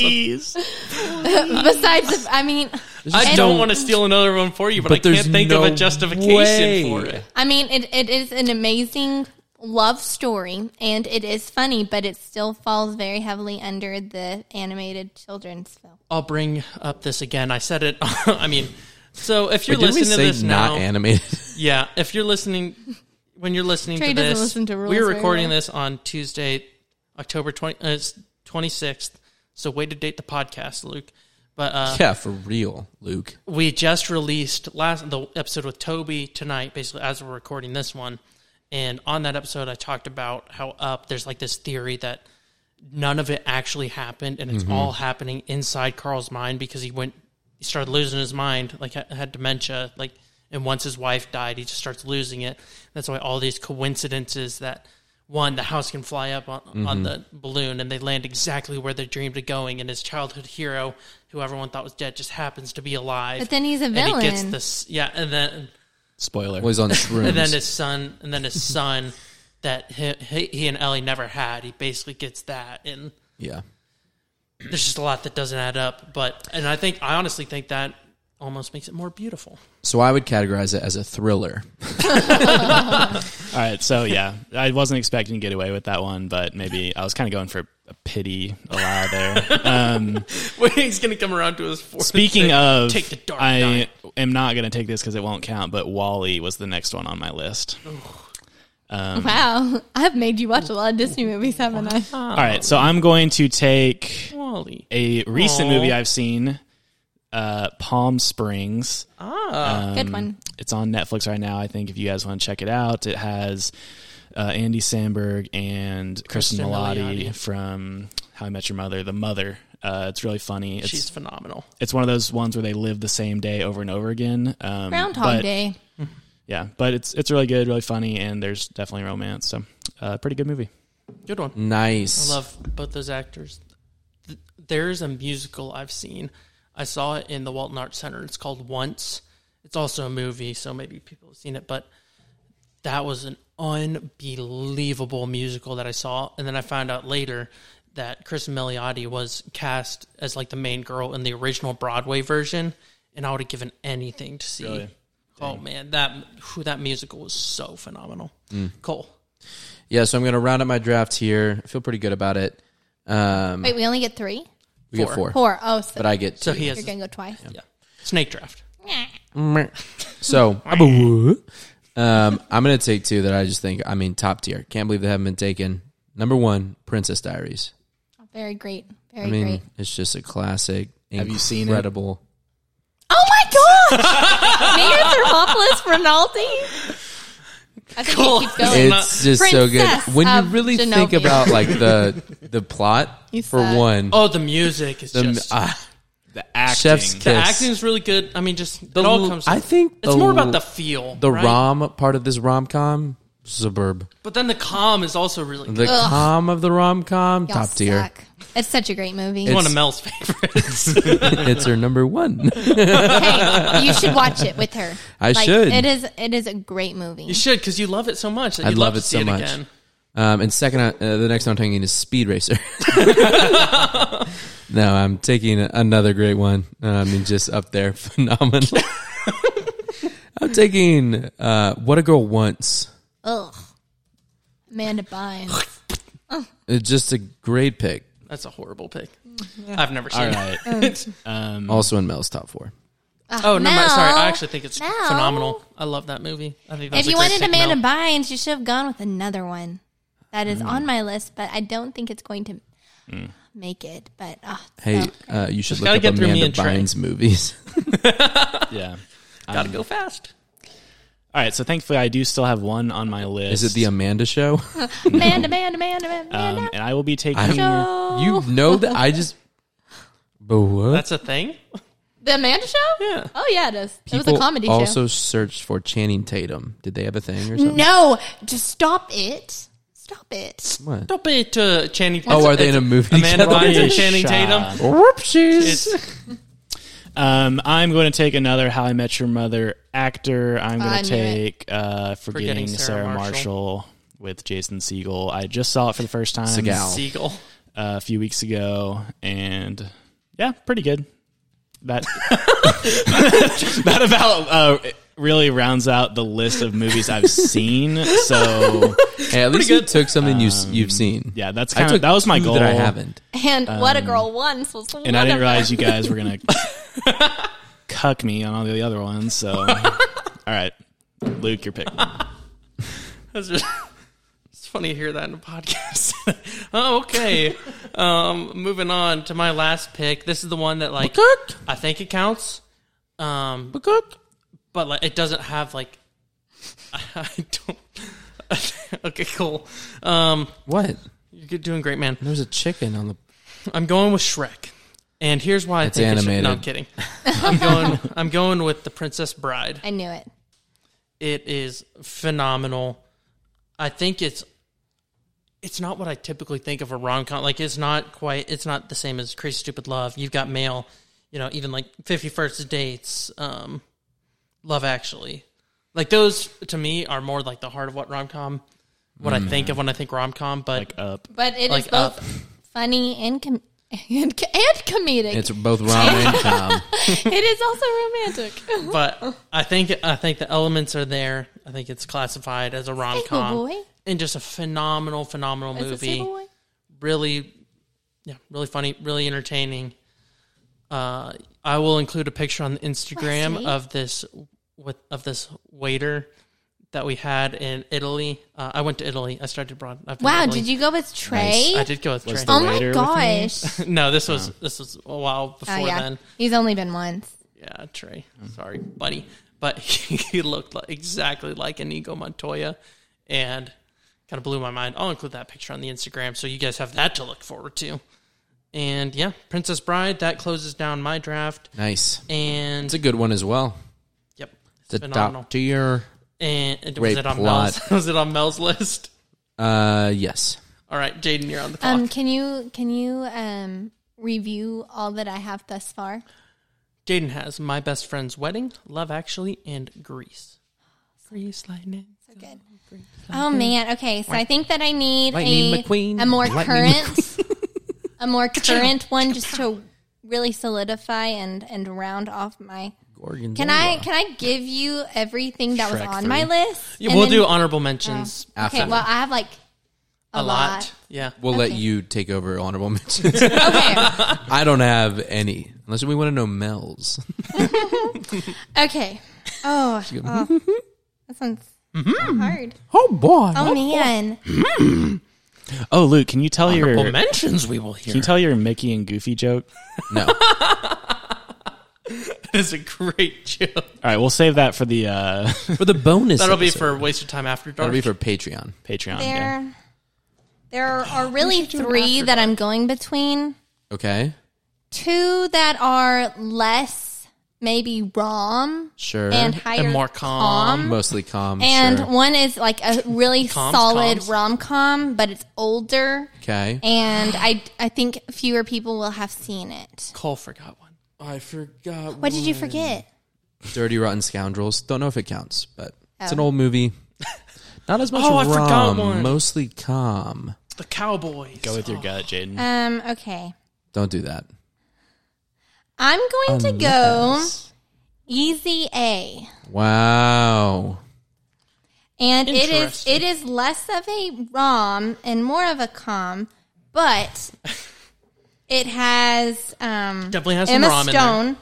D: Besides, the, I mean,
B: I
D: And-
B: don't want to steal another one for you, but,
A: But
B: I can't
A: there's
B: think
A: no
B: of a justification
A: way.
B: for it.
D: I mean, it, it is an amazing love story, and it is funny, but it still falls very heavily under the animated children's film.
B: I'll bring up this again. I said it. *laughs* I mean, so if you're
A: Wait, *laughs* did we
B: listening to
A: say
B: this
A: not
B: now,
A: animated? *laughs*
B: yeah, if you're listening, when you're listening
D: Trey
B: to
D: doesn't
B: this,
D: listen to rules
B: we're
D: very
B: recording
D: well.
B: this on Tuesday, October 20, uh, it's 26th. So way to date the podcast, Luke. But uh,
A: yeah, for real, Luke.
B: we just released last the episode with Toby tonight, basically as we're recording this one. And on that episode, I talked about how up there's like this theory that none of it actually happened, and it's all happening inside Carl's mind because he went, he started losing his mind, like ha- had dementia, like, and once his wife died, he just starts losing it. That's why all these coincidences that one, the house can fly up on, on the balloon and they land exactly where they dreamed of going, and his childhood hero, who everyone thought was dead, just happens to be alive.
D: But then he's a
B: And he gets
D: villain.
B: this, yeah, and then
C: Spoiler.
A: Was
B: *laughs*
A: on shrooms.
B: and then his son, and then his son that he, he, he and Ellie never had. He basically gets that, and
A: yeah.
B: there's just a lot that doesn't add up. But and I think I honestly think that almost makes it more *laughs* beautiful.
A: So I would categorize it as a thriller.
C: All right, so yeah, I wasn't expecting to get away with that one, but maybe I was kind of going for a pity allow there.
B: *laughs* Wayne's gonna come around to his fourth.
C: Speaking of,
B: take the dark
C: I
B: knight.
C: am not going to take this because it won't count. But Wally was the next one on my list.
B: Oh.
D: wow, I've made you watch a lot of Disney movies, haven't I?
C: All right, so I'm going to take
B: Wally.
C: a recent
B: Aw.
C: movie I've seen, uh, Palm Springs.
A: Um,
D: Good one.
C: It's on Netflix right now. I think if you guys want to check it out, it has uh, Andy Samberg and Kristen,
B: Kristen
C: Milotti
B: Milioti.
C: from How I Met Your Mother, the mother. Uh, it's really funny. It's
B: She's phenomenal.
C: it's one of those ones where they live the same day over and over again. Um,
D: Groundhog
C: but-
D: Day.
C: Yeah, but it's it's really good, really funny, and there's definitely romance. So, uh, pretty good movie.
B: Good one.
A: Nice.
B: I love both those actors. Th- There's a musical I've seen. I saw it in the Walton Arts Center. It's called Once. It's also a movie, so maybe people have seen it, but that was an unbelievable musical that I saw. And then I found out later that Chris Meliotti was cast as like the main girl in the original Broadway version, and I would have given anything to see.
C: Really?
B: Oh man, that whew, that musical was so phenomenal. Cole,
A: Yeah, so I'm going to round up my draft here. I feel pretty good about it. Um,
D: Wait, we only get three?
A: we get four.
D: Four. Oh, so
A: But I get
B: so
A: two.
B: he
D: you're
B: has
D: going to go twice.
B: yeah snake draft.
A: So
B: *laughs*
A: um, I'm going to take two that I just think, I mean, top tier. Can't believe they haven't been taken. Number one, Princess Diaries.
D: Very great. Very
A: I mean,
D: great.
A: it's just a classic.
H: Have you seen it?
A: Incredible.
D: Oh my gosh! *laughs* Mayor Thermopolis Rinaldi? I think
B: Cool.
D: he keeps going.
A: It's just so
D: Princess
A: good. When you
D: of
A: really think
D: Genovia.
A: about like the the
D: *laughs*
A: plot
D: You
A: for
D: suck.
A: one,
B: Oh, the music is
A: the,
B: just
A: ah,
H: The acting.
A: chef's
B: the
A: kiss.
B: acting is really good. I mean, just it all
A: l-
B: comes.
A: I think
B: it's
A: the
B: more
A: l-
B: about the feel,
A: the
B: right?
A: rom part of this rom com suburb.
B: But then the calm is also really good.
A: The com of the rom com
D: Y'all
A: top tier.
D: suck. It's such a great movie.
B: It's one
A: it's-
B: of Mel's favorites.
A: *laughs* It's her number one.
D: hey, you should watch it with her.
A: I should.
D: It is. It is a great movie.
B: you should because you love it so much that
A: I
B: you'd
A: love
B: love, to
A: it
B: see
A: so
B: it
A: much.
B: again.
A: Um, and second, uh, the next one I'm taking is Speed
B: *laughs*
A: Racer. no, I'm taking another great one. Uh, I mean, just up there, *laughs* phenomenal. I'm taking uh, What a Girl Wants.
D: Ugh. Amanda Bynes.
A: It's Uh, just a great pick.
B: That's a horrible pick.
D: Mm-hmm.
B: I've never seen
C: All
B: it.
C: right.
D: *laughs* Um,
A: Also in Mel's top four.
B: Oh no, my- sorry. I
D: Mel.
B: actually think it's
D: Mel.
B: phenomenal. I love that movie. I think that's
D: If you
B: a great
D: wanted
B: pick,
D: Amanda
B: Mel.
D: Bynes, you should have gone with another one that is on my list, but I don't think it's going to make it. But oh,
A: Hey,
D: so-
A: uh, you should
B: Just
A: look
B: gotta
A: up
B: get through me
A: Amanda
B: and Trey.
A: Bynes movies. *laughs*
C: Um, Yeah. Um,
B: gotta go fast.
C: All right. So thankfully, I do still have one on my list.
A: Is it the Amanda Show?
D: Amanda, Amanda, Amanda, Amanda.
C: um, and I will be taking.
D: Show.
A: You know that I just. *laughs* But what?
B: That's a thing.
D: the Amanda Show?
B: Yeah.
D: Oh yeah, it is. it was
A: People
D: a comedy
A: Also
D: show. Mm.
A: searched for Channing Tatum. Did they have a thing or something?
D: No, just stop it. Stop it.
A: What?
B: Don't be to Channing.
A: Oh,
B: it's-
A: are they in a
B: it's
A: movie?
B: Amanda
A: together? Oh,
B: Bynes and
C: Shut
B: Channing
C: up.
B: Tatum?
A: Whoopsies.
B: It's
C: Um, I'm going to take another How I Met Your Mother actor. I'm
D: I
C: going to
D: knew
C: take uh, Forgetting,
B: Forgetting
C: Sarah,
B: Sarah
C: Marshall. with Jason Siegel. I just saw it for the first time uh,
A: Seagal.
B: Siegel.
C: a few weeks ago, and yeah, pretty good. That *laughs* that about uh, really rounds out the list of movies I've seen. So
A: Hey, at least you took something you you you've seen.
C: yeah, that's
A: Um, I
C: kind of
A: took
C: that was my
A: two
C: goal.
A: that I haven't.
D: And what a girl once was.
C: and I didn't realize you guys were gonna
D: *laughs*
C: cuck me on all the other ones. So, all right, Luke, your pick.
B: That's just- *laughs* it's funny to hear that in a podcast. *laughs* oh, okay. um, moving on to my last pick. This is the one that like I think it counts. Um, but like it doesn't have like *laughs* I don't. *laughs* okay, cool. Um,
A: What?
B: you're doing great, man.
A: There was a chicken on the.
B: I'm going with Shrek, and here's why
A: It's
B: I think it should-
A: animated.
B: no, I'm kidding. I'm going. I'm going with the Princess Bride.
D: I knew it.
B: It is phenomenal. I think it's it's not what I typically think of a rom com. Like it's not quite. It's not the same as Crazy Stupid Love. You've got Mail. You know, even like Fifty First Dates, um, Love Actually. Like those to me are more like the heart of what rom com. What I think of when I think rom com, but
C: Like up.
D: But it is
B: Like,
D: both
B: up.
D: funny and com- *laughs* and co- and comedic.
A: It's both rom and *laughs* com.
D: it is also romantic.
B: but I think I think the elements are there. I think it's classified as a rom
D: *laughs*
B: com
D: boy.
B: and just a phenomenal, phenomenal
D: Is it
B: movie.
D: Superboy?
B: really yeah really funny really entertaining uh i will include a picture on the instagram
D: Wesley?
B: of this with of this waiter that we had in italy uh, i went to italy i started abroad I've been to
D: Wow,
B: Italy.
D: did you go with Trey?
B: i did go with Trey.
D: Oh
C: Waiter
D: my
C: with
B: *laughs*
D: gosh!
B: no this was this was a while before
D: Oh yeah,
B: then
D: he's only been once.
B: yeah trey sorry buddy but *laughs* he looked like, exactly like inigo montoya and kind of blew my mind i'll include that picture on the instagram so you guys have that to look forward to and yeah princess bride that closes down my draft
A: Nice.
B: And
A: It's a good one as well.
B: yep,
A: It's a
B: phenomenal.
A: top tier.
B: And and was
A: Great
B: it on *laughs*
A: plot.
B: Mel's? Was it on Mel's list?
A: Uh, yes.
B: All right, Jaden, you're on the clock.
D: Um, can you can you um review all that I have thus far?
B: Jaden has My Best Friend's Wedding, Love Actually, and Grease. Grease Lightning.
D: So good. Oh man. Okay. So I think that I need
A: Lightning
D: a
A: McQueen.
D: a more
A: Lightning
D: current, a more current one just to really solidify and and round off my.
A: Gorgonzola.
D: Can I can I give you everything that was
A: Shrek
D: on
A: three.
D: my list?
B: Yeah,
D: And
B: we'll
D: then-
B: do honorable mentions
A: after
D: Okay. Well, I have like a,
B: a lot. Yeah.
A: We'll let
D: Okay.
A: you take over honorable *laughs* mentions.
D: Okay.
A: I don't have any, unless we want to know Mel's.
D: Okay. Oh, oh. that sounds hard.
A: *laughs* Oh boy!
D: Oh man.
C: Oh, Luke, can you tell your
B: Honorable mentions we will
C: can you
B: *laughs* hear.
C: tell your Mickey and Goofy joke?
A: *laughs* No,
B: That is a
A: *laughs*
B: great joke.
C: All right, we'll save that for the uh, *laughs*
A: for the bonus.
B: That'll be
A: episode.
B: for Wasted Time After Dark.
A: That'll be for Patreon.
C: Patreon. yeah.
D: There, there are really three that I'm going between.
A: Okay,
D: Two that are less maybe rom
A: sure.
D: and higher
B: more calm.
A: Mostly calm.
D: And
A: sure.
D: one is like a really
B: Coms,
D: solid
B: coms.
D: rom com, but it's older,
A: okay.
D: and I I think fewer people will have seen it.
B: Cole forgot one.
A: I forgot.
D: What did you forget?
A: Dirty Rotten Scoundrels. Don't know if it counts, but it's an
D: Oh.
A: old movie. Not as much
B: Oh, I
A: rom,
B: forgot one.
A: mostly calm.
B: The Cowboys. Oh,
C: Go with your gut, Jaden.
D: Um. Okay.
A: Don't do that.
D: I'm going to go easy A.
A: Wow.
D: and it is
B: Interesting.
D: it is less of a rom and more of a com, but it has um,
B: Definitely has some
D: Emma
B: rom in there.
D: Stone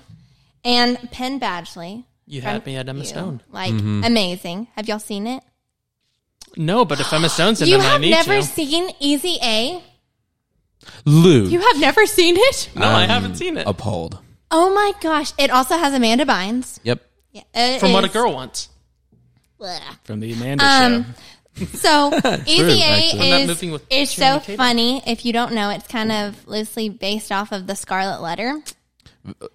D: and Penn Badgley.
B: you had me at Emma
D: You.
B: Stone.
D: like amazing. Have y'all seen it?
B: No, but if Emma Stone's in
D: you
B: them, I
D: have
B: need
D: never
B: to.
D: seen Easy A.
A: Lou.
D: You have never seen it?
B: no,
A: Um,
B: I haven't seen it.
A: Appalled.
D: Oh my gosh! It also has Amanda Bynes.
A: Yep.
D: Yeah, uh, it
B: From What a
D: is-
B: Girl Wants. *laughs*
D: Blech.
C: From the Amanda
D: Um,
C: show.
D: *laughs* So Easy
A: actually.
B: From that
D: A
B: movie
D: is
B: with
D: is so
B: Channing Tatum.
D: funny. If you don't know, it's kind of loosely based off of the Scarlet Letter.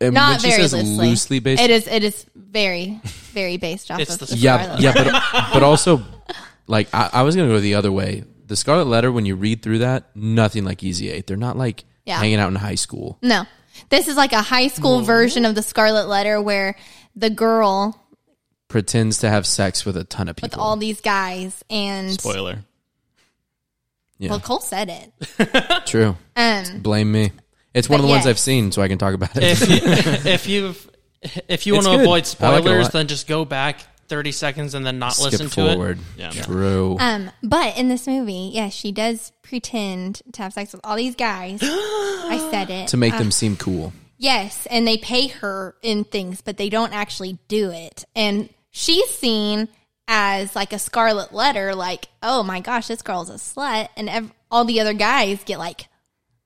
A: And
D: Not
A: when
D: very
A: she says
D: loosely.
A: loosely based.
D: It is. It is very, very based off
B: It's
D: of
B: the
D: the,
A: Yeah,
D: Scarlet
A: yeah,
D: Letter.
A: but *laughs* but also, like I, I was gonna go the other way. The Scarlet Letter, when you read through that, nothing like Easy Eight. They're not like
D: Yeah.
A: hanging out in high school.
D: No, this is like a high school version of the Scarlet Letter, where the girl
A: Pretends to have sex with a ton of people.
D: with all these guys and
C: Spoiler.
A: yeah,
D: well, Cole said it.
A: true.
D: Um,
A: Blame me. It's one
D: But
A: of the ones
D: yes.
A: I've seen, so I can talk about it.
B: if you, if you've if you
A: It's
B: want to
A: good.
B: avoid
A: I like it a
B: spoilers,
A: lot.
B: then just go back thirty seconds and then not listen
A: *laughs* Skip
B: to
A: forward.
B: it.
C: Yeah.
A: True.
D: um, but in this movie, yeah, she does pretend to have sex with all
A: *gasps*
D: these guys. I said it
A: to make
D: Uh,
A: them seem cool.
D: Yes, and they pay her in things, but they don't actually do it. And she's seen as like a scarlet letter, like, oh my gosh, this girl's a slut. And ev- all the other guys get like,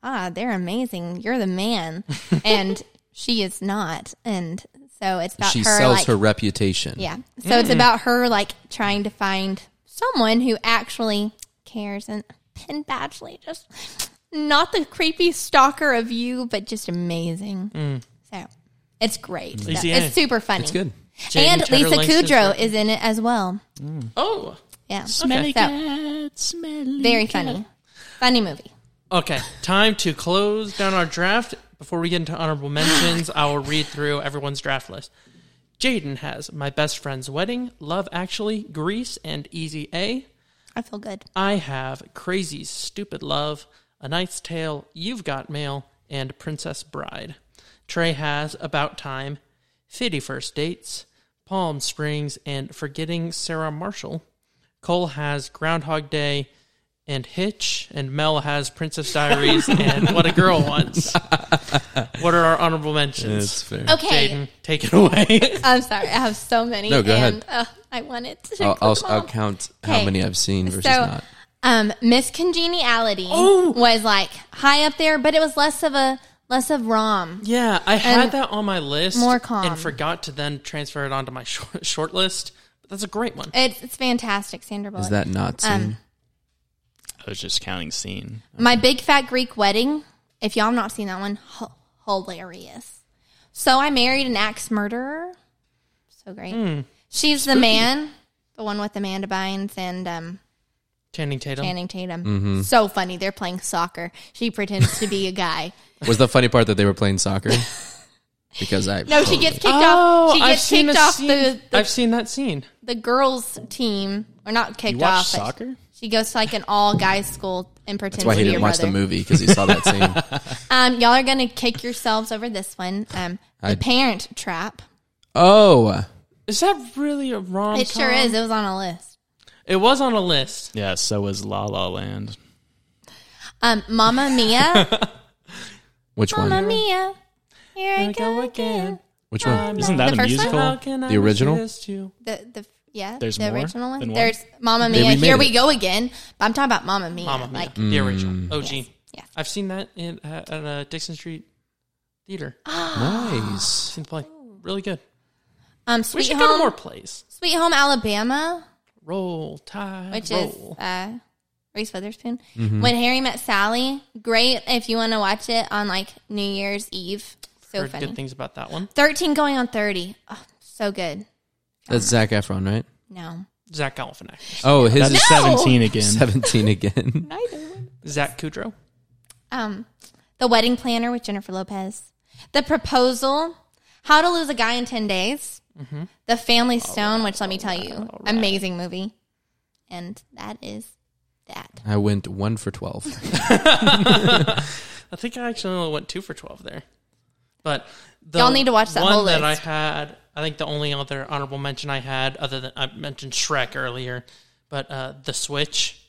D: ah, they're amazing. You're
A: *laughs*
D: the man. and she is not. And so it's about
A: She
D: her.
A: sells
D: like,
A: her reputation.
D: Yeah. So
A: Mm-hmm.
D: it's about her like trying to find someone who actually cares. And Penn Badgley just not the creepy stalker of you, but just amazing.
A: Mm.
D: So it's great. So
B: Easy A.
D: It's super funny.
A: It's good.
B: Jamie
D: And
B: Cheddar
D: Lisa
B: Langston's
D: Kudrow
B: written-
D: is in it as well.
B: Oh,
D: Yeah.
B: Smelly
D: cat, Very funny. Funny movie.
B: okay. Time to close down our draft. Before we get into honorable mentions, I will read through everyone's draft list. Jaden has My Best Friend's Wedding, Love Actually, Grease, and Easy A.
D: I feel good.
B: I have Crazy Stupid Love, A Knight's Tale, You've Got Mail, and Princess Bride. Trey has About Time, Fitty First Dates, Palm Springs, and Forgetting Sarah Marshall. Cole has Groundhog Day and Hitch, and Mel has Princess Diaries and What a Girl Wants. What are our honorable mentions?
A: fair.
D: Okay.
B: Jaden, take it away.
D: I'm sorry. I have so many.
A: No, go ahead.
D: and, uh, I wanted to.
A: I'll,
D: click
A: I'll,
D: them
A: I'll
D: all.
A: count how
D: Okay.
A: many I've seen versus
D: so,
A: not.
D: Um, Miss Congeniality
B: Oh!
D: was like high up there, but it was less of a less of rom.
B: Yeah, I had
D: And
B: that on my list
D: more calm.
B: and forgot to then transfer it onto my *laughs* short, short list. But that's a great one.
D: It's, it's fantastic, Sandra Bullock.
A: Is that not seen?
D: Um,
C: I was just counting scene.
D: My Big Fat Greek Wedding. If y'all have not seen that one, h- hilarious. So I married an axe murderer.
B: Hmm.
D: So great. She's the man, the one with Amanda Bynes and um,
B: Channing Tatum.
D: Channing Tatum.
A: Mm-hmm.
D: So funny. They're playing soccer. She pretends to be a guy.
A: Was the funny part that they were playing
D: *laughs*
A: soccer? Because I
D: No, she gets kicked
B: Oh,
D: off. She
B: I've
D: gets
B: seen
D: kicked
B: a
D: off
B: scene-
D: the, the
B: I've seen that scene.
D: the girls' team, or not kicked
C: You watch
D: off. but
C: soccer?
D: She goes to like an all guys school and pretends
A: That's why
D: to
A: he
D: be
A: didn't
D: your
A: watch the
D: brother.
A: movie because he saw
D: *laughs*
A: that scene.
D: Um, y'all are gonna kick yourselves over this one. Um, the
A: I-
D: Parent Trap.
A: Oh,
B: Is that really a rom?
D: It sure is. It was on a list.
B: It was on a list.
C: Yeah, so was La La Land.
D: Um, Mama Mia,
A: which
D: Mama
A: one?
D: Mia, here I go again. Um,
A: Which
D: *gasps*
A: one?
C: Isn't that
D: The
C: a
D: first
C: musical?
D: one?
B: can
A: The original?
B: resist you?
D: The the yeah,
C: There's
D: the
C: more
D: original one.
C: than one?
D: There's Mama
A: They
D: Mia.
A: remade
D: Here we
A: it.
D: go again. But I'm talking about Mama Mia.
B: Mamma Mia.
D: like
B: the
A: Mm.
B: original. OG.
D: yes, yes.
B: I've seen that in uh, at a Dixon Street theater.
D: Ah.
A: Nice.
B: Seen the play. Really good.
D: Um,
B: We
D: Oh. Sweet
B: should go to
D: Home,
B: more plays.
D: Sweet Home Alabama,
B: Roll Tide.
D: which is
B: roll.
D: uh, Reese Witherspoon.
B: Mm-hmm.
D: When Harry Met Sally, great if you want to watch it on like New Year's Eve. So
B: Heard
D: funny.
B: good things about that one.
D: 13 going on 30. Oh, so good.
A: That's Zach Efron, right?
D: No.
B: Zach Galifianakis.
A: Oh, his
C: That's
A: is
D: No!
C: 17 again.
D: *laughs*
A: 17 again.
B: Zach Kudrow.
D: Um, the Wedding Planner with Jennifer Lopez. The Proposal. How to Lose a Guy in 10 Days.
B: Mm-hmm.
D: The Family Stone, which let me tell you, amazing movie. And that is that.
A: I went one for 12.
B: I think I actually only went two for twelve there. But the
D: Y'all need to watch that
B: one
D: whole
B: that I
D: list.
B: had. I think the only other honorable mention I had, other than I mentioned Shrek earlier, but uh, the Switch.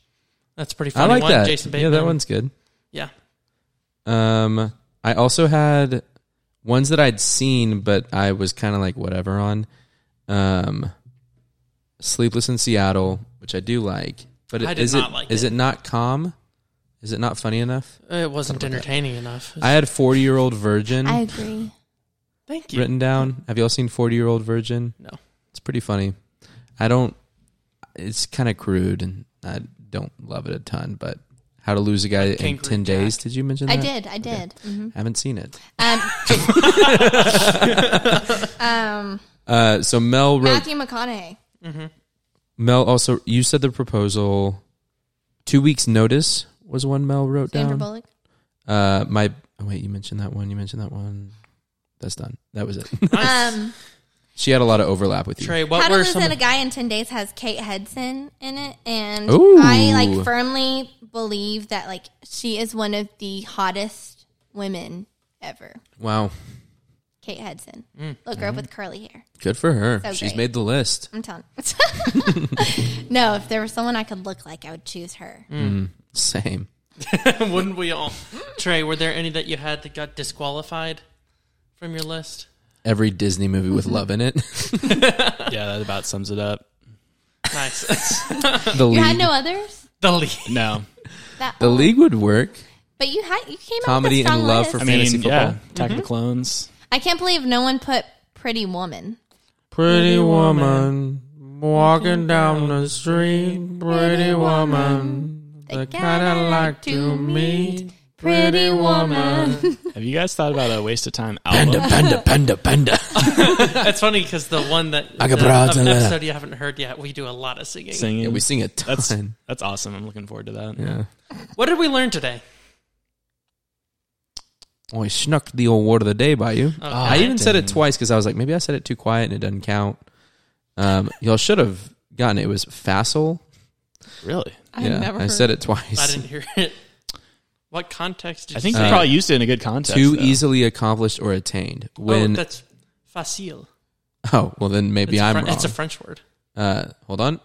B: That's a pretty
A: I
B: funny.
A: like
B: one.
A: that.
B: Jason
A: yeah,
B: Bateman.
A: that one's good.
B: Yeah,
A: Um, I also had ones that I'd seen, but I was kind of like whatever on. Um, Sleepless in Seattle, which I do like, but
B: I did
A: is
B: not
A: it
B: like
A: is
B: it.
A: it not calm? Is it not funny enough?
B: it wasn't entertaining enough.
A: I had Forty Year Old Virgin
D: I agree.
B: Thank you.
A: written down. Have y'all seen Forty Year Old Virgin?
B: No,
A: It's pretty funny. I don't. It's kind of crude, and I don't love it a ton. But How to Lose a Guy in
B: Kangaroo
A: Ten Days? Did you mention that?
D: I did. I did. Mhm.
A: Haven't seen it.
B: *laughs*
D: Um, *laughs*
A: Uh, so Mel wrote
D: Matthew McConaughey.
A: Mel also you said the proposal. Two weeks notice was one Mel wrote
D: Sandra
A: down.
D: Bullock.
A: Uh, my oh wait, you mentioned that one. You mentioned that one. That's done. That was it. *laughs*
B: nice.
D: Um,
A: she had a lot of overlap with you.
B: Trey,
D: How
B: what
D: to
B: were
D: Lose
B: some?
D: a Guy in 10 Days has Kate Hudson in it. And
A: Ooh.
D: I like firmly believe that like she is one of the hottest women ever.
A: Wow,
D: Kate Hudson.
A: Mm.
D: Little girl
A: Mm-hmm.
D: with curly hair.
A: good for her.
D: So
A: She's
D: great.
A: made the list.
D: I'm telling *laughs* No, if there was someone I could look like, I would choose her.
A: Same.
B: *laughs* Wouldn't we all? Trey, were there any that you had that got disqualified from your list?
A: Every Disney movie with love in it. *laughs*
C: yeah, that about sums it up.
D: *laughs*
B: Nice.
A: the
D: You had
A: league.
D: no others?
B: the lead.
C: No.
D: That
A: the league would work.
D: But you had you came
A: Comedy
D: out with a strong
A: and love for-
D: list.
C: I
A: Fantasy
C: mean, yeah,
A: football.
C: Attack of
D: Mm-hmm.
C: the Clones.
D: I can't believe no one put Pretty Woman.
A: Pretty woman walking down the street. Pretty woman,
D: They kinda like to meet Pretty Woman.
C: Have you guys thought about a waste of time album?
A: Panda, panda, panda.
B: It's funny because the one that
A: I
B: the,
A: got broads
B: of
A: and
B: an
A: leather.
B: episode you haven't heard yet, we do a lot of singing.
C: Singing.
A: Yeah, we sing a ton.
C: That's that's awesome. I'm looking forward to that.
A: yeah.
B: What did we learn today?
A: Oh, I snuck the old word of the day by you.
C: Oh,
A: I even said it twice because I was like, maybe I said it too quiet and it doesn't count. Um, y'all should have gotten it. It was facile.
C: Really?
D: I've never
A: I
D: heard
A: said it
B: I
A: twice.
B: didn't hear it. What context did
C: I think
B: you
C: you
B: say?
C: probably used it in a good context.
A: Uh, Too
C: though.
A: easily accomplished or attained.
B: oh,
A: When *laughs* oh,
B: that's facile.
A: well then maybe
B: It's,
A: I'm
B: Fran-
A: wrong.
B: it's a French word.
A: uh, hold on.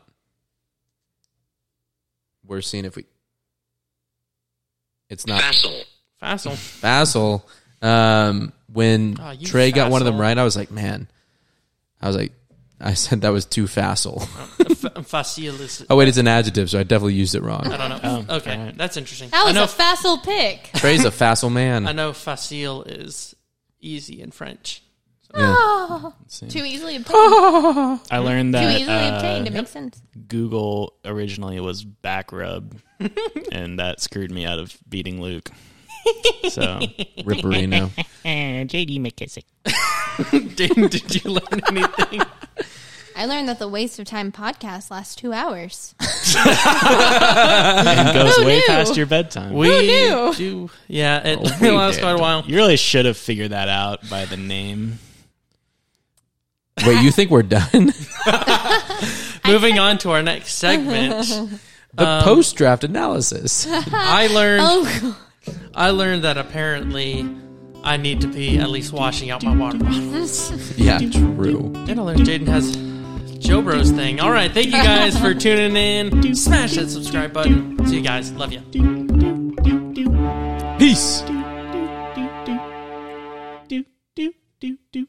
A: We're seeing if we. It's not *laughs*
B: Facile.
A: facile. Um, when
B: Ah, you
A: Trey got one of them
B: facile.
A: right, I was like, man, I was like, I said that was too facile.
B: Oh. F- facile is.
A: *laughs* Oh wait, it's an adjective, so I definitely used it wrong.
B: I don't know.
C: Oh,
B: okay,
C: alright.
B: that's interesting.
D: *laughs* That
B: I
D: was
B: know.
D: a facile pick.
A: Trey's a facile
B: *laughs* I
A: man.
B: know facile is easy in French.
D: Oh,
C: see.
D: *laughs* too easily *laughs* obtained.
C: I learned
D: too
C: that
D: easily
C: uh,
D: obtained. It makes sense.
C: Google originally was back rub,
D: *laughs*
C: and that screwed me out of beating Luke. So
A: Ripperino.
H: JD McKissick.
B: Dayton, did you learn anything?
D: I learned that the Waste of Time podcast lasts two hours.
C: and goes
D: Who
C: way
D: knew?
C: past your bedtime.
B: We
D: knew?
B: do. Yeah, it,
A: Oh,
B: *laughs*
A: we
B: it lasts quite a
A: did.
B: while.
C: you really should have figured that out by the name.
A: Wait, you think we're done?
B: Moving on to our next
D: *laughs*
B: segment,
A: The post draft analysis.
B: I learned
D: *laughs* Oh,
B: I learned that apparently I need to be at least washing out my water bottle.
A: yeah, true.
B: And I learned Jaden has Joe Bros thing. All right, thank you guys for tuning in. Smash that subscribe button. See you guys. Love you.
A: Peace.
C: Do, do, do, do, do, do.